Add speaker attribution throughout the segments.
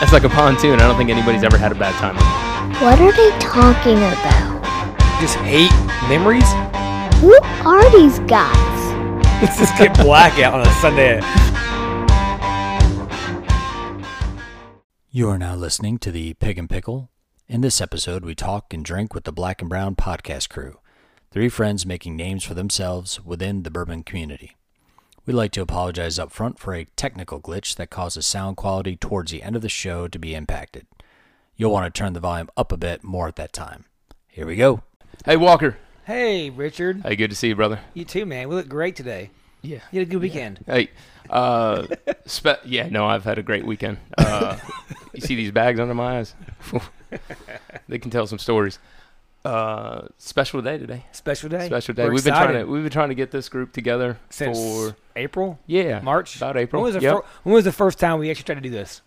Speaker 1: That's like a pontoon. I don't think anybody's ever had a bad time. on
Speaker 2: What are they talking about?
Speaker 3: You just hate memories?
Speaker 2: Who are these guys?
Speaker 3: Let's just get blackout on a Sunday.
Speaker 4: You are now listening to the Pig and Pickle. In this episode, we talk and drink with the Black and Brown podcast crew, three friends making names for themselves within the bourbon community. We'd like to apologize up front for a technical glitch that causes sound quality towards the end of the show to be impacted. You'll want to turn the volume up a bit more at that time. Here we go.
Speaker 1: Hey, Walker.
Speaker 3: Hey, Richard.
Speaker 1: Hey, good to see you, brother.
Speaker 3: You too, man. We look great today.
Speaker 1: Yeah.
Speaker 3: You had a good weekend.
Speaker 1: Hey, uh, spe- yeah, no, I've had a great weekend. Uh, you see these bags under my eyes? they can tell some stories. Uh, special day today.
Speaker 3: Special day.
Speaker 1: Special day.
Speaker 3: We're
Speaker 1: we've
Speaker 3: excited.
Speaker 1: been trying to we've been trying to get this group together
Speaker 3: since
Speaker 1: for
Speaker 3: April,
Speaker 1: yeah
Speaker 3: March,
Speaker 1: about April.
Speaker 3: When was, the
Speaker 1: Yep.
Speaker 3: fir- when was the first time we actually tried to do this?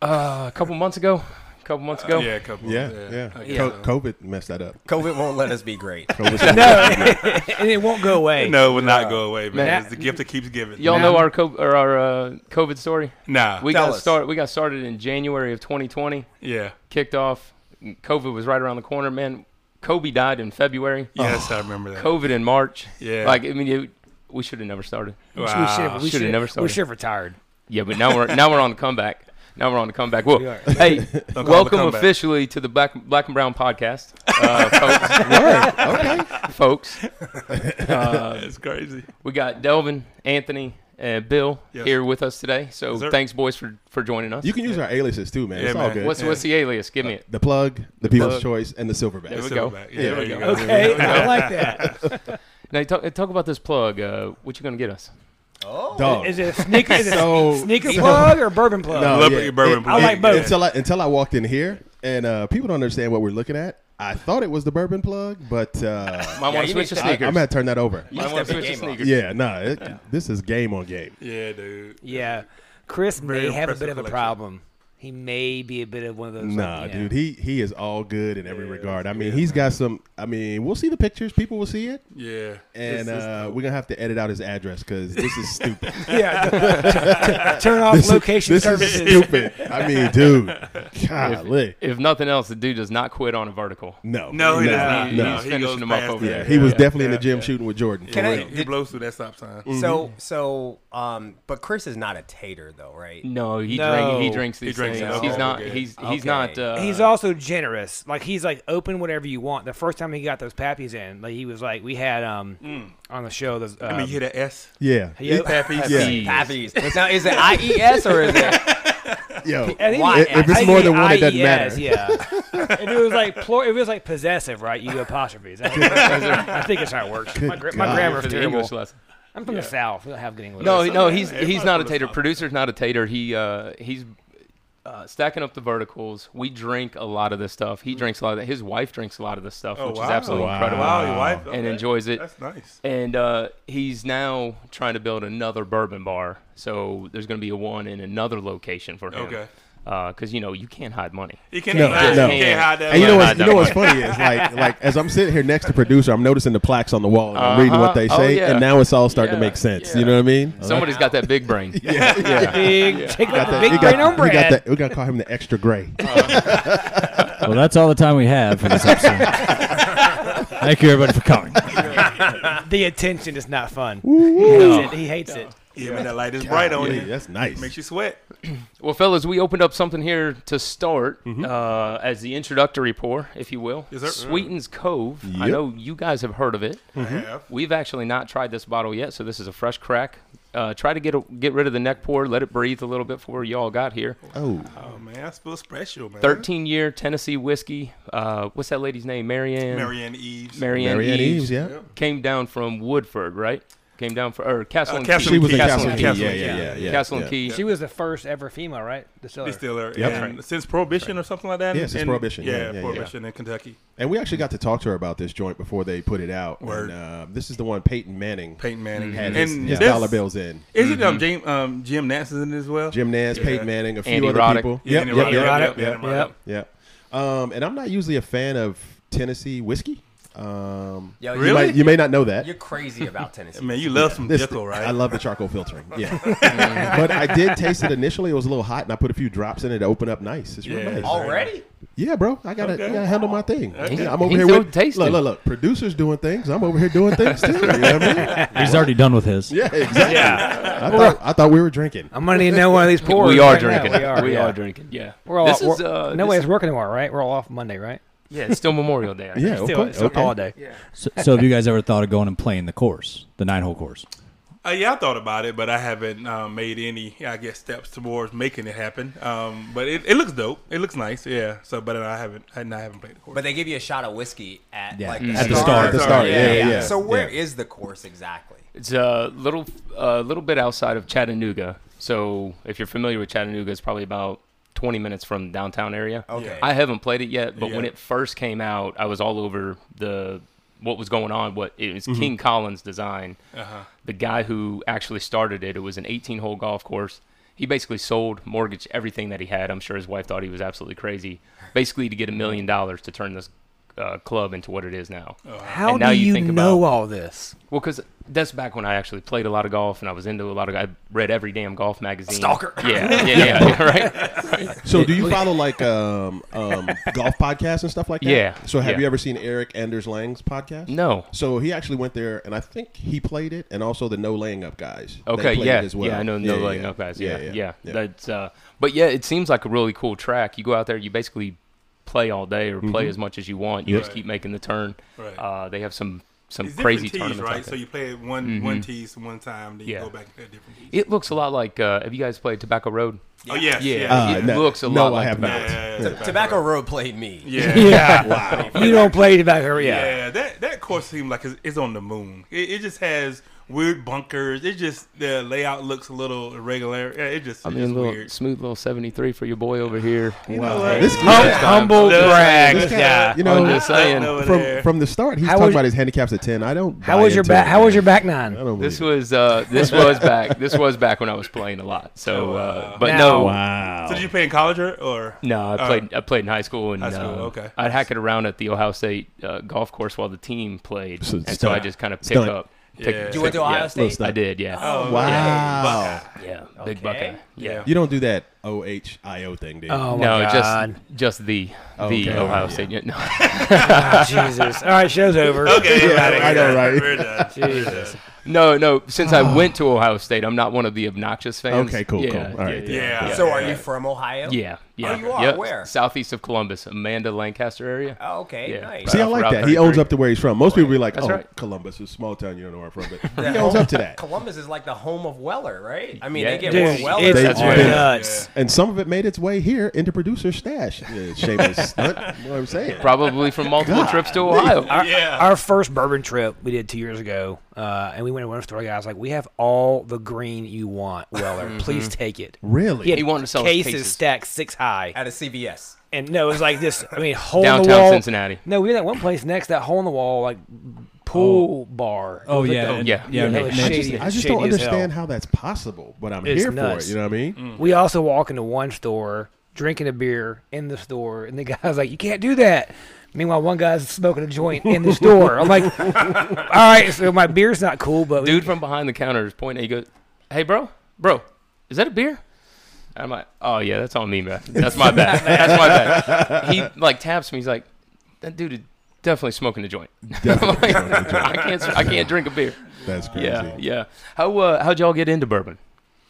Speaker 1: uh, a couple months ago. A couple
Speaker 3: Uh,
Speaker 1: months ago.
Speaker 5: Yeah, a couple.
Speaker 6: Yeah,
Speaker 5: of-
Speaker 6: yeah.
Speaker 5: I
Speaker 6: Co-
Speaker 5: guess so.
Speaker 6: COVID messed that up.
Speaker 7: COVID won't let us be great.
Speaker 6: COVID
Speaker 3: and it won't go away.
Speaker 5: No, it would not go away, man.
Speaker 1: Man.
Speaker 5: It's the gift that keeps giving.
Speaker 1: Y'all know our co- or our uh, COVID story.
Speaker 5: Nah.
Speaker 1: We
Speaker 7: Tell
Speaker 1: got
Speaker 7: us.
Speaker 1: started. We got started in January of 2020.
Speaker 5: yeah.
Speaker 1: Kicked off. COVID was right around the corner. Man, Kobe died in February.
Speaker 6: Oh.
Speaker 5: Yes, I remember that.
Speaker 1: COVID in March.
Speaker 5: Yeah.
Speaker 1: Like I mean, it, we should have never started.
Speaker 3: We
Speaker 5: Wow.
Speaker 3: should have. We
Speaker 1: Ah, Should've
Speaker 3: should
Speaker 1: never
Speaker 3: We
Speaker 1: started.
Speaker 3: should have retired.
Speaker 1: Yeah, but now we're now we're on the comeback. Now we're on the comeback. Well,
Speaker 3: We are.
Speaker 1: hey,
Speaker 5: Look on the
Speaker 1: welcome
Speaker 5: comeback.
Speaker 1: officially to the Black Black and Brown podcast, uh, folks. folks,
Speaker 5: That's crazy.
Speaker 1: we got Delvin, Anthony, and Bill
Speaker 5: Yes.
Speaker 1: here with us today. So
Speaker 5: Yes, sir.
Speaker 1: thanks, boys, for for joining us.
Speaker 6: you can use our aliases too, man.
Speaker 5: Yeah,
Speaker 6: it's all
Speaker 5: man.
Speaker 6: good.
Speaker 1: what's what's the alias? Give me it.
Speaker 6: the plug, the people's
Speaker 1: plug.
Speaker 6: choice, and the silverback.
Speaker 1: we
Speaker 5: Silverback.
Speaker 1: go.
Speaker 5: Yeah, there
Speaker 6: we
Speaker 5: you
Speaker 6: go.
Speaker 5: go.
Speaker 3: Okay, I like that.
Speaker 1: Now talk, talk about this plug. Uh, what you gonna get us?
Speaker 6: Dog.
Speaker 3: Is it a sneaker? Is it
Speaker 6: So-
Speaker 3: a sneaker plug or a bourbon plug?
Speaker 6: No,
Speaker 5: Liberty bourbon plug.
Speaker 3: I like both.
Speaker 6: Until I, until I walked in here, and uh, people don't understand what we're looking at. I thought it was the bourbon plug, but uh,
Speaker 1: Might
Speaker 7: Yeah,
Speaker 1: want to
Speaker 7: you
Speaker 1: switch the
Speaker 7: need to-
Speaker 6: I, am
Speaker 1: sneakers.
Speaker 6: gonna turn that over.
Speaker 1: Might
Speaker 7: Step
Speaker 1: want to
Speaker 7: your
Speaker 1: switch the
Speaker 7: game up.
Speaker 1: sneakers.
Speaker 6: Yeah, nah, it, this is game on game.
Speaker 5: Yeah, dude.
Speaker 3: Yeah, Chris may
Speaker 5: Very
Speaker 3: have a
Speaker 5: impressive
Speaker 3: bit of a
Speaker 5: collection.
Speaker 3: problem. He may be a bit of one of those. like,
Speaker 6: Nah,
Speaker 3: yeah.
Speaker 6: dude, he he is all good in every regard. I mean, he's got some. I mean, we'll see the pictures. People will see it,
Speaker 5: Yeah.
Speaker 6: and uh, we're gonna have to edit out his address because this is stupid.
Speaker 3: yeah. Turn off location
Speaker 6: this
Speaker 3: services.
Speaker 6: is stupid. I mean, dude, golly.
Speaker 1: If nothing else, the dude does not quit on a vertical.
Speaker 6: No,
Speaker 5: no, he does not.
Speaker 1: He-
Speaker 6: no.
Speaker 5: No,
Speaker 1: he's
Speaker 5: he
Speaker 1: finishing
Speaker 5: goes
Speaker 1: them up
Speaker 5: past
Speaker 1: over
Speaker 5: that.
Speaker 6: Yeah,
Speaker 1: there.
Speaker 6: he was definitely in the
Speaker 5: yeah,
Speaker 6: gym
Speaker 5: yeah.
Speaker 6: shooting with Jordan.
Speaker 7: Can
Speaker 6: for
Speaker 7: I-
Speaker 6: real.
Speaker 5: He blows through that stop sign.
Speaker 7: So, so, um, but Chris is not a tater though, right?
Speaker 1: No, he
Speaker 3: No.
Speaker 1: drink, he drinks these
Speaker 5: He drinks
Speaker 1: things.
Speaker 5: it.
Speaker 1: He's
Speaker 5: Oh,
Speaker 1: not
Speaker 5: okay.
Speaker 1: he's he's
Speaker 7: Okay.
Speaker 1: not uh,
Speaker 3: he's also generous. Like he's like open whatever you want. The first time he got those pappies in, like he was like we had um on the show. Those, um,
Speaker 5: I mean, you hit an S.
Speaker 6: Yeah,
Speaker 3: Yeah.
Speaker 6: It-
Speaker 5: Pappies.
Speaker 6: Yeah.
Speaker 1: He-
Speaker 7: Pappies. now, is it I E S or is it? E
Speaker 6: yo,
Speaker 3: I think-
Speaker 7: Why?
Speaker 6: if if it's
Speaker 3: I
Speaker 6: more
Speaker 3: think
Speaker 6: than one, it doesn't
Speaker 3: IES,
Speaker 6: matter.
Speaker 3: Yeah. if it was like plur- if it was like possessive, right? You apostrophes. I think, I think it's how it works. My, gra- my
Speaker 6: God.
Speaker 3: grammar
Speaker 1: for
Speaker 3: is
Speaker 1: the
Speaker 3: terrible.
Speaker 1: English lesson.
Speaker 3: I'm from the south. We don't have good English.
Speaker 1: No, no, he's
Speaker 5: Hey,
Speaker 1: he's
Speaker 5: might
Speaker 1: not a
Speaker 5: as well
Speaker 1: tater.
Speaker 5: stop.
Speaker 1: Producer's not a tater. He uh, he's uh, stacking up the verticals. We drink a lot of this stuff. He drinks a lot of that. His wife drinks a lot of this stuff,
Speaker 5: Mm. Oh,
Speaker 1: which
Speaker 5: wow.
Speaker 1: is absolutely
Speaker 6: Wow.
Speaker 1: incredible.
Speaker 5: Wow, your wife.
Speaker 1: And
Speaker 5: okay.
Speaker 1: enjoys it.
Speaker 5: That's nice.
Speaker 1: And uh, he's now trying to build another bourbon bar. So there's going to be a one in another location for him.
Speaker 5: Okay.
Speaker 1: Because you know you can't hide money.
Speaker 5: He can't,
Speaker 6: No,
Speaker 5: hide,
Speaker 6: no.
Speaker 5: He can't hide that.
Speaker 6: And you know
Speaker 5: money.
Speaker 6: what's, you know what's funny is like like as I'm sitting here next to producer, I'm noticing the plaques on the wall and I'm reading what they
Speaker 1: Uh-huh. Oh,
Speaker 6: say,
Speaker 1: yeah.
Speaker 6: and now it's all starting
Speaker 1: Yeah,
Speaker 6: to make sense.
Speaker 1: yeah.
Speaker 6: You know what I mean?
Speaker 1: Somebody's got that big brain.
Speaker 3: big. Take
Speaker 6: Got that-
Speaker 3: big
Speaker 6: he got-
Speaker 3: brain on
Speaker 6: he got
Speaker 3: bread.
Speaker 6: that- we gotta call him the extra gray.
Speaker 4: Well, that's all the time we have for this episode. Thank you, everybody, for coming.
Speaker 3: The attention is not fun. He hates it. He hates it.
Speaker 5: Yeah, man, that light is bright on
Speaker 6: Yeah,
Speaker 5: you.
Speaker 6: that's nice.
Speaker 5: Makes you sweat.
Speaker 1: Well, fellas, we opened up something here to start uh, as the introductory pour, if you will.
Speaker 5: Yes, sir.
Speaker 1: Sweetens Cove. I
Speaker 6: Yep.
Speaker 1: know you guys have heard of it.
Speaker 6: Mm-hmm.
Speaker 5: I have.
Speaker 1: We've actually not tried this bottle yet, so this is a fresh crack. Uh, try to get a, get rid of the neck pour, let it breathe a little bit before y'all got here.
Speaker 6: Oh,
Speaker 5: Oh man, I feel special, man.
Speaker 1: 13 year Tennessee whiskey. Uh, what's that lady's name? Marianne.
Speaker 5: Marianne Eves.
Speaker 1: Marianne,
Speaker 6: Marianne
Speaker 1: Eaves.
Speaker 6: Eaves, yeah.
Speaker 1: Came down from Woodford, right? Came down from or Castle
Speaker 5: Uh,
Speaker 1: and
Speaker 5: Castle
Speaker 1: Key.
Speaker 6: She was in
Speaker 5: Castle
Speaker 6: Castle
Speaker 5: and
Speaker 6: Key.
Speaker 5: Key.
Speaker 6: Yeah,
Speaker 5: Castle
Speaker 6: yeah,
Speaker 5: and Key.
Speaker 6: yeah, yeah.
Speaker 1: Castle and
Speaker 6: yeah.
Speaker 1: Key.
Speaker 3: She was the first ever female, right? The seller.
Speaker 5: distiller.
Speaker 6: Yep.
Speaker 5: and since Prohibition or something like that.
Speaker 6: Yeah, since
Speaker 5: in-
Speaker 6: Prohibition, yeah,
Speaker 5: Yeah,
Speaker 6: yeah, yeah.
Speaker 5: Prohibition in Kentucky.
Speaker 6: And we actually got to talk to her about this joint before they put it out.
Speaker 5: Word.
Speaker 6: And, uh, this is the one Peyton Manning
Speaker 5: Peyton Manning
Speaker 6: had his, his
Speaker 5: this-
Speaker 6: dollar bills in.
Speaker 5: Is it um, Jim, um, Jim Nance's in it as well?
Speaker 6: Jim Nance,
Speaker 5: Yeah.
Speaker 6: Peyton Manning, a few
Speaker 1: Andy
Speaker 6: other
Speaker 1: Roddick.
Speaker 6: people.
Speaker 5: Yeah,
Speaker 6: Yep,
Speaker 5: Andy
Speaker 6: yep,
Speaker 5: Roddick,
Speaker 6: yep,
Speaker 5: yep,
Speaker 6: yep,
Speaker 5: Andy Roddick.
Speaker 6: yep. Um, and I'm not usually a fan of Tennessee whiskey. Um,
Speaker 7: Yo,
Speaker 6: you
Speaker 7: Really?
Speaker 6: might- You may not know that.
Speaker 7: You're crazy about Tennessee.
Speaker 5: Man, you love some
Speaker 6: This-
Speaker 5: Jekyll, right?
Speaker 6: I love the charcoal filtering. Yeah, but I did taste it initially. It was a little hot, and I put a few drops in it to open up nice. It's real
Speaker 5: Yeah. Oh.
Speaker 6: nice.
Speaker 7: Already?
Speaker 6: Yeah, bro, I gotta,
Speaker 5: Okay.
Speaker 6: I gotta handle my thing. Yeah, I'm over
Speaker 1: He's
Speaker 6: here
Speaker 1: so
Speaker 6: with
Speaker 1: tasty.
Speaker 6: Look, look, look. Producers doing things. I'm over here doing things too. You know what I mean?
Speaker 4: He's already done with his.
Speaker 6: Yeah, exactly. I, thought, I thought we were drinking.
Speaker 3: I'm gonna need to know one of these pours.
Speaker 1: we are
Speaker 3: right now.
Speaker 1: drinking.
Speaker 3: We are. yeah.
Speaker 1: drinking. Yeah.
Speaker 3: We're all.
Speaker 1: this
Speaker 3: we're,
Speaker 1: is uh,
Speaker 3: no
Speaker 1: this
Speaker 3: way
Speaker 1: is-
Speaker 3: it's working tomorrow, right? We're all off Monday, right?
Speaker 1: Yeah, it's still Memorial Day. I think.
Speaker 6: Yeah,
Speaker 3: Still,
Speaker 6: okay.
Speaker 3: it's on
Speaker 6: okay.
Speaker 3: holiday.
Speaker 4: So, so have you guys ever thought of going and playing the course, the nine hole course?
Speaker 5: Uh, yeah, I thought about it, but I haven't um, made any, I guess, steps towards making it happen. Um, but it, it looks dope. It looks nice. Yeah. So, but I haven't, I haven't played the course.
Speaker 7: But they give you a shot of whiskey at
Speaker 4: Yeah.
Speaker 7: like
Speaker 4: Mm.
Speaker 7: at
Speaker 4: the
Speaker 6: start. At the start, yeah, yeah, yeah.
Speaker 7: So where is
Speaker 6: Yeah.
Speaker 7: the course exactly?
Speaker 1: It's a little a little bit outside of Chattanooga. So if you're familiar with Chattanooga, it's probably about 20 minutes from downtown area.
Speaker 7: Okay.
Speaker 1: I haven't played it yet, but when
Speaker 5: Yeah.
Speaker 1: it first came out, I was all over the what was going on. What it was King Collins' design. The guy who actually started it. It was an 18-hole golf course. He basically sold, mortgaged everything that he had. I'm sure his wife thought he was absolutely crazy, basically to get a million dollars to turn this uh, club into what it is now.
Speaker 3: How
Speaker 1: And now
Speaker 3: do
Speaker 1: you
Speaker 3: you,
Speaker 1: think
Speaker 3: know
Speaker 1: about-
Speaker 3: all this?
Speaker 1: Well, because that's back when I actually played a lot of golf and I was into a lot of. I read every damn golf magazine.
Speaker 7: Stalker.
Speaker 1: Yeah, yeah, yeah. yeah, right.
Speaker 6: So, do you follow like um, um, golf podcasts and stuff like that?
Speaker 1: Yeah,
Speaker 6: So, have
Speaker 1: yeah.
Speaker 6: you ever seen Eric Anders Lang's podcast?
Speaker 1: No.
Speaker 6: So he actually went there, and I think he played it, and also the no laying up guys. They
Speaker 1: Okay.
Speaker 6: played
Speaker 1: Yeah.
Speaker 6: it as well.
Speaker 1: Yeah, I know no laying
Speaker 6: yeah.
Speaker 1: up guys. Yeah, yeah. That's. Uh, but yeah, it seems like a really cool track. You go out there, you basically play all day or
Speaker 6: Mm-hmm.
Speaker 1: play as much as you want. You
Speaker 6: Yep.
Speaker 1: just keep making the turn.
Speaker 5: Right.
Speaker 1: Uh, they have some some
Speaker 5: It's
Speaker 1: crazy
Speaker 5: different tees,
Speaker 1: tournaments. out
Speaker 5: right?
Speaker 1: there.
Speaker 5: So you play it one one tease one time, then you
Speaker 1: Yeah.
Speaker 5: go back and play a different tease.
Speaker 1: it looks a lot like. Uh, have you guys played Tobacco Road?
Speaker 5: Oh yes, yeah,
Speaker 1: Yeah.
Speaker 6: Uh,
Speaker 5: yeah,
Speaker 1: it looks a
Speaker 6: no,
Speaker 1: lot
Speaker 6: I
Speaker 1: like
Speaker 6: have
Speaker 5: yeah,
Speaker 6: not.
Speaker 5: yeah, yeah, yeah.
Speaker 7: Tobacco Road played me.
Speaker 5: Yeah.
Speaker 3: Yeah. wow. You don't play tobacco. Yeah.
Speaker 5: Yeah, that that course seemed like it's, it's on the moon. It, it just has weird bunkers. It just the layout looks a little irregular. Yeah, it just,
Speaker 1: I
Speaker 5: it's
Speaker 1: mean, a
Speaker 5: just
Speaker 1: little
Speaker 5: weird.
Speaker 1: smooth little seventy-three for your boy over here.
Speaker 6: Uh, This
Speaker 1: Humble-
Speaker 6: guy,
Speaker 3: Humble
Speaker 5: Oh, Yeah.
Speaker 3: brag.
Speaker 6: this guy,
Speaker 3: Yeah.
Speaker 6: you know,
Speaker 1: I'm just saying.
Speaker 5: I know it
Speaker 6: from
Speaker 5: there.
Speaker 6: from the start, he's
Speaker 3: How
Speaker 6: talking
Speaker 3: was-
Speaker 6: about his handicaps at ten. I don't.
Speaker 3: How
Speaker 6: buy
Speaker 3: was your
Speaker 6: into
Speaker 3: back?
Speaker 6: it,
Speaker 3: How was your
Speaker 6: man.
Speaker 3: back
Speaker 6: I
Speaker 3: nine?
Speaker 6: don't
Speaker 1: This
Speaker 6: believe it.
Speaker 1: was uh, this was back this was back when I was playing a lot.
Speaker 7: Oh,
Speaker 1: So, uh, but
Speaker 3: Now-
Speaker 1: no,
Speaker 4: Wow.
Speaker 5: So did you play in college or? or?
Speaker 1: no,
Speaker 7: Uh,
Speaker 1: I played I played in high school and
Speaker 5: High school,
Speaker 1: uh,
Speaker 5: okay.
Speaker 1: I'd hack it around at the Ohio State uh, golf course while the team played,
Speaker 6: So
Speaker 1: and so
Speaker 6: stunt.
Speaker 1: I just kind of pick
Speaker 6: Stunt.
Speaker 1: up. Pick,
Speaker 5: Yeah.
Speaker 7: You went to Ohio
Speaker 1: yeah.
Speaker 7: State?
Speaker 1: I did, yeah,
Speaker 5: Oh,
Speaker 6: Wow.
Speaker 1: yeah, big
Speaker 7: Okay.
Speaker 1: bucket, yeah.
Speaker 6: You don't do that O H I O thing, do you?
Speaker 3: Oh my
Speaker 1: no,
Speaker 3: God.
Speaker 1: just just the the
Speaker 6: Okay. Oh,
Speaker 1: Ohio
Speaker 6: Yeah.
Speaker 1: State. yeah, No,
Speaker 3: Jesus. All right, show's over.
Speaker 5: Okay,
Speaker 6: Yeah,
Speaker 5: we're
Speaker 6: I know,
Speaker 5: done.
Speaker 6: right?
Speaker 5: We're done.
Speaker 3: Jesus.
Speaker 1: no, no. Since I went to Ohio State, I'm not one of the obnoxious fans.
Speaker 6: Oh. Okay, cool,
Speaker 1: yeah,
Speaker 6: cool. All right.
Speaker 5: Yeah. yeah.
Speaker 7: So are you from Ohio?
Speaker 1: Yeah, yeah.
Speaker 7: Oh, you are?
Speaker 1: Yep.
Speaker 7: Where?
Speaker 1: Southeast of Columbus, Amanda, Lancaster area.
Speaker 7: Oh, okay.
Speaker 1: Yeah.
Speaker 7: Nice.
Speaker 6: See, I
Speaker 1: off
Speaker 6: like
Speaker 1: Route
Speaker 6: that. He owns
Speaker 1: 33.
Speaker 6: up to where he's from. Most people be like,
Speaker 1: That's
Speaker 6: "Oh,
Speaker 1: right.
Speaker 6: Columbus is a small town. You don't know where I'm from," but
Speaker 7: Yeah.
Speaker 6: he owns up to that.
Speaker 7: Columbus is like the home of Weller, right? I mean,
Speaker 1: Yeah.
Speaker 7: they get
Speaker 3: Dude,
Speaker 7: more Weller.
Speaker 3: it's
Speaker 6: That's
Speaker 3: been
Speaker 6: right.
Speaker 3: nuts.
Speaker 6: And some of it made its way here into producer stash. Yeah, shameless stunt. You know what I'm saying?
Speaker 1: Probably from multiple trips to Ohio.
Speaker 3: Our,
Speaker 5: Yeah.
Speaker 3: our first bourbon trip we did two years ago, uh, and we went to one store. Guys, like we have all the green you want, Weller. Please take it.
Speaker 6: Really?
Speaker 3: had
Speaker 1: He wanted to sell us
Speaker 3: cases,
Speaker 1: cases.
Speaker 3: stacked six high,
Speaker 7: At a CVS.
Speaker 3: and no, it was like this. I mean, hole in the
Speaker 1: Downtown
Speaker 3: wall.
Speaker 1: Cincinnati.
Speaker 3: No, we had that one place next that hole in the wall like pool bar. It
Speaker 4: Oh,
Speaker 3: was like
Speaker 4: yeah.
Speaker 3: the-
Speaker 4: and-
Speaker 1: yeah.
Speaker 4: Yeah.
Speaker 3: that
Speaker 4: and-
Speaker 3: was
Speaker 4: and-
Speaker 6: I
Speaker 3: shady.
Speaker 6: just, I just
Speaker 3: shady
Speaker 6: don't
Speaker 3: as
Speaker 6: understand
Speaker 3: hell.
Speaker 6: how that's possible, but I'm
Speaker 3: It's
Speaker 6: here
Speaker 3: nuts.
Speaker 6: for it. You know what I mean?
Speaker 3: We also walk into one store, drinking a beer in the store, and the guy's like, "You can't do that." Meanwhile, one guy's smoking a joint in the store. I'm like, "All right, so my beer's not cool, but we-
Speaker 1: Dude from behind the counter is pointing. He goes, "Hey, bro, bro, is that a beer?" I'm like, "Oh yeah, that's on me, man. That's my bad. That's my bad." He like taps me. He's like, "That dude is definitely smoking a joint." I'm like, I can't. s- I can't drink a beer.
Speaker 6: That's crazy.
Speaker 1: Yeah, yeah. How uh, how'd y'all get into bourbon?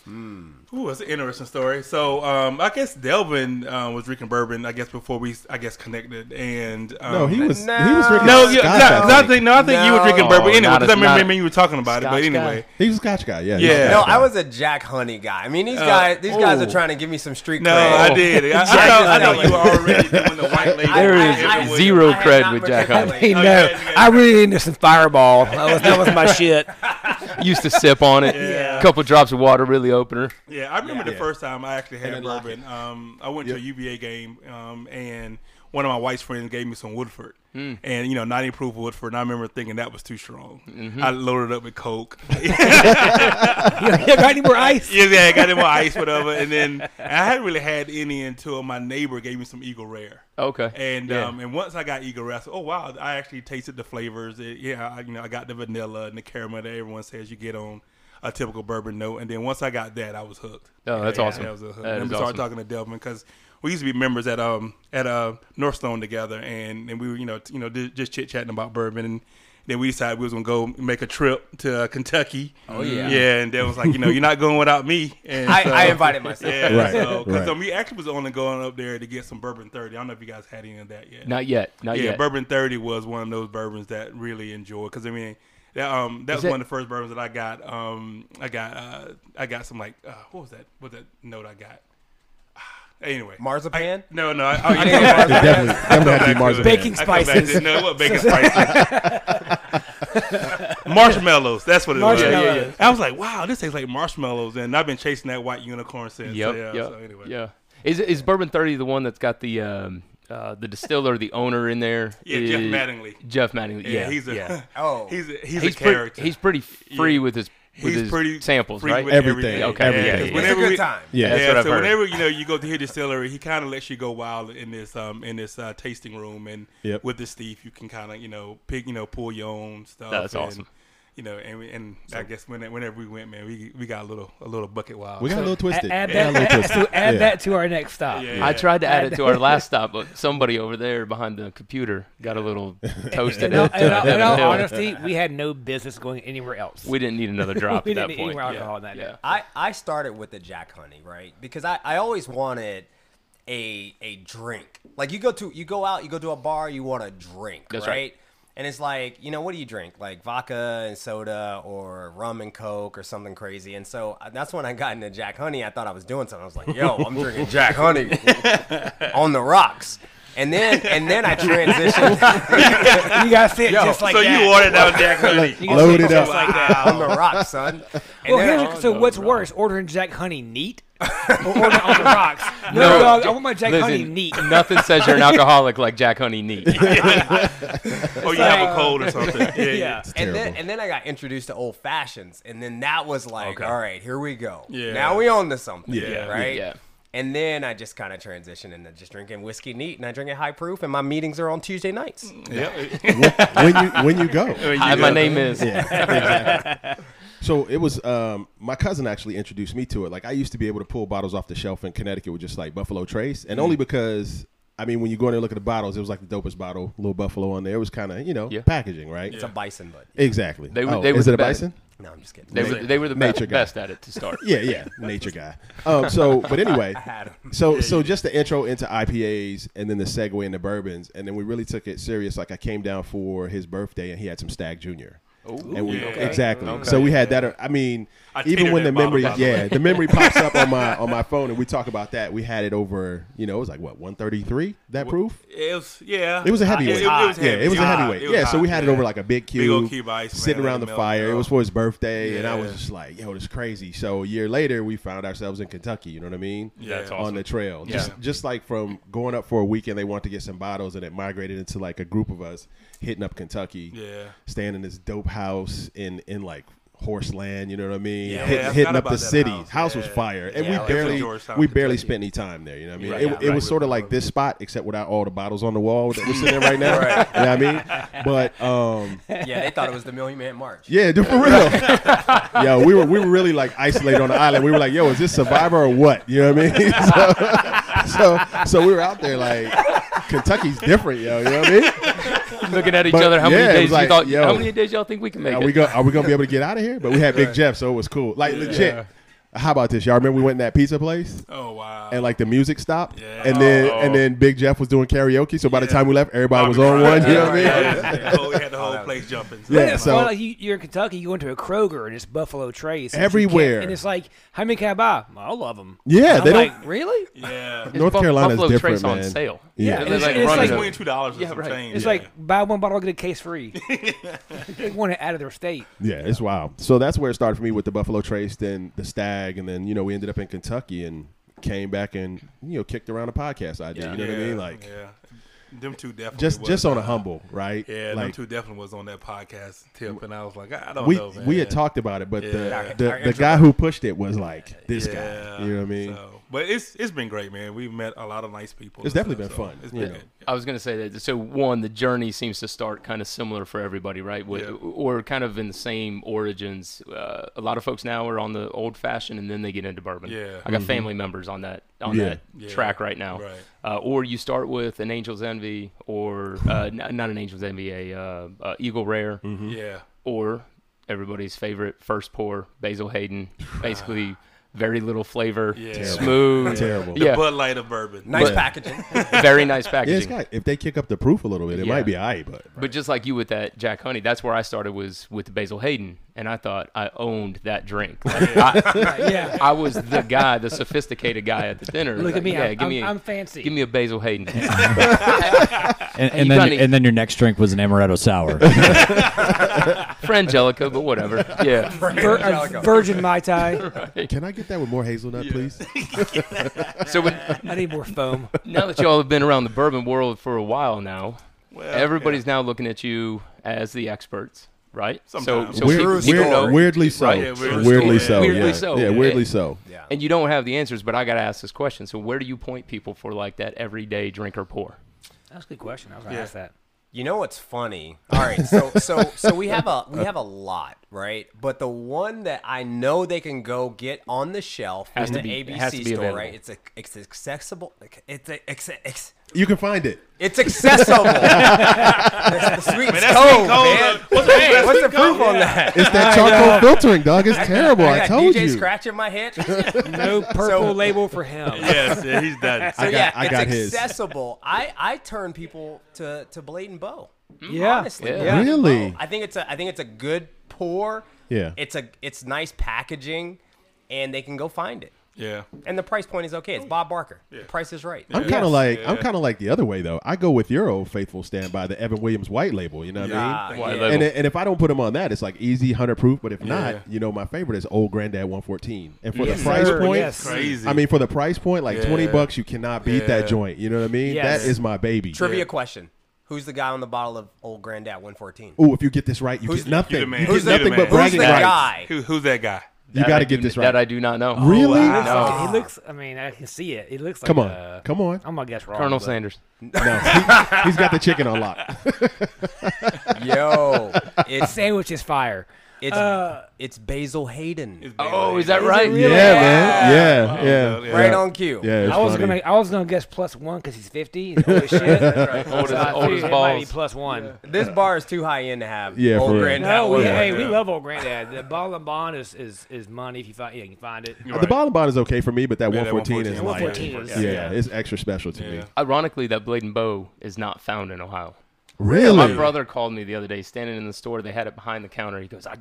Speaker 5: Ooh, that's an interesting story. So, um, I guess Delvin uh, was drinking bourbon. I guess before we, I guess, connected. And um,
Speaker 6: No, he was he was
Speaker 7: No.
Speaker 6: drinking
Speaker 5: No,
Speaker 6: scotch.
Speaker 5: yeah, no,
Speaker 6: I think.
Speaker 5: no, I think, no, I think you were drinking bourbon
Speaker 1: No,
Speaker 5: anyway.
Speaker 1: not
Speaker 5: Because I
Speaker 1: a- not-
Speaker 5: remember you were talking about it, but
Speaker 1: Scotch guy.
Speaker 5: anyway.
Speaker 6: He was a scotch guy. Yeah. he
Speaker 5: Yeah.
Speaker 6: a
Speaker 7: No,
Speaker 6: Scotch guy.
Speaker 7: I was a Jack Honey guy. I mean, these guys, these guys are trying to give me some street
Speaker 5: No,
Speaker 7: cred.
Speaker 5: I did. I, I, thought, I thought you were already doing the white lady.
Speaker 1: There is
Speaker 5: Evan Williams.
Speaker 1: zero
Speaker 7: have
Speaker 1: cred
Speaker 7: not
Speaker 1: with Jack
Speaker 7: matriculate.
Speaker 1: Honey.
Speaker 3: Hey,
Speaker 5: Oh,
Speaker 3: no,
Speaker 5: yeah, yeah,
Speaker 3: I really need some Fireball. That was, that was my shit.
Speaker 1: Used to sip on it.
Speaker 5: Yeah.
Speaker 1: Couple drops of water, really opener.
Speaker 5: Yeah, I remember the first time I actually had
Speaker 6: then lock
Speaker 5: bourbon. Um, I went to a UVA game, um, and one of my wife's friends gave me some Woodford. and you know 90 proof wood for. And I remember thinking that was too strong. I loaded up with coke.
Speaker 3: yeah, got any more ice?
Speaker 5: Yeah, yeah, I got in more ice, whatever. And then I hadn't really had any until my neighbor gave me some Eagle Rare.
Speaker 1: Okay.
Speaker 5: And
Speaker 1: Yeah.
Speaker 5: um, and once I got Eagle Rare, I said, oh wow, I actually tasted the flavors. It, yeah, I, you know, I got the vanilla and the caramel that everyone says you get on a typical bourbon note. And then once I got that, I was hooked.
Speaker 1: Oh, that's
Speaker 5: Yeah,
Speaker 1: awesome.
Speaker 5: That was a hook.
Speaker 1: That
Speaker 5: and
Speaker 1: is
Speaker 5: we started
Speaker 1: awesome.
Speaker 5: talking to Delvin because we used to be members at um at uh Northstone together, and and we were you know t- you know di- just chit chatting about bourbon and. Then we decided we was gonna go make a trip to uh, Kentucky. Oh
Speaker 7: yeah.
Speaker 5: yeah. And Devin was like, you know, you're not going without me. And
Speaker 7: I,
Speaker 5: so-
Speaker 7: I invited myself.
Speaker 5: yeah,
Speaker 6: Right,
Speaker 5: so, 'cause,
Speaker 6: right.
Speaker 5: um, we actually was only going up there to get some bourbon thirty. I don't know if you guys had any of that yet.
Speaker 1: Not yet. Not
Speaker 5: yeah,
Speaker 1: yet.
Speaker 5: bourbon thirty was one of those bourbons that really enjoyed because I mean that um that was
Speaker 1: that-
Speaker 5: one of the first bourbons that I got. Um, I got uh I got some like uh, what was that? What was that note I got? Anyway,
Speaker 7: Marzipan?
Speaker 5: No, no, I, oh, you know,
Speaker 7: Yeah.
Speaker 5: marzipan.
Speaker 6: Definitely, definitely had to be marzipan.
Speaker 3: Baking
Speaker 5: I come back
Speaker 3: spices.
Speaker 5: to- No, what bacon spices? marshmallows. That's what it was.
Speaker 3: Marshmallows.
Speaker 5: I was like, wow, this tastes like marshmallows, and I've been chasing that white unicorn since.
Speaker 1: Yep.
Speaker 5: So, yeah.
Speaker 1: yep.
Speaker 5: So anyway.
Speaker 1: Yeah. Is is Bourbon Thirty the one that's got the um, uh, the distiller, the owner in there?
Speaker 5: Yeah, Jeff
Speaker 1: Is-
Speaker 5: Mattingly.
Speaker 1: Jeff Mattingly. Yeah.
Speaker 5: Yeah, he's a
Speaker 1: yeah.
Speaker 7: Oh.
Speaker 5: he's a, he's, a
Speaker 1: He's pretty.
Speaker 5: character.
Speaker 1: He's pretty free
Speaker 5: Yeah.
Speaker 1: with his with
Speaker 5: He's
Speaker 1: his
Speaker 5: pretty
Speaker 1: samples,
Speaker 5: free
Speaker 1: right?
Speaker 5: with
Speaker 6: Everything.
Speaker 1: Okay,
Speaker 5: Yeah,
Speaker 1: everything. Yeah,
Speaker 5: 'cause
Speaker 7: It's a
Speaker 5: whenever
Speaker 7: good
Speaker 5: we-
Speaker 7: time.
Speaker 6: Yeah.
Speaker 1: That's
Speaker 5: yeah,
Speaker 1: what I've
Speaker 5: so
Speaker 1: heard.
Speaker 5: whenever you know you go to his distillery, he kind of lets you go wild in this um in this uh, tasting room, and
Speaker 6: Yep.
Speaker 5: with this thief, you can kind of you know pick you know pull your own stuff.
Speaker 1: That's
Speaker 5: and,
Speaker 1: awesome.
Speaker 5: You know, and we- and I guess when, whenever we went, man, we we got a little a little bucket wild.
Speaker 6: We got a little twisted.
Speaker 3: add
Speaker 6: We got a
Speaker 3: that,
Speaker 6: little twisted.
Speaker 3: so add
Speaker 6: Yeah.
Speaker 3: that to our next stop.
Speaker 5: Yeah,
Speaker 1: I
Speaker 5: yeah.
Speaker 1: tried to add it to our last stop, but somebody over there behind the computer got a little toasted.
Speaker 3: In all, in all- in all
Speaker 1: Yeah.
Speaker 3: honesty, we had no business going anywhere else.
Speaker 1: we didn't need another drop
Speaker 3: We
Speaker 1: at that
Speaker 3: didn't need
Speaker 1: point.
Speaker 3: more alcohol than that.
Speaker 1: Yeah.
Speaker 7: I, I started with the Jack Honey, right? Because I, I always wanted a a drink. Like you go to you go out, you go to a bar, you want a drink,
Speaker 1: That's
Speaker 7: right?
Speaker 1: right.
Speaker 7: And it's like, you know, what do you drink? Like vodka and soda or rum and coke or something crazy. And so uh, that's when I got into Jack Honey. I thought I was doing something. I was like, yo, I'm drinking Jack Honey on the rocks. And then and then I transitioned
Speaker 3: you gotta see it just like
Speaker 5: so
Speaker 3: that.
Speaker 5: you ordered out Jack Honey.
Speaker 3: You gotta see
Speaker 6: Load it
Speaker 3: just
Speaker 6: up.
Speaker 3: Like that.
Speaker 7: on the rocks, son. And
Speaker 3: Well,
Speaker 7: then I-
Speaker 3: here's, so what's worse, ordering Jack Honey neat or ordering it on the rocks? No, dog, I want my Jack Honey
Speaker 1: listen,
Speaker 3: neat.
Speaker 1: Nothing says you're an alcoholic like Jack Honey neat.
Speaker 5: Oh, you have a cold or something. Yeah, yeah.
Speaker 3: Yeah.
Speaker 7: and then
Speaker 6: terrible.
Speaker 7: and then I got introduced to old fashions, and then that was like,
Speaker 1: Okay.
Speaker 7: all right, here we go.
Speaker 5: Yeah.
Speaker 7: Now we on to something.
Speaker 5: Yeah.
Speaker 7: Right.
Speaker 1: Yeah.
Speaker 7: And then I just kind of transitioned into just drinking whiskey neat, and I drink it high proof, and my meetings are on Tuesday nights.
Speaker 5: yeah.
Speaker 6: when you when you go.
Speaker 1: Hi, my name is.
Speaker 6: So it was um, my cousin actually introduced me to it. Like I used to be able to pull bottles off the shelf in Connecticut with just like Buffalo Trace,
Speaker 1: Hmm.
Speaker 6: and only because I mean when you go in there and look at the bottles, it was like the dopest bottle, little Buffalo on there. It was kind of you know
Speaker 1: Yeah.
Speaker 6: packaging, right?
Speaker 7: It's a bison, but
Speaker 6: Exactly.
Speaker 1: They were-
Speaker 6: oh,
Speaker 1: they were
Speaker 6: is
Speaker 1: the
Speaker 6: it a
Speaker 1: best.
Speaker 6: bison?
Speaker 7: no, I'm just kidding.
Speaker 1: They were, they were the
Speaker 6: Nature
Speaker 1: best,
Speaker 6: guy.
Speaker 1: best at it to start.
Speaker 6: Yeah, yeah, nature guy. Um, so but anyway,
Speaker 7: had 'em.
Speaker 6: so so just the intro into IPAs and then the segue into bourbons, and then we really took it serious. Like I came down for his birthday and he had some Stag Junior. and we,
Speaker 5: yeah, okay.
Speaker 6: exactly. So we had that. uh, I mean,
Speaker 5: I
Speaker 6: even
Speaker 5: teetered
Speaker 6: when the
Speaker 5: that bottle,
Speaker 6: memory,
Speaker 5: by the
Speaker 6: yeah,
Speaker 5: way.
Speaker 6: the memory pops up on my on my phone, and we talk about that. We had it over. You know, it was like what one thirty three. That proof.
Speaker 5: It was yeah.
Speaker 6: It was a
Speaker 5: Uh,
Speaker 6: heavyweight.
Speaker 5: was
Speaker 6: yeah, it was a
Speaker 5: hot.
Speaker 6: heavyweight.
Speaker 5: It was
Speaker 6: yeah, so we
Speaker 5: hot,
Speaker 6: had it
Speaker 5: yeah.
Speaker 6: over like a big
Speaker 5: Big
Speaker 6: cube,
Speaker 5: old cube ice, man,
Speaker 6: sitting
Speaker 5: let
Speaker 6: around
Speaker 5: it
Speaker 6: the
Speaker 5: melt.
Speaker 6: fire. It was for his birthday, and I was
Speaker 5: Yeah.
Speaker 6: just like, "Yo, this is crazy." So a year later, we found ourselves in Kentucky. You know what I mean?
Speaker 5: Yeah. That's
Speaker 6: On
Speaker 1: awesome.
Speaker 6: the trail, just just like from going up for a weekend, they want to get some bottles, and it migrated into like a group of us hitting up Kentucky.
Speaker 5: Yeah.
Speaker 6: staying in this dope house in in like horse land. You know what I mean?
Speaker 5: Yeah,
Speaker 6: Hit-
Speaker 5: yeah, I
Speaker 6: hitting
Speaker 5: forgot
Speaker 6: up the
Speaker 5: about that
Speaker 6: city. House,
Speaker 5: house.
Speaker 6: was
Speaker 5: Yeah.
Speaker 6: fire, and
Speaker 7: Yeah,
Speaker 6: we
Speaker 7: like-
Speaker 6: barely
Speaker 5: Georgetown,
Speaker 6: we barely
Speaker 5: Kentucky.
Speaker 6: spent any time there. You know what I mean?
Speaker 5: Right,
Speaker 6: it
Speaker 5: right.
Speaker 6: it was sort of like this spot, except without all the bottles on the wall that we're sitting in right now.
Speaker 7: Right.
Speaker 6: You know what I mean? But um,
Speaker 7: yeah, they thought it was the Million Man March.
Speaker 6: yeah, dude, for real. yeah, we were we were really like isolated on the island. We were like, yo, is this Survivor or what? You know what I mean? so, so so we were out there like. Kentucky's different, yo. You know what I mean?
Speaker 1: Looking at each
Speaker 6: But,
Speaker 1: other, how
Speaker 6: yeah, it
Speaker 1: many
Speaker 6: was
Speaker 1: days
Speaker 6: like,
Speaker 1: you thought?
Speaker 6: yo.
Speaker 1: how many days y'all think we can make
Speaker 6: Are
Speaker 1: it?
Speaker 6: we go? Are we gonna be able to get out of here? But we had Big Jeff, so it was cool. Like legit. How about this? Y'all remember we went in that pizza place
Speaker 5: Oh wow.
Speaker 6: and like the music stopped,
Speaker 5: Yeah.
Speaker 6: and then
Speaker 1: Oh.
Speaker 6: and then Big Jeff was doing karaoke. So by the time we left, everybody was on one. You know what I mean?
Speaker 5: Yeah. Oh, we had the whole place jumping. so-
Speaker 6: Yeah,
Speaker 3: It's
Speaker 6: so-
Speaker 3: funny, like you, you're in Kentucky, you go into a Kroger and it's Buffalo Trace and you
Speaker 6: Everywhere.
Speaker 3: can't- and it's like, how many can I buy? All of them.
Speaker 6: Yeah,
Speaker 3: I'm
Speaker 6: they
Speaker 3: like,
Speaker 6: don't.
Speaker 3: really.
Speaker 5: Yeah.
Speaker 1: It's
Speaker 6: North
Speaker 1: Buff-
Speaker 6: Carolina's
Speaker 1: Buffalo
Speaker 6: different,
Speaker 1: Trace on
Speaker 6: man.
Speaker 1: sale.
Speaker 6: Yeah.
Speaker 1: They're
Speaker 3: It's-
Speaker 1: like
Speaker 3: it's
Speaker 1: running
Speaker 3: like-
Speaker 1: a-
Speaker 5: Twenty two dollars or
Speaker 1: Yeah,
Speaker 5: some
Speaker 1: right.
Speaker 5: change.
Speaker 3: It's
Speaker 5: yeah.
Speaker 3: like buy one bottle, get a case free. they want it out of their state.
Speaker 6: Yeah, it's wild. So that's where it started for me with the Buffalo Trace, then the Stag, and then you know we ended up in Kentucky and came back and you know kicked around a podcast idea. You know what I mean? Like
Speaker 5: yeah. them two definitely
Speaker 6: just
Speaker 5: was,
Speaker 6: just on
Speaker 5: uh,
Speaker 6: a humble, right?
Speaker 5: Yeah, them
Speaker 6: like
Speaker 5: two definitely was on that podcast tip, and I was like, I don't
Speaker 6: we
Speaker 5: know. Man.
Speaker 6: we had talked about it, but
Speaker 5: Yeah.
Speaker 6: the
Speaker 5: Our-
Speaker 6: the,
Speaker 7: our
Speaker 6: the
Speaker 7: intro-
Speaker 6: guy who pushed it was like this guy.
Speaker 5: Yeah,
Speaker 6: You know what I mean?
Speaker 5: So, but it's it's been great, man. We've met a lot of nice people.
Speaker 6: It's
Speaker 5: and
Speaker 6: definitely
Speaker 5: stuff,
Speaker 6: been fun,
Speaker 5: It's
Speaker 6: you
Speaker 5: been
Speaker 6: know.
Speaker 5: good.
Speaker 1: I was gonna say that. So one, the journey seems to start kind of similar for everybody, right? With,
Speaker 5: Yeah.
Speaker 1: Or kind of in the same origins. Uh, a lot of folks now are on the old fashioned, and then they get into bourbon.
Speaker 5: Yeah.
Speaker 1: I got family members on that on
Speaker 6: Mm-hmm. Yeah.
Speaker 1: that
Speaker 5: Yeah.
Speaker 1: track right now.
Speaker 5: Right.
Speaker 1: Uh, or you start with an Angel's Envy, or uh, n- not an Angel's Envy, a uh, uh, Eagle Rare,
Speaker 6: Mm-hmm.
Speaker 5: Yeah,
Speaker 1: or everybody's favorite first pour, Basil Hayden. Basically, very little flavor,
Speaker 5: Yeah. Terrible.
Speaker 1: smooth,
Speaker 6: Terrible.
Speaker 5: the
Speaker 1: Yeah.
Speaker 5: Bud Light of bourbon.
Speaker 7: Nice
Speaker 6: But-
Speaker 7: packaging.
Speaker 1: very nice
Speaker 6: Yeah,
Speaker 1: packaging.
Speaker 6: it's got, if they kick up the proof a little bit, it
Speaker 1: Yeah.
Speaker 6: might be alright. But
Speaker 1: But just like you with that Jack Honey, that's where I started was with the Basil Hayden, and I thought I owned that drink. Like, I,
Speaker 3: Yeah.
Speaker 1: I was the guy, the sophisticated guy at the dinner.
Speaker 3: Look at
Speaker 1: Like,
Speaker 3: me.
Speaker 1: yeah,
Speaker 3: I'm,
Speaker 1: give me,
Speaker 3: I'm,
Speaker 1: a-
Speaker 3: I'm fancy.
Speaker 1: give me a Basil Hayden.
Speaker 4: And,
Speaker 1: you
Speaker 4: and then
Speaker 1: kinda-
Speaker 4: and then your next drink was an amaretto sour.
Speaker 1: Frangelica, but whatever. Yeah,
Speaker 3: Vir- a virgin mai tai.
Speaker 6: can I get that with more hazelnut, please?
Speaker 1: So when,
Speaker 3: I need more foam.
Speaker 1: now that y'all have been around the bourbon world for a while now,
Speaker 5: Well,
Speaker 1: everybody's now looking at you as the experts, right?
Speaker 5: Sometimes.
Speaker 1: So, so
Speaker 6: Weird-
Speaker 1: people,
Speaker 6: weird-
Speaker 1: people know,
Speaker 6: weirdly so.
Speaker 1: Right,
Speaker 5: yeah,
Speaker 6: weirdly,
Speaker 5: weirdly so.
Speaker 6: so.
Speaker 1: Weirdly
Speaker 6: yeah.
Speaker 1: so.
Speaker 6: Yeah, weirdly so.
Speaker 7: Yeah.
Speaker 1: and you don't have the answers, but I got to ask this question. So where do you point people for like that everyday drink or pour?
Speaker 3: That's a good question. I was gonna
Speaker 5: Yeah.
Speaker 3: ask that.
Speaker 7: You know what's funny? All right, so so so we have a we have a lot, right? But the one that I know they can go get on the shelf
Speaker 1: Has
Speaker 7: in
Speaker 1: to
Speaker 7: the
Speaker 1: be- it
Speaker 7: ABC
Speaker 1: has to be
Speaker 7: store,
Speaker 1: available.
Speaker 7: right? It's a, it's accessible. It's a, it's a- it's,
Speaker 6: You can find it.
Speaker 7: it's accessible. the sweet
Speaker 5: Man, that's
Speaker 7: cold,
Speaker 5: sweet cold,
Speaker 7: man.
Speaker 5: uh, what's the-
Speaker 7: Hey,
Speaker 5: that's
Speaker 7: what's the
Speaker 5: sweet
Speaker 7: proof
Speaker 5: cold,
Speaker 7: on that?
Speaker 6: It's that charcoal filtering, dog. It's terrible. I,
Speaker 7: got
Speaker 6: told
Speaker 7: DJ
Speaker 6: you.
Speaker 7: Scratch in my head.
Speaker 3: No purple
Speaker 7: So-
Speaker 3: label for him.
Speaker 5: yes, yeah, he's done.
Speaker 7: So
Speaker 6: I got-
Speaker 7: yeah,
Speaker 6: I
Speaker 7: it's
Speaker 6: got his.
Speaker 7: accessible. I I turn people to to Blade and Bow.
Speaker 3: Hmm. Yeah.
Speaker 7: honestly,
Speaker 1: Yeah.
Speaker 7: Blade and
Speaker 6: Really?
Speaker 7: Bow. I think it's a I think it's a good pour.
Speaker 6: Yeah.
Speaker 7: it's a it's nice packaging, and they can go find it.
Speaker 5: Yeah,
Speaker 7: And the price point is okay. It's Bob Barker. The price is right.
Speaker 6: I'm kind of
Speaker 3: Yes.
Speaker 6: like I'm kind of like the other way though. I go with your old faithful standby, the Evan Williams white label. You know what
Speaker 7: Ah,
Speaker 6: I mean?
Speaker 7: yeah.
Speaker 1: White
Speaker 6: And,
Speaker 1: label.
Speaker 6: and if I don't put them on that, it's like easy hundred proof. But if
Speaker 5: Yeah.
Speaker 6: not, you know my favorite is Old Granddad 114. And for
Speaker 3: Yes,
Speaker 6: the price
Speaker 3: sir.
Speaker 6: point,
Speaker 3: Yes.
Speaker 5: crazy.
Speaker 6: I mean for the price point, like twenty
Speaker 5: Yeah.
Speaker 6: bucks, you cannot beat that
Speaker 5: Yeah.
Speaker 6: joint. You know what I mean?
Speaker 3: Yes.
Speaker 6: That is my baby.
Speaker 7: Trivia question: Who's the guy on the bottle of Old Granddad 114?
Speaker 6: Ooh, if you get this right, you
Speaker 7: Who's
Speaker 6: get
Speaker 7: the- you
Speaker 6: nothing.
Speaker 5: the man.
Speaker 6: You
Speaker 5: Who's
Speaker 6: get
Speaker 5: the-
Speaker 6: nothing
Speaker 5: you the
Speaker 6: but
Speaker 5: man.
Speaker 7: Who's
Speaker 6: bragging
Speaker 7: the
Speaker 5: right.
Speaker 7: guy?
Speaker 6: rights.
Speaker 5: who, who's that guy?
Speaker 6: You
Speaker 1: That
Speaker 6: got to
Speaker 1: I
Speaker 6: get
Speaker 1: do-
Speaker 6: this right.
Speaker 1: That I do not know.
Speaker 6: Really?
Speaker 3: He looks,
Speaker 1: Wow.
Speaker 3: like, he looks. I mean, I can see it. He looks like.
Speaker 6: Come on,
Speaker 3: uh,
Speaker 6: come on.
Speaker 3: I'm gonna guess wrong.
Speaker 1: Colonel
Speaker 3: but-
Speaker 1: Sanders.
Speaker 6: No, he, he's got the chicken on lock.
Speaker 7: Yo, it's
Speaker 3: Sandwich is fire.
Speaker 7: it's
Speaker 3: Uh.
Speaker 7: it's Basil Hayden.
Speaker 1: Oh, is that right?
Speaker 6: Yeah, man. Yeah, yeah.
Speaker 5: Yeah.
Speaker 7: right on cue.
Speaker 6: Yeah, it's
Speaker 3: I was
Speaker 6: funny.
Speaker 3: gonna. I was gonna guess plus one because he's 50. And old as shit. That's
Speaker 1: Old as- old as
Speaker 3: it might be
Speaker 1: balls.
Speaker 3: plus one.
Speaker 7: This bar is too high end to have
Speaker 6: Yeah, for
Speaker 7: Old
Speaker 6: real.
Speaker 7: Granddad.
Speaker 3: No, we,
Speaker 7: 114.
Speaker 3: hey, we love old granddad. The ball and bond is is, is money if you find yeah, you can find it.
Speaker 6: The bottom bond is okay for me, but that
Speaker 5: Yeah, that
Speaker 6: 114 is
Speaker 5: 114
Speaker 6: like,
Speaker 5: is
Speaker 6: yeah,
Speaker 3: like- Yeah.
Speaker 6: it's extra special to me.
Speaker 5: Yeah.
Speaker 1: Ironically, that blade and bow is not found in Ohio. My
Speaker 6: Really?
Speaker 1: brother called me the other day, standing in the store. They had it behind the counter. He goes, "I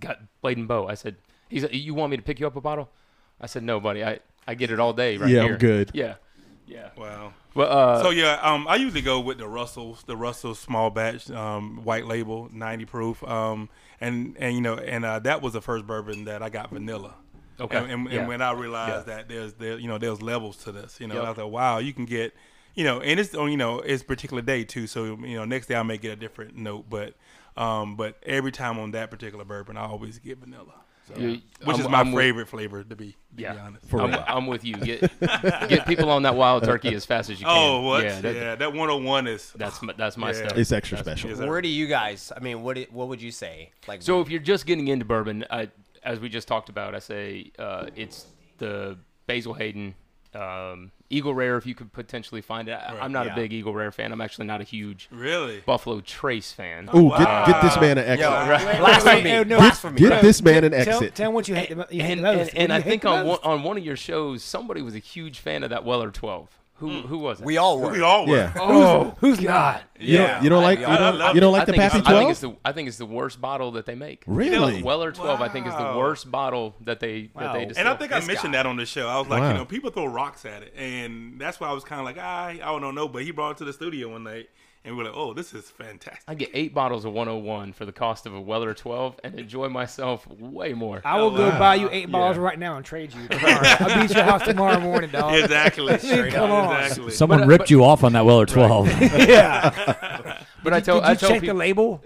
Speaker 1: got blade and bow." I said, "He's, you want me to pick you up a bottle?" I said, "No, buddy. I, I get it all day right
Speaker 6: Yeah, I'm
Speaker 1: here."
Speaker 6: good.
Speaker 1: Yeah, yeah.
Speaker 5: Wow.
Speaker 1: Well, uh,
Speaker 5: So yeah, um, I usually go with the Russells, the Russell small batch, um, white label, ninety proof, um, and and you know, and uh, that was the first bourbon that I got vanilla.
Speaker 1: Okay.
Speaker 5: And, and,
Speaker 1: Yeah.
Speaker 5: and when I realized that there's there, you know, there's levels to this, you know,
Speaker 1: Yep.
Speaker 5: I thought, wow, you can get, you know, and it's on, you know, it's particular day too, so you know, next day I may get a different note, but, um, but every time on that particular bourbon, I always get vanilla, so,
Speaker 1: You-
Speaker 5: which
Speaker 1: I'm-
Speaker 5: is my
Speaker 1: I'm with-
Speaker 5: favorite flavor to be, to
Speaker 1: Yeah.
Speaker 5: be honest.
Speaker 6: For
Speaker 1: I'm,
Speaker 6: real.
Speaker 1: I'm with you. Get get people on that wild turkey as fast as you can.
Speaker 5: Oh, what?
Speaker 1: Yeah,
Speaker 5: Yeah,
Speaker 1: that-
Speaker 5: that, 101 is
Speaker 1: that's my, that's my
Speaker 5: Yeah.
Speaker 1: stuff.
Speaker 6: It's extra special.
Speaker 5: Is that-
Speaker 7: Where do you guys? I mean, what i- what would you say? Like,
Speaker 1: So if you're just getting into bourbon, I, as we just talked about, I say uh, it's the Basil Hayden um, Eagle Rare if you could potentially find it. I, I'm not
Speaker 7: yeah.
Speaker 1: a big Eagle Rare fan. I'm actually not a huge
Speaker 5: really. Oh,
Speaker 1: Buffalo Trace fan.
Speaker 6: Ooh, get, get this man an exit.
Speaker 7: yo,
Speaker 3: Wait,
Speaker 7: blasphemy,
Speaker 3: wait, no,
Speaker 7: blasphemy.
Speaker 6: Get this man an
Speaker 3: Tell,
Speaker 6: exit.
Speaker 3: tell him what you hate. the mo- you hate
Speaker 1: And,
Speaker 3: the most.
Speaker 1: and,
Speaker 3: What
Speaker 1: and
Speaker 3: do
Speaker 1: I
Speaker 3: you hate
Speaker 1: think
Speaker 3: the
Speaker 1: on one,
Speaker 3: most?
Speaker 1: on one of your shows, somebody was a huge fan of that Weller 12. Who
Speaker 5: Hmm.
Speaker 1: who was it?
Speaker 7: we all were.
Speaker 5: We all were.
Speaker 6: Yeah.
Speaker 1: oh,
Speaker 3: Who's not?
Speaker 6: You don't, you don't like you
Speaker 7: I
Speaker 6: don't,
Speaker 5: love
Speaker 6: you don't
Speaker 5: it.
Speaker 1: I
Speaker 6: like the
Speaker 1: think, it's-
Speaker 6: Pappy
Speaker 1: I think it's
Speaker 6: 12?
Speaker 1: the I think it's the worst bottle that they make.
Speaker 6: Really?
Speaker 1: Weller 12 I think is the
Speaker 5: Wow.
Speaker 1: worst bottle that they that they
Speaker 3: Wow.
Speaker 1: distill.
Speaker 5: And I think I mentioned that on the show. I was like,
Speaker 6: Wow.
Speaker 5: you "Ah, know, people throw rocks at it, and that's why I was kind of like, I, I don't know, no. But he brought it to the studio one night, and we were like, "Oh, this is fantastic."
Speaker 1: I get eight bottles of 101 for the cost of a Weller 12 and enjoy myself way more.
Speaker 3: I will go buy you eight balls right now and trade you. Tomorrow. I'll be at your house tomorrow morning, dog.
Speaker 5: Exactly. Straight
Speaker 3: come
Speaker 5: up.
Speaker 3: on.
Speaker 5: Exactly.
Speaker 4: Someone ripped you off on that Weller 12.
Speaker 1: But I tell
Speaker 3: Did you
Speaker 1: I tell
Speaker 3: check
Speaker 1: people,
Speaker 3: the label?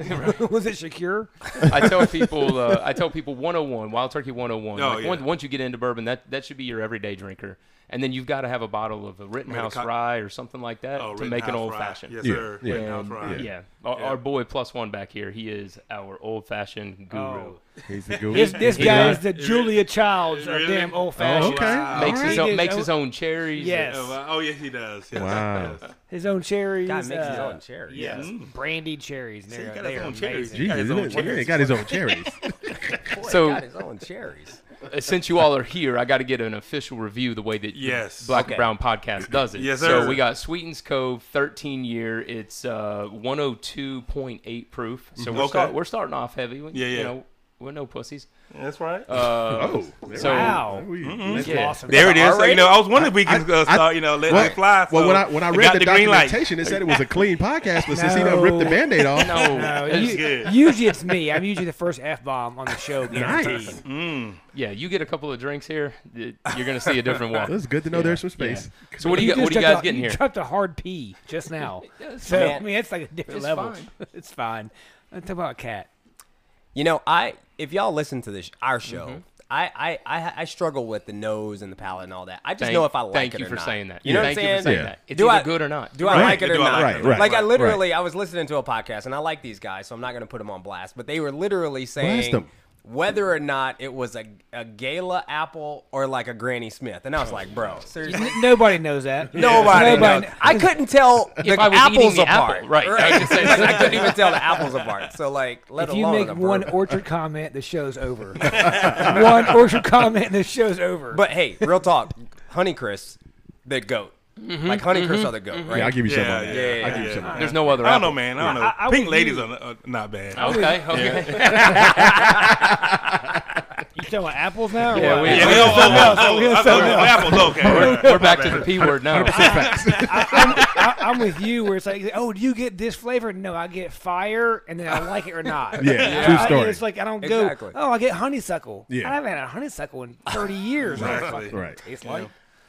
Speaker 3: Was it secure?
Speaker 1: I tell people, uh, I tell people 101, Wild Turkey 101.
Speaker 5: Oh,
Speaker 1: like,
Speaker 5: yeah.
Speaker 1: once, once you get into bourbon, that, that should be your everyday drinker. And then you've got to have a bottle of a Rittenhouse
Speaker 5: cock-
Speaker 1: rye or something like that
Speaker 5: Oh,
Speaker 1: to make an
Speaker 5: Rittenhouse
Speaker 1: old
Speaker 5: rye.
Speaker 1: fashioned.
Speaker 5: Yes,
Speaker 6: Yeah,
Speaker 5: sir.
Speaker 6: yeah.
Speaker 5: Rittenhouse rye.
Speaker 1: yeah. Our, our boy plus one back here, he is our old fashioned guru.
Speaker 5: Oh.
Speaker 6: He's the guru.
Speaker 3: This, this guy is the Julia Childs of
Speaker 5: Really?
Speaker 3: damn old fashioned.
Speaker 6: okay.
Speaker 1: Makes his
Speaker 3: Alright.
Speaker 1: own makes his own cherries.
Speaker 3: Yes,
Speaker 5: Oh, wow. Oh, yes, he does. Yes,
Speaker 6: Wow.
Speaker 5: Yes.
Speaker 3: his own cherries.
Speaker 7: God makes his
Speaker 3: uh,
Speaker 7: own cherry.
Speaker 3: Yes,
Speaker 5: Mm,
Speaker 3: brandy cherries.
Speaker 5: He
Speaker 3: They're,
Speaker 5: got
Speaker 3: they're
Speaker 5: his own
Speaker 3: amazing.
Speaker 5: cherries. He
Speaker 6: Jesus,
Speaker 5: got his
Speaker 6: isn't
Speaker 5: own
Speaker 6: it weird? He
Speaker 5: cherries.
Speaker 6: got his own cherries.
Speaker 7: Boy,
Speaker 1: So-
Speaker 7: he got his own cherries.
Speaker 1: Uh, Since you all are here, I got to get an official review the way that
Speaker 5: Yes.
Speaker 1: Black
Speaker 7: Okay.
Speaker 1: and Brown podcast does it.
Speaker 5: Yes, sir.
Speaker 1: So we got Sweetens Cove 13 year. It's uh, 102.8 proof. So we're,
Speaker 5: Okay.
Speaker 1: start, we're starting off heavy. We-
Speaker 5: Yeah, yeah.
Speaker 1: You know, we're no pussies.
Speaker 5: That's right.
Speaker 6: Oh,
Speaker 1: So
Speaker 3: Wow.
Speaker 6: we- let's
Speaker 1: yeah.
Speaker 3: Awesome.
Speaker 5: there it is. So, you
Speaker 7: R-rated?
Speaker 5: know, I was wondering if we could uh, start, you know, let
Speaker 6: Well,
Speaker 5: it fly.
Speaker 6: well,
Speaker 5: so
Speaker 6: when I when I
Speaker 5: we
Speaker 6: read
Speaker 5: got
Speaker 6: the,
Speaker 5: green light.
Speaker 6: documentation, it said it was a clean podcast, but since he done ripped the
Speaker 3: No.
Speaker 6: band-aid off,
Speaker 1: No,
Speaker 3: No,
Speaker 1: it's-
Speaker 3: you-
Speaker 5: good.
Speaker 3: usually it's me. I'm usually the first f bomb on the show. guaranteed.
Speaker 1: yeah, you get a couple of drinks here, th- you're gonna see a different walk.
Speaker 6: it's good to know there's some space.
Speaker 1: So what do you, got-
Speaker 3: just
Speaker 1: what do you
Speaker 3: dropped
Speaker 1: guys
Speaker 3: a-
Speaker 1: getting
Speaker 3: you
Speaker 1: here?
Speaker 3: dropped a hard P just now.
Speaker 1: it's
Speaker 3: so I
Speaker 7: fine.
Speaker 3: mean, it's like a different
Speaker 1: It's
Speaker 3: level.
Speaker 1: fine.
Speaker 3: it's fine. Let's talk about cat.
Speaker 7: You know, I if y'all listen to this our show,
Speaker 1: Mm-hmm.
Speaker 7: I, I I I struggle with the nose and the palate and all that. I just
Speaker 1: Thank-
Speaker 7: know if I like
Speaker 1: thank
Speaker 7: it
Speaker 1: you
Speaker 7: or
Speaker 1: for
Speaker 7: not.
Speaker 1: saying that.
Speaker 7: You know
Speaker 1: Thank
Speaker 7: what I'm
Speaker 1: you for
Speaker 7: saying?
Speaker 1: saying
Speaker 6: Yeah.
Speaker 1: that. It's
Speaker 7: do
Speaker 1: either
Speaker 7: I,
Speaker 1: good or not.
Speaker 7: Do I
Speaker 6: Right.
Speaker 7: like it or
Speaker 5: Do I
Speaker 7: not?
Speaker 5: like it or
Speaker 6: Right,
Speaker 7: Like I
Speaker 6: right,
Speaker 7: literally, I was listening to a podcast, and I like these guys, so I'm not going to put them on blast. But they were literally saying
Speaker 6: 'em.
Speaker 7: whether or not it was a, a Gala apple or like a Granny Smith, and I was like, bro, seriously.
Speaker 3: Nobody knows that.
Speaker 7: Nobody,
Speaker 3: Nobody
Speaker 7: knows. I couldn't tell the
Speaker 1: If I was
Speaker 7: apples
Speaker 1: eating the
Speaker 7: apart.
Speaker 1: apple, right? I was just saying,
Speaker 7: Like, I couldn't even tell the apples apart. So like, let
Speaker 3: If you
Speaker 7: alone
Speaker 3: make
Speaker 7: a
Speaker 3: one
Speaker 7: bourbon.
Speaker 3: orchard comment, the show's over. one orchard comment, the show's over.
Speaker 7: But hey, real talk, Honeycrisp, the goat.
Speaker 1: Mm-hmm,
Speaker 7: like Honeycrisp are the goat, right?
Speaker 6: Yeah, I'll give you some
Speaker 5: Yeah,
Speaker 6: on that.
Speaker 5: yeah, yeah,
Speaker 6: I'll give you
Speaker 5: yeah.
Speaker 6: some on that.
Speaker 1: There's no other.
Speaker 5: I don't know,
Speaker 1: apple.
Speaker 5: man. I don't know.
Speaker 3: I- I
Speaker 5: Pink
Speaker 3: would
Speaker 5: ladies
Speaker 3: use-
Speaker 5: are uh, not bad.
Speaker 1: Okay, okay.
Speaker 3: you talking about apples now? Or
Speaker 1: Yeah,
Speaker 3: what?
Speaker 1: we-
Speaker 5: Yeah, we don't- oh, oh, oh, I thought it was apples. Okay, right.
Speaker 1: We're back to the P word now.
Speaker 3: I, I'm with you. Where it's like, oh, do you get this flavor? No, I get fire, and then I like it or not.
Speaker 6: Yeah, true
Speaker 3: I-
Speaker 6: story.
Speaker 3: It's like I don't
Speaker 7: Exactly.
Speaker 3: go. Oh, I get honeysuckle.
Speaker 6: Yeah.
Speaker 3: I haven't had a honeysuckle in 30 years. I don't
Speaker 5: Exactly.
Speaker 3: fucking
Speaker 6: Right.
Speaker 3: Taste like.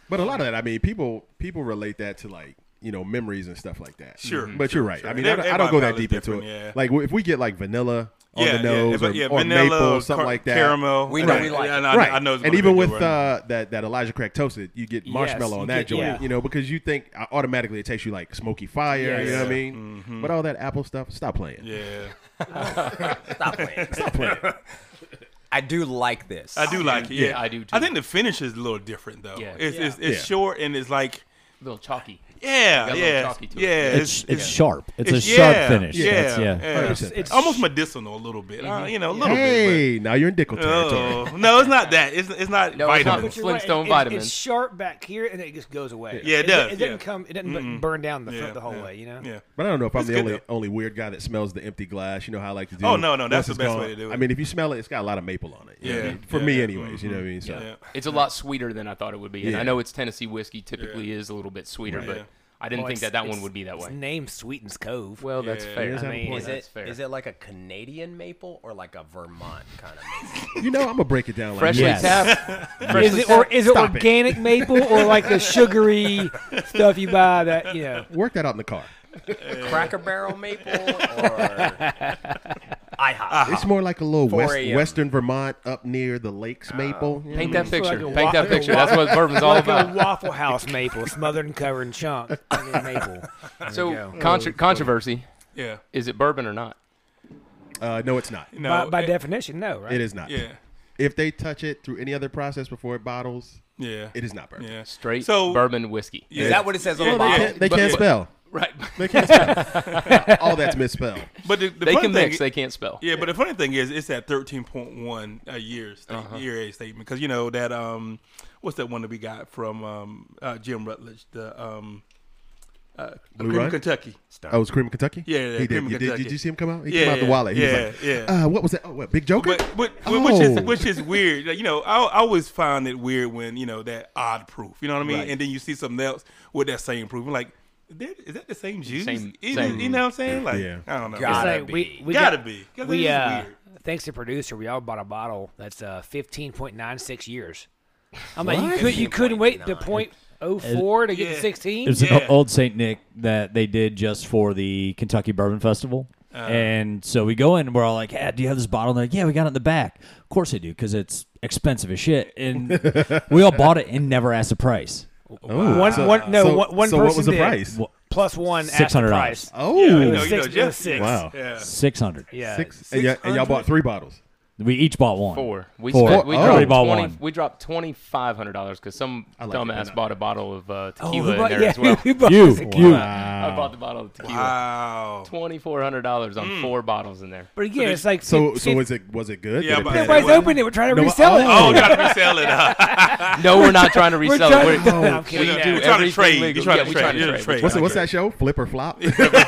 Speaker 6: But a lot of that, I mean, people people relate that to like you know memories and stuff like that. Mm-hmm.
Speaker 5: Sure,
Speaker 6: but you're right. I mean, I
Speaker 5: Every-
Speaker 6: don't, I don't go that
Speaker 5: everybody's
Speaker 6: deep into it.
Speaker 5: different, yeah.
Speaker 6: Like if we get like vanilla on
Speaker 5: Yeah,
Speaker 6: the nose
Speaker 5: yeah,
Speaker 6: or,
Speaker 5: but yeah,
Speaker 6: or
Speaker 5: vanilla,
Speaker 6: maple, something
Speaker 5: car-
Speaker 6: like that,
Speaker 5: Caramel.
Speaker 7: We know
Speaker 5: Yeah,
Speaker 7: we like
Speaker 5: yeah,
Speaker 7: it.
Speaker 5: no, I-
Speaker 6: Right,
Speaker 5: I know it's
Speaker 6: and
Speaker 5: gonna
Speaker 6: even
Speaker 5: be
Speaker 6: with
Speaker 5: good, right?
Speaker 6: uh, that that Elijah Crack toasted, you get marshmallow
Speaker 3: you
Speaker 6: on that
Speaker 3: get-
Speaker 6: joint,
Speaker 3: yeah.
Speaker 6: you know, because you think uh, automatically it takes you like smoky fire, you know what I mean? But all that apple stuff, stop playing.
Speaker 5: Mm-hmm. yeah,
Speaker 7: Stop playing.
Speaker 6: Stop playing.
Speaker 7: I do like this.
Speaker 5: I do like it. Yeah,
Speaker 1: I do
Speaker 5: I
Speaker 1: too.
Speaker 5: think the finish is a little different though.
Speaker 1: Yeah.
Speaker 5: It's it's, it's
Speaker 6: Yeah.
Speaker 5: short and it's like
Speaker 1: little chalky.
Speaker 5: yeah,
Speaker 1: Got a little
Speaker 5: yeah,
Speaker 1: chalky to it.
Speaker 5: yeah.
Speaker 4: it's it's sharp. It's, a
Speaker 5: yeah,
Speaker 4: sharp finish.
Speaker 5: Yeah,
Speaker 4: That's- yeah.
Speaker 5: yeah.
Speaker 3: It's-
Speaker 5: almost medicinal a little bit.
Speaker 1: Mm-hmm.
Speaker 5: Uh, you know, a little bit.
Speaker 6: hey, now you're in Dickle
Speaker 5: but-
Speaker 6: territory.
Speaker 5: Oh, no, it's not that. It's it's not
Speaker 1: No, it's not.
Speaker 5: vitamins.
Speaker 1: But you're right, Flintstone
Speaker 3: it's-
Speaker 1: vitamins.
Speaker 3: It's sharp back here, and then it just goes away.
Speaker 5: Yeah, it
Speaker 3: do-
Speaker 5: does,
Speaker 3: It doesn't
Speaker 5: yeah.
Speaker 3: come. It doesn't bu- burn down the
Speaker 5: Yeah,
Speaker 3: front the whole
Speaker 5: yeah,
Speaker 3: way. You know.
Speaker 5: Yeah.
Speaker 6: But I don't know if I'm the
Speaker 5: good,
Speaker 6: only,
Speaker 5: though.
Speaker 6: only weird guy that smells the empty glass. You know how I like to do.
Speaker 5: Oh, no, no,
Speaker 6: Once
Speaker 5: that's the
Speaker 6: it's
Speaker 5: best
Speaker 6: gone-
Speaker 5: way to do it.
Speaker 6: I mean, if you smell it, it's got a lot of maple on it. you know what I
Speaker 5: Yeah,
Speaker 6: mean? for
Speaker 5: yeah,
Speaker 6: me, anyways. You know what I mean? So,
Speaker 5: Yeah.
Speaker 1: It's a lot sweeter than I thought it would be. And
Speaker 6: Yeah.
Speaker 1: I know it's Tennessee whiskey typically is a little bit sweeter, but
Speaker 5: Yeah.
Speaker 1: I didn't
Speaker 3: Well,
Speaker 1: think that
Speaker 3: it's-
Speaker 1: that one
Speaker 3: it's-
Speaker 1: would be that
Speaker 3: it's
Speaker 1: way.
Speaker 3: Named Sweetens Cove.
Speaker 1: Well, that's
Speaker 5: Yeah.
Speaker 1: fair.
Speaker 6: Yes, I mean,
Speaker 7: Is
Speaker 1: that's
Speaker 7: it
Speaker 1: fair.
Speaker 7: is it like a Canadian maple or like a Vermont kind of maple?
Speaker 6: you know, I'm gonna break it down.
Speaker 1: freshly
Speaker 4: Yes.
Speaker 6: like
Speaker 1: tapped?
Speaker 3: Is
Speaker 1: freshly
Speaker 3: it or is it
Speaker 6: Stop it.
Speaker 3: organic maple or like the sugary stuff you buy that you know?
Speaker 6: this. work that out in the car.
Speaker 7: Cracker Barrel maple or IHOP?
Speaker 6: It's more like a little
Speaker 7: 4
Speaker 6: west,
Speaker 7: a.m.
Speaker 6: Western Vermont up near the lakes
Speaker 5: Ah.
Speaker 6: maple. you know
Speaker 1: Paint
Speaker 6: what I
Speaker 1: that picture.
Speaker 3: like a
Speaker 1: Paint that
Speaker 3: wa-
Speaker 1: picture. That's what bourbon's all
Speaker 3: Like a
Speaker 1: about.
Speaker 3: Waffle House maple, smothered and covered in chunk and then maple.
Speaker 1: So, contr controversy.
Speaker 5: Yeah.
Speaker 1: Is it bourbon or not?
Speaker 6: mean? Uh, no, it's not.
Speaker 5: No.
Speaker 3: by by
Speaker 5: it-
Speaker 3: definition, no, right?
Speaker 6: It is not.
Speaker 5: eh, Yeah.
Speaker 6: If they touch it through any other process before it bottles,
Speaker 5: Yeah.
Speaker 6: it is not bourbon.
Speaker 5: Yeah.
Speaker 1: Straight
Speaker 5: So-
Speaker 1: bourbon whiskey.
Speaker 7: Is that what it says on
Speaker 5: Yeah,
Speaker 7: the
Speaker 5: yeah.
Speaker 7: bottle?
Speaker 6: They
Speaker 1: but-
Speaker 6: can't spell.
Speaker 1: Right.
Speaker 6: They can't spell. All that's misspelled.
Speaker 5: But the, the
Speaker 1: They
Speaker 5: funny
Speaker 1: can
Speaker 5: thing
Speaker 1: mix. They can't spell.
Speaker 5: Yeah, but the funny thing is, it's that thirteen point one a year sta-
Speaker 6: Uh-huh.
Speaker 5: year age statement because you know that um, what's that one that we got from um, uh, Jim Rutledge the um, uh, Cream
Speaker 6: Run?
Speaker 5: of Kentucky.
Speaker 6: Oh, it was Cream of Kentucky.
Speaker 5: Yeah, yeah,
Speaker 6: he did.
Speaker 5: Cream of
Speaker 6: You did.
Speaker 5: Kentucky.
Speaker 6: Did you see him come out? He
Speaker 5: Yeah,
Speaker 6: came out the
Speaker 5: yeah,
Speaker 6: wallet. He
Speaker 5: yeah,
Speaker 6: was like,
Speaker 5: yeah.
Speaker 6: Uh, what was that? Oh, what? Big Joker.
Speaker 5: But, but, but which is
Speaker 6: Oh.
Speaker 5: which is weird. Like, You know, I, I always find it weird when you know that odd proof. You know what I mean?
Speaker 6: Right.
Speaker 5: And then you see something else with that same proof. I'm like They're- Is that the same juice?
Speaker 1: Same-
Speaker 5: you,
Speaker 1: same.
Speaker 5: you know what I'm saying? Like,
Speaker 6: Yeah.
Speaker 5: I don't know.
Speaker 7: God. Gotta
Speaker 3: It's like we,
Speaker 7: be.
Speaker 3: we
Speaker 5: Gotta
Speaker 3: got,
Speaker 5: be. 'Cause
Speaker 3: We
Speaker 5: it is
Speaker 3: uh,
Speaker 5: weird.
Speaker 3: thanks to producer, we all bought a bottle that's uh, fifteen point nine six years. I'm like, you, could, you couldn't wait to point oh four to get
Speaker 5: Yeah.
Speaker 3: to sixteen.
Speaker 8: It was
Speaker 5: Yeah.
Speaker 8: an o- old Saint Nick that they did just for the Kentucky Bourbon Festival. and so we go in and we're all like, "Yeah, do you have this bottle?" And they're like, "Yeah, we got it in the back." Of course they do because it's expensive as shit. And we all bought it and never asked the price.
Speaker 6: Oh,
Speaker 3: One- one- no,
Speaker 6: so,
Speaker 3: one- one
Speaker 6: so what was
Speaker 3: person did.
Speaker 6: the price?
Speaker 8: Well,
Speaker 3: plus one asked the
Speaker 8: $600.
Speaker 3: price.
Speaker 6: Oh,
Speaker 5: Yeah, I know, you know,
Speaker 3: Six-
Speaker 5: just
Speaker 3: six.
Speaker 6: Wow.
Speaker 5: Yeah.
Speaker 8: Six hundred.
Speaker 3: Yeah,
Speaker 6: six. And, y- and y'all bought three bottles.
Speaker 8: We each bought one.
Speaker 1: Four. We
Speaker 8: Four.
Speaker 1: spent. We
Speaker 6: Oh.
Speaker 1: dropped
Speaker 8: Already bought
Speaker 1: twenty.
Speaker 8: one.
Speaker 1: We dropped twenty five hundred dollars because some
Speaker 6: I like it,
Speaker 1: dumbass
Speaker 6: I know.
Speaker 1: bought a bottle of uh,
Speaker 3: Oh,
Speaker 1: tequila
Speaker 3: who
Speaker 1: in
Speaker 3: bought-
Speaker 1: there
Speaker 3: yeah,
Speaker 1: as well.
Speaker 3: who bought
Speaker 8: You.
Speaker 3: this?
Speaker 8: You.
Speaker 1: I bought the bottle of tequila.
Speaker 5: Wow. Mm.
Speaker 1: Twenty four hundred dollars on four bottles in there.
Speaker 3: But again, it's like
Speaker 6: So
Speaker 3: fif-
Speaker 6: so
Speaker 3: fif-
Speaker 6: is it was it good?
Speaker 5: Yeah,
Speaker 6: Did it
Speaker 5: but-
Speaker 6: taste
Speaker 3: everybody's
Speaker 5: What?
Speaker 3: open it. We're trying to
Speaker 6: No,
Speaker 3: resell it.
Speaker 5: Oh, gotta resell it. Huh?
Speaker 1: No, we're not trying to resell
Speaker 3: trying-
Speaker 1: it. We're,
Speaker 3: No, I'm
Speaker 1: we
Speaker 3: kidding.
Speaker 5: You're
Speaker 1: do
Speaker 5: trying to
Speaker 1: everything
Speaker 5: trade.
Speaker 1: legal.
Speaker 5: You're trying
Speaker 1: yeah,
Speaker 5: to
Speaker 1: we
Speaker 5: trade.
Speaker 1: trying to
Speaker 5: You're
Speaker 1: trade.
Speaker 5: a trade.
Speaker 6: What's,
Speaker 5: it?
Speaker 1: We're
Speaker 6: what's
Speaker 1: trying
Speaker 6: that show? Flip or flop?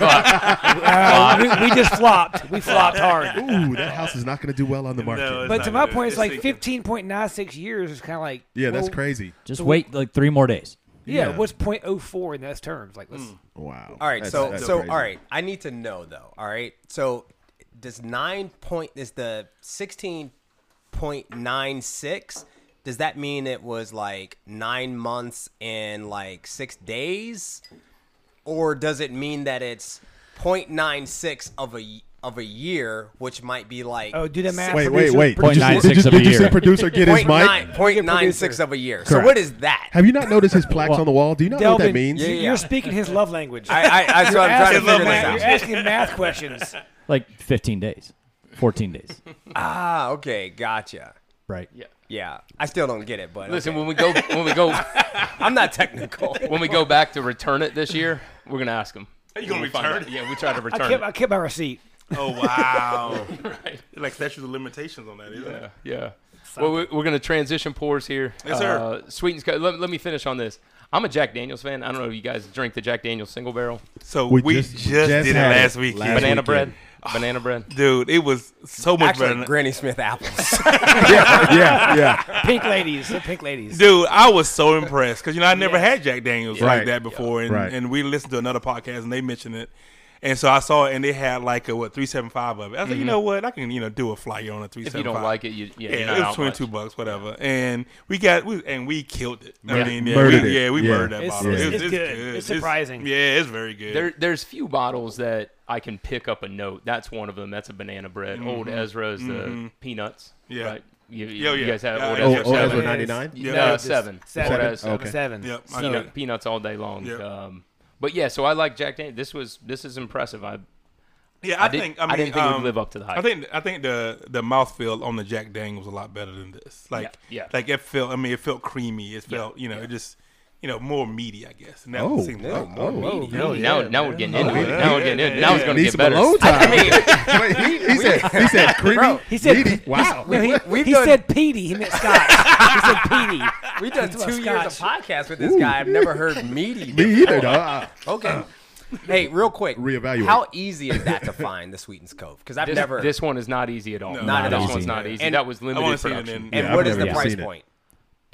Speaker 3: Uh, we, we just flopped. We flopped hard.
Speaker 6: Ooh, that house is not going to do well on the market.
Speaker 5: it's
Speaker 3: But to
Speaker 5: not
Speaker 3: my
Speaker 5: good.
Speaker 3: point, it's like
Speaker 5: sinking.
Speaker 3: fifteen point nine six years is kind of like
Speaker 6: yeah, that's
Speaker 3: well,
Speaker 6: crazy.
Speaker 8: Just wait like three more days.
Speaker 3: Yeah,
Speaker 6: Yeah.
Speaker 3: what's point oh four in those terms? Like, let's,
Speaker 7: Hmm.
Speaker 6: Wow.
Speaker 7: All right,
Speaker 6: That's-
Speaker 7: so
Speaker 6: that's
Speaker 7: so
Speaker 6: crazy.
Speaker 7: all right, I need to know though. All right, so does nine point is the sixteen point nine six? Does that mean it was like nine months and like six days, or does it mean that it's 0.96 of a y- of a year, which might be like
Speaker 3: oh, do the math.
Speaker 6: Wait, wait,
Speaker 3: producer-
Speaker 6: wait.
Speaker 3: producer-
Speaker 6: Did you,
Speaker 8: 0.96
Speaker 6: see- did you,
Speaker 8: of a
Speaker 6: did you
Speaker 8: year.
Speaker 6: see producer get his
Speaker 7: point
Speaker 6: mic?
Speaker 7: nine point nine six
Speaker 3: producer.
Speaker 7: of a year? So what is that?
Speaker 6: Have you not noticed his plaques on the wall? Do you not know what that
Speaker 3: Delvin,
Speaker 6: means?
Speaker 3: you-
Speaker 7: yeah.
Speaker 3: You're speaking his love language.
Speaker 7: I, I, I, so
Speaker 3: You're
Speaker 7: I'm trying to
Speaker 3: asking
Speaker 7: figure
Speaker 3: math-
Speaker 7: this
Speaker 3: You're
Speaker 7: out.
Speaker 3: asking math questions.
Speaker 8: Like fifteen days, fourteen days.
Speaker 7: Ah, okay, gotcha.
Speaker 8: Right.
Speaker 7: Yeah, I still don't get it, but
Speaker 1: Listen,
Speaker 7: okay.
Speaker 1: when we go, when we go,
Speaker 7: I'm not technical.
Speaker 1: when we go back to return it this year, we're gonna ask them.
Speaker 5: you gonna return it?
Speaker 1: Yeah, we try to return
Speaker 3: I kept, I
Speaker 1: it.
Speaker 3: kept my receipt.
Speaker 5: Oh wow! Like statute of limitations on that, isn't it?
Speaker 1: Yeah. Well, we- we're gonna transition pours here.
Speaker 5: Yes, sir.
Speaker 1: Uh, Sweet and Sc- let, let me finish on this. I'm a Jack Daniels fan. I don't know if you guys drink the Jack Daniels single barrel
Speaker 5: So
Speaker 6: We
Speaker 5: we,
Speaker 6: just-
Speaker 5: just,
Speaker 6: just
Speaker 5: did it
Speaker 6: had it
Speaker 5: last weekend,
Speaker 6: last
Speaker 1: banana
Speaker 6: weekend.
Speaker 1: bread.
Speaker 5: Ah,
Speaker 1: Banana bread.
Speaker 5: dude. It was so much
Speaker 7: Actually,
Speaker 5: better. than-
Speaker 7: Granny Smith apples.
Speaker 6: yeah, yeah, yeah.
Speaker 3: Pink ladies, the pink ladies.
Speaker 5: Dude, I was so impressed because you know I never had Jack Daniels
Speaker 6: Right.
Speaker 5: like that before, and,
Speaker 6: Right.
Speaker 5: and we listened to another podcast and they mentioned it, and so I saw it and they had like a what three seven five of it. I was like, you know what, I can you know do a flyer on a three
Speaker 1: If
Speaker 5: seven
Speaker 1: you
Speaker 5: five.
Speaker 1: don't like it, you yeah, you're
Speaker 5: Yeah,
Speaker 1: not
Speaker 5: it
Speaker 1: out
Speaker 5: was twenty two
Speaker 1: much.
Speaker 5: bucks, whatever, and we got we, and we killed it. I
Speaker 1: Yeah.
Speaker 5: mean, yeah,
Speaker 6: Murdered
Speaker 5: we,
Speaker 6: it.
Speaker 5: yeah, we
Speaker 6: Yeah.
Speaker 5: murdered that
Speaker 3: It's-
Speaker 5: bottle.
Speaker 6: it's-
Speaker 3: it's good. It's surprising.
Speaker 5: yeah, it's very good.
Speaker 1: There, there's few bottles that I can pick up a note. That's one of them. That's a banana bread. Old Ezra's the peanuts.
Speaker 5: Mm-hmm. Yeah.
Speaker 1: Right? You, you,
Speaker 5: Yeah,
Speaker 1: you
Speaker 5: yeah.
Speaker 1: guys have
Speaker 5: Yeah,
Speaker 1: old
Speaker 5: I
Speaker 6: Oh,
Speaker 5: guess
Speaker 1: Ezra's
Speaker 6: oh
Speaker 5: so.
Speaker 1: seven.
Speaker 6: Ezra
Speaker 5: Yeah.
Speaker 6: ninety nine.
Speaker 1: No,
Speaker 5: Yeah.
Speaker 1: it's seven.
Speaker 3: Seven.
Speaker 1: Old Ezra.
Speaker 6: Okay.
Speaker 3: Seven.
Speaker 5: yep, I got
Speaker 1: Peanut,
Speaker 5: it.
Speaker 1: peanuts all day long.
Speaker 5: Yep.
Speaker 1: Um, but yeah, so I like Jack Daniel. This was this is impressive. I
Speaker 5: Yeah, I,
Speaker 1: did-
Speaker 5: think
Speaker 1: I
Speaker 5: I, mean,
Speaker 1: didn't think it would
Speaker 5: um,
Speaker 1: live up to the hype.
Speaker 5: I think I think the the mouthfeel on the Jack Daniels was a lot better than this. Like
Speaker 1: Yeah, yeah.
Speaker 5: like it felt. I mean, it felt creamy. It felt you know it just you know more meaty, I guess. And that
Speaker 6: Oh,
Speaker 5: seemed
Speaker 6: oh,
Speaker 5: like
Speaker 6: oh.
Speaker 1: now now we're getting into it. Now we're getting into it. Now it's gonna
Speaker 6: Need
Speaker 1: get
Speaker 6: some
Speaker 1: better.
Speaker 6: alone time. Wait, he, he said, he said, creamy.
Speaker 3: He said-
Speaker 6: meaty. Wow.
Speaker 3: No, he
Speaker 7: we've
Speaker 3: he
Speaker 7: done-
Speaker 3: said Petey. He meant Scott. he said Petey.
Speaker 7: We've done
Speaker 3: That's about
Speaker 7: two years of
Speaker 3: scotch.
Speaker 7: podcasts with this guy. I've never heard meaty.
Speaker 6: Me
Speaker 7: before.
Speaker 6: either, dog.
Speaker 7: Okay. Hey, real quick.
Speaker 6: Reevaluate.
Speaker 7: How easy is that to find the Sweetens Cove? Because I've
Speaker 1: This,
Speaker 7: never.
Speaker 1: this one is not easy at all. No,
Speaker 7: Not at
Speaker 1: this
Speaker 7: all.
Speaker 1: one's
Speaker 8: Easy.
Speaker 1: not easy.
Speaker 7: And-
Speaker 1: that was
Speaker 5: I want
Speaker 1: limited
Speaker 5: to see it
Speaker 1: production.
Speaker 5: in.
Speaker 7: and
Speaker 6: Yeah, I've
Speaker 7: what is the
Speaker 6: never
Speaker 7: price
Speaker 6: seen it.
Speaker 7: point?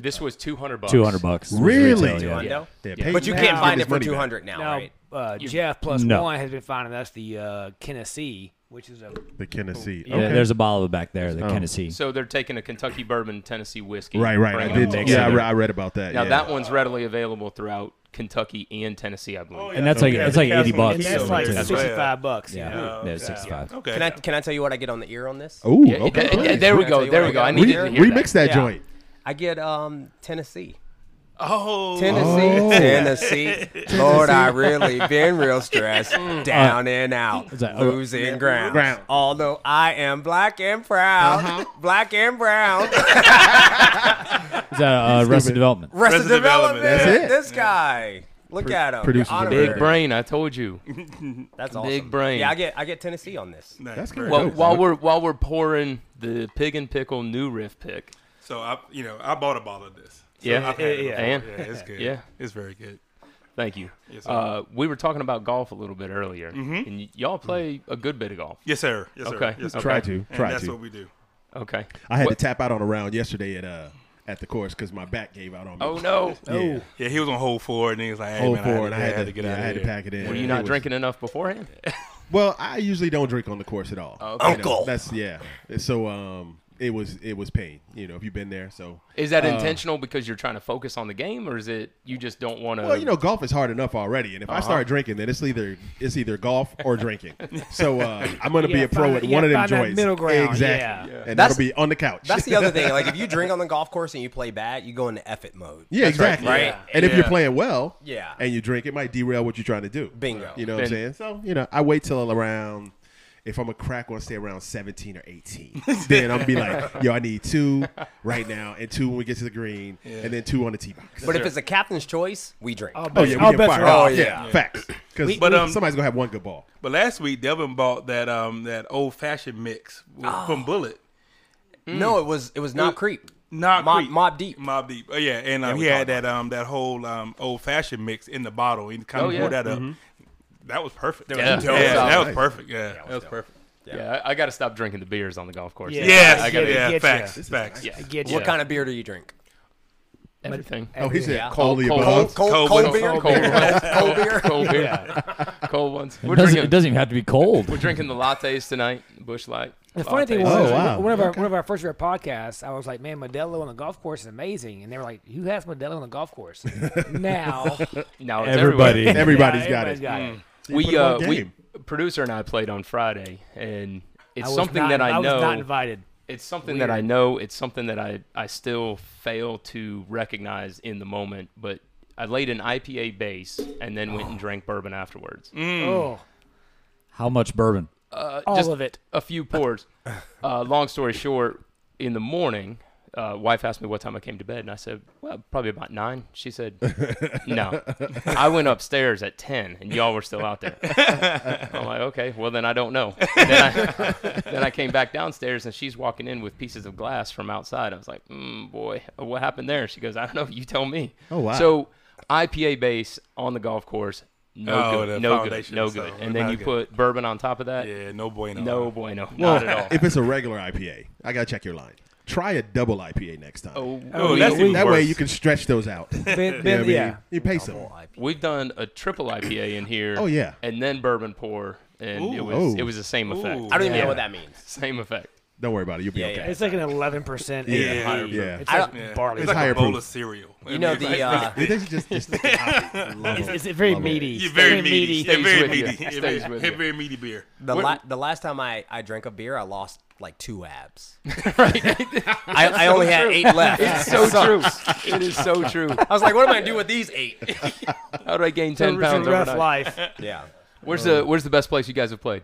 Speaker 1: This was two hundred bucks.
Speaker 8: Two hundred bucks. was
Speaker 6: Really?
Speaker 8: retail, yeah.
Speaker 7: Hundo?
Speaker 6: Yeah,
Speaker 1: Yeah.
Speaker 6: Peyton
Speaker 7: But you
Speaker 6: Manning
Speaker 7: can't
Speaker 6: gave
Speaker 7: find it
Speaker 6: his
Speaker 7: for
Speaker 6: money back.
Speaker 7: two hundred now,
Speaker 3: Now,
Speaker 7: right?
Speaker 3: uh, Jeff plus
Speaker 8: No.
Speaker 3: one has been finding us the uh, Tennessee, which is a
Speaker 6: The Tennessee.
Speaker 8: Yeah,
Speaker 6: Okay.
Speaker 8: There's a bottle back there, the Tennessee.
Speaker 1: So they're taking a Kentucky bourbon, Tennessee whiskey.
Speaker 6: Right, right.
Speaker 1: bringing
Speaker 6: I did.
Speaker 1: them
Speaker 6: Yeah, I
Speaker 1: together.
Speaker 6: re- I read about that.
Speaker 1: Now
Speaker 6: yeah.
Speaker 1: that one's readily available throughout Kentucky and Tennessee, I believe.
Speaker 8: and that's like
Speaker 5: Oh, Okay.
Speaker 8: it's like eighty
Speaker 5: Castle
Speaker 8: bucks.
Speaker 3: and
Speaker 5: Keys
Speaker 3: that's
Speaker 5: over
Speaker 3: like
Speaker 5: there as well.
Speaker 3: sixty-five bucks.
Speaker 8: yeah,
Speaker 3: Yeah.
Speaker 8: no, sixty-five.
Speaker 5: Okay.
Speaker 7: Can I can I tell you what I get on the ear on this?
Speaker 6: Ooh,
Speaker 1: Yeah,
Speaker 6: okay.
Speaker 1: th- th-
Speaker 6: please.
Speaker 1: there we
Speaker 7: Tell
Speaker 1: go.
Speaker 7: you
Speaker 1: There
Speaker 7: what,
Speaker 1: we go.
Speaker 7: I got
Speaker 1: I
Speaker 7: one
Speaker 1: need
Speaker 7: here.
Speaker 1: to hear that.
Speaker 6: Remix that
Speaker 7: Yeah.
Speaker 6: joint.
Speaker 7: I get um Tennessee.
Speaker 5: oh,
Speaker 7: Tennessee,
Speaker 6: Oh.
Speaker 7: Tennessee. Lord, I really been real stressed,
Speaker 6: Mm.
Speaker 7: down
Speaker 6: Uh,
Speaker 7: and out,
Speaker 8: that-
Speaker 7: losing ground.
Speaker 6: Ground. Uh-huh.
Speaker 7: Although I am black and proud, black and brown.
Speaker 8: Is that uh, Arrested Development?
Speaker 7: Rest of
Speaker 5: Arrested Development.
Speaker 7: development.
Speaker 6: That's it.
Speaker 7: This guy. Look at him.
Speaker 6: producers
Speaker 7: Your
Speaker 6: of
Speaker 7: honor.
Speaker 1: Big brain. I told you.
Speaker 7: That's awesome.
Speaker 1: Big brain.
Speaker 7: Yeah, I get I get Tennessee on this.
Speaker 6: That's good.
Speaker 1: Well,
Speaker 6: Dope,
Speaker 1: while
Speaker 6: dude.
Speaker 1: we're while we're pouring the pig and pickle new riff pick,
Speaker 5: So I you know I bought a bottle of this. So
Speaker 1: Yeah.
Speaker 5: I've had it
Speaker 1: Yeah,
Speaker 5: before.
Speaker 1: yeah.
Speaker 5: yeah, it's good.
Speaker 1: Yeah.
Speaker 5: it's very good.
Speaker 1: thank you.
Speaker 5: Yes, sir.
Speaker 1: Uh, we were talking about golf a little bit earlier, and y- y'all play a good bit of golf.
Speaker 5: Yes, sir. Yes, sir.
Speaker 1: Okay.
Speaker 5: Yes, sir.
Speaker 1: Okay.
Speaker 6: Try to.
Speaker 5: And
Speaker 6: Try
Speaker 5: that's what
Speaker 6: to.
Speaker 5: we do.
Speaker 1: Okay.
Speaker 6: I had to
Speaker 1: What-
Speaker 6: tap out on a round yesterday at uh at the course because my back gave out on me.
Speaker 1: Oh no!
Speaker 6: Yeah.
Speaker 5: Yeah, he was on hold forward, and he was like, Oh, hey,
Speaker 6: Hold
Speaker 5: man,
Speaker 6: forward.
Speaker 5: I,
Speaker 6: I
Speaker 5: had,
Speaker 6: had,
Speaker 5: I had to get
Speaker 6: yeah,
Speaker 5: out.
Speaker 6: I
Speaker 5: of
Speaker 6: had to
Speaker 5: here.
Speaker 6: pack it in.
Speaker 1: Were you
Speaker 6: It
Speaker 1: not
Speaker 6: was-
Speaker 1: drinking enough beforehand?
Speaker 6: Well, I usually don't drink on the course at all.
Speaker 1: Okay.
Speaker 6: You know,
Speaker 7: Uncle.
Speaker 6: that's yeah. So um, it was it was pain. You know, if you've been there, so
Speaker 1: Is that
Speaker 6: Uh,
Speaker 1: intentional because you're trying to focus on the game, or is it you just don't want to?
Speaker 6: Well, you know, golf is hard enough already, and if I start drinking, then it's either it's either golf or drinking. So uh, I'm going to
Speaker 3: You
Speaker 6: be
Speaker 3: gotta
Speaker 6: a pro
Speaker 3: find-
Speaker 6: at
Speaker 3: you
Speaker 6: one of them
Speaker 3: gotta find that
Speaker 6: joints.
Speaker 3: middle ground,
Speaker 6: exactly,
Speaker 3: yeah.
Speaker 6: and
Speaker 7: That's-
Speaker 6: that'll be on the couch.
Speaker 7: That's the other thing. Like if you drink on the golf course and you play bad, you go into F it mode.
Speaker 6: yeah, exactly.
Speaker 7: right.
Speaker 6: Yeah. And if you're
Speaker 5: Yeah.
Speaker 6: playing well,
Speaker 7: Yeah.
Speaker 6: and you drink, it might derail what you're trying to do.
Speaker 7: Bingo.
Speaker 6: You know what I'm saying?
Speaker 1: Then-
Speaker 6: So you know, I wait till around. If I'm a crack one, say around 17 or 18, then I'll be like, yo, I need two right now, and two when we get to the green, and then two on the tee box.
Speaker 7: But if it's a captain's choice, we drink.
Speaker 6: oh yeah, we
Speaker 3: I'll
Speaker 6: get
Speaker 3: bet
Speaker 6: fired.
Speaker 3: you're
Speaker 6: Oh
Speaker 7: off.
Speaker 6: yeah, facts. Because
Speaker 5: But, um,
Speaker 6: somebody's gonna have one good ball.
Speaker 5: But last week, Devin bought that um that old fashioned mix with- from Bullet.
Speaker 7: No, it was it was not creep.
Speaker 5: Not
Speaker 7: Mob-
Speaker 5: Creek.
Speaker 7: Mob Deep.
Speaker 5: Mob Deep. Oh yeah, and um,
Speaker 7: we
Speaker 5: he
Speaker 7: talked
Speaker 5: had that um that whole um old fashioned mix in the bottle. He kind
Speaker 1: Oh,
Speaker 5: of
Speaker 1: yeah.
Speaker 5: poured that up. That was perfect. That was,
Speaker 1: Yeah.
Speaker 5: yeah,
Speaker 1: Dope.
Speaker 5: that was
Speaker 6: Nice.
Speaker 5: perfect. Yeah, that was perfect.
Speaker 1: yeah, I, got to stop drinking the beers on the golf course.
Speaker 3: Yeah.
Speaker 5: Yes,
Speaker 3: I
Speaker 5: I
Speaker 3: get
Speaker 5: got
Speaker 3: it.
Speaker 5: yeah,
Speaker 3: Get ya.
Speaker 5: facts, facts.
Speaker 1: yeah.
Speaker 3: Get
Speaker 7: What
Speaker 3: you.
Speaker 7: kind of beer do you drink?
Speaker 1: Everything.
Speaker 6: Oh, he said
Speaker 7: Yeah.
Speaker 6: call the
Speaker 1: Cold-
Speaker 6: above.
Speaker 7: Cold,
Speaker 5: Cold
Speaker 7: cold, cold
Speaker 5: ones.
Speaker 7: beer.
Speaker 1: Cold ones.
Speaker 7: Cold beer.
Speaker 1: Cold beer. Cold ones. We're
Speaker 8: It doesn't,
Speaker 1: drinking.
Speaker 8: it doesn't even have to be cold.
Speaker 1: We're drinking the lattes tonight. Bush Light.
Speaker 3: The funny thing
Speaker 1: lattes.
Speaker 3: was, one-
Speaker 6: Oh, wow.
Speaker 3: one of our one of our first rare podcasts, I was like, "Man, Modelo on the golf course is amazing," and they were like, "Who has Modelo on the golf course?" now,
Speaker 1: now it's everywhere.
Speaker 8: Everybody.
Speaker 6: Everybody's got
Speaker 3: everybody's
Speaker 6: it. So you put
Speaker 1: we
Speaker 6: it
Speaker 1: uh
Speaker 6: on
Speaker 1: we
Speaker 6: game.
Speaker 1: producer and I played on Friday and it's
Speaker 3: I was
Speaker 1: something
Speaker 3: not-
Speaker 1: that I, know
Speaker 3: was not invited.
Speaker 1: it's something that I know it's something that I I still fail to recognize in the moment but I laid an IPA base and then went and drank bourbon afterwards
Speaker 3: Oh,
Speaker 8: How much bourbon?
Speaker 3: all
Speaker 1: just-
Speaker 3: of it.
Speaker 1: a few pours uh, long story short in the morning uh, wife asked me what time I came to bed, and I said, "Well, probably about 9. She said, "No." I went upstairs at ten, and y'all were still out there. I'm like, "Okay, well then I don't know." Then I, then I came back downstairs, and she's walking in with pieces of glass from outside. I was like, mm, "Boy, what happened there?" She goes, "I don't know. You tell me."
Speaker 6: Oh, wow.
Speaker 1: So IPA base on the golf course, no
Speaker 5: Oh, the
Speaker 1: good, no good,
Speaker 5: foundation,
Speaker 1: no
Speaker 5: so
Speaker 1: good. and then
Speaker 5: not
Speaker 1: you
Speaker 5: good.
Speaker 1: put bourbon on top of that.
Speaker 5: Yeah, no bueno.
Speaker 1: No bueno,
Speaker 6: Well,
Speaker 1: not at all.
Speaker 6: if it's a regular IPA, I gotta check your line. Try a double IPA next time.
Speaker 1: Oh,
Speaker 5: Oh,
Speaker 1: we-
Speaker 5: that's even
Speaker 6: that way
Speaker 5: worse.
Speaker 6: you can stretch those out. You know
Speaker 3: Ben,
Speaker 6: what I
Speaker 3: ben,
Speaker 6: mean?
Speaker 3: yeah.
Speaker 6: you pay some.
Speaker 1: We've done a triple IPA in here.
Speaker 6: Oh, yeah.
Speaker 1: and then bourbon pour, and it
Speaker 5: Ooh.
Speaker 1: was
Speaker 6: Oh.
Speaker 1: it was the same effect.
Speaker 5: Ooh.
Speaker 7: I don't even know what that means.
Speaker 1: Same effect.
Speaker 6: Don't worry about it. You'll be
Speaker 7: Yeah,
Speaker 6: okay.
Speaker 7: yeah.
Speaker 3: It's like an eleven percent.
Speaker 6: Yeah. Yeah.
Speaker 3: It's like
Speaker 5: Yeah.
Speaker 3: barley.
Speaker 5: It's
Speaker 3: It's,
Speaker 5: like
Speaker 6: higher
Speaker 5: a bowl
Speaker 6: proof.
Speaker 5: of cereal.
Speaker 7: You know the uh,
Speaker 6: They should just, just take a copy. I love it.
Speaker 3: it's very
Speaker 6: Love it.
Speaker 3: meaty.
Speaker 5: You're
Speaker 3: It's
Speaker 5: very meaty. Yeah,
Speaker 1: Stays
Speaker 5: very
Speaker 1: with you.
Speaker 5: meaty. Yeah,
Speaker 1: Stays
Speaker 5: very-
Speaker 1: with
Speaker 5: yeah,
Speaker 1: you.
Speaker 5: very meaty beer.
Speaker 7: the
Speaker 5: What-
Speaker 7: la- the last time I, I drank a beer, I lost like two abs. I, I only had eight left.
Speaker 1: It's so true. It is so true.
Speaker 7: I was like, what am I gonna do with these eight?
Speaker 1: How do I gain
Speaker 3: a
Speaker 1: ten pounds
Speaker 3: rough
Speaker 1: overnight?
Speaker 3: life.
Speaker 7: yeah.
Speaker 1: Where's the Where's the best place you guys have played?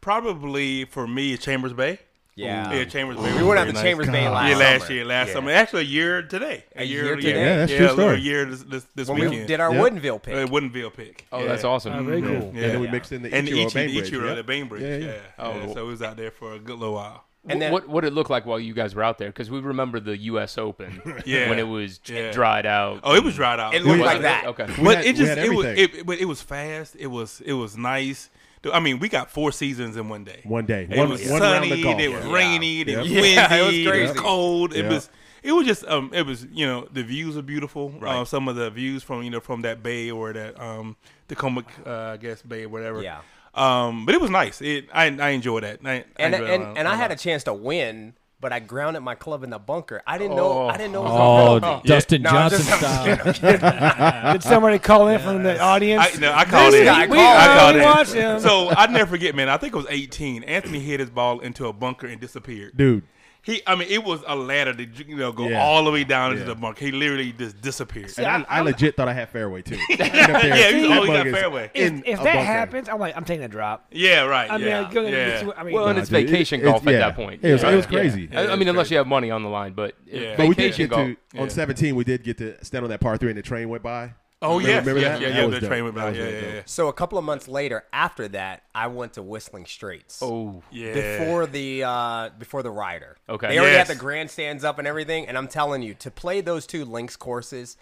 Speaker 5: probably for me Chambers Bay.
Speaker 7: Yeah.
Speaker 5: Yeah, Chambers Bay.
Speaker 7: Um, we
Speaker 5: was
Speaker 7: went out
Speaker 5: very
Speaker 7: to
Speaker 5: nice.
Speaker 7: Chambers Bay last
Speaker 5: yeah, last
Speaker 7: summer.
Speaker 5: year, last summer. Actually, a year today.
Speaker 7: A year
Speaker 5: yeah.
Speaker 7: today? Yeah,
Speaker 6: that's
Speaker 5: yeah,
Speaker 6: true
Speaker 5: a little
Speaker 6: story.
Speaker 5: year Uh, this, this, this
Speaker 7: When we
Speaker 5: weekend.
Speaker 7: did our
Speaker 6: Yeah.
Speaker 7: Woodinville pick.
Speaker 5: it wouldn't be a pick.
Speaker 1: Oh,
Speaker 5: yeah.
Speaker 1: that's awesome.
Speaker 3: Very cool.
Speaker 6: And then we
Speaker 7: Yeah.
Speaker 6: mixed in the
Speaker 5: And the
Speaker 6: Ichiro
Speaker 5: Ichi, the
Speaker 6: Bainbridge.
Speaker 5: Ichiro,
Speaker 6: yeah?
Speaker 5: the Bainbridge. Yeah,
Speaker 6: Yeah,
Speaker 5: yeah.
Speaker 6: yeah.
Speaker 1: Oh.
Speaker 5: so we was out there for a good little while.
Speaker 7: and then
Speaker 1: what what it looked like while you guys were out there? Because we remember the U.S. Open
Speaker 5: Yeah.
Speaker 1: when it was
Speaker 5: Yeah.
Speaker 1: dried out.
Speaker 5: Oh, it was dried out.
Speaker 7: It looked
Speaker 5: was-
Speaker 7: like that.
Speaker 1: Okay.
Speaker 6: We
Speaker 5: but
Speaker 6: had-
Speaker 5: it
Speaker 6: we
Speaker 5: just
Speaker 6: had
Speaker 5: it was
Speaker 6: everything.
Speaker 5: it, it- but it was fast. It was it was nice. Th- I mean, we got four seasons in one day.
Speaker 6: One day.
Speaker 5: It
Speaker 6: One-
Speaker 5: was
Speaker 6: one round of
Speaker 5: sunny.
Speaker 6: golf.
Speaker 5: It was
Speaker 6: Yeah.
Speaker 5: rainy. It was
Speaker 7: Yeah.
Speaker 5: windy.
Speaker 7: Yeah, it was
Speaker 5: it was
Speaker 7: crazy.
Speaker 5: cold. It
Speaker 6: Yeah.
Speaker 5: was it was just um it was you know the views were beautiful. Uh, some of the views from you know from that bay or that um Tacoma uh, I guess bay or whatever.
Speaker 7: Yeah.
Speaker 5: Um, but it was nice. It I I enjoyed that. I,
Speaker 7: and
Speaker 5: I enjoyed
Speaker 7: and,
Speaker 5: it a
Speaker 7: and I
Speaker 5: lot.
Speaker 7: had a chance to win, but I grounded my club in the bunker. I didn't know. I didn't know. It
Speaker 8: Oh,
Speaker 7: was a penalty.
Speaker 8: Dustin
Speaker 7: No, I'm
Speaker 8: Johnson
Speaker 7: just- I'm just
Speaker 8: style.
Speaker 3: Did somebody call in from the audience?
Speaker 5: I, no, I called
Speaker 7: This
Speaker 5: it.
Speaker 7: guy called.
Speaker 5: I
Speaker 3: We
Speaker 5: called
Speaker 3: watched
Speaker 5: it.
Speaker 3: him.
Speaker 5: So I never forget, man. I think it was 18. Anthony hit his ball into a bunker and disappeared.
Speaker 6: Dude.
Speaker 5: He, I mean, it was a ladder to you know go
Speaker 6: Yeah.
Speaker 5: all the way down into
Speaker 6: Yeah.
Speaker 5: the bunker. He literally just disappeared.
Speaker 6: And I, I legit thought I had fairway too. yeah,
Speaker 5: Yeah, you always got fairway.
Speaker 3: if, if that happens, I'm like, I'm taking a drop.
Speaker 5: Yeah, right.
Speaker 3: I mean,
Speaker 5: yeah,
Speaker 3: I, go,
Speaker 5: yeah.
Speaker 3: I mean,
Speaker 1: Well, and
Speaker 6: Nah,
Speaker 1: it's
Speaker 6: dude, it-
Speaker 1: vacation
Speaker 6: it's-
Speaker 1: golf at
Speaker 6: yeah.
Speaker 1: that point.
Speaker 6: It was- it
Speaker 1: Yeah.
Speaker 6: was crazy.
Speaker 1: I, I mean, unless you have money on the line, but
Speaker 5: Yeah.
Speaker 1: yeah.
Speaker 5: But
Speaker 6: But we did
Speaker 1: vacation
Speaker 6: get
Speaker 1: golf.
Speaker 6: to on 17. We did get to stand on that par three, and the train went by.
Speaker 5: oh
Speaker 6: Remember-
Speaker 5: yeah,
Speaker 6: remember
Speaker 5: yeah,
Speaker 6: that?
Speaker 5: yeah,
Speaker 6: That
Speaker 5: yeah.
Speaker 6: was
Speaker 5: the
Speaker 6: dope.
Speaker 5: train went by.
Speaker 6: That was
Speaker 5: Yeah,
Speaker 6: really
Speaker 5: yeah, yeah.
Speaker 7: So a couple of months later, after that, I went to Whistling Straits.
Speaker 1: oh,
Speaker 5: yeah.
Speaker 7: Before the uh, before the rider,
Speaker 1: Okay.
Speaker 7: They already
Speaker 5: Yes.
Speaker 7: had the grandstands up and everything, and I'm telling you, to play those two links courses,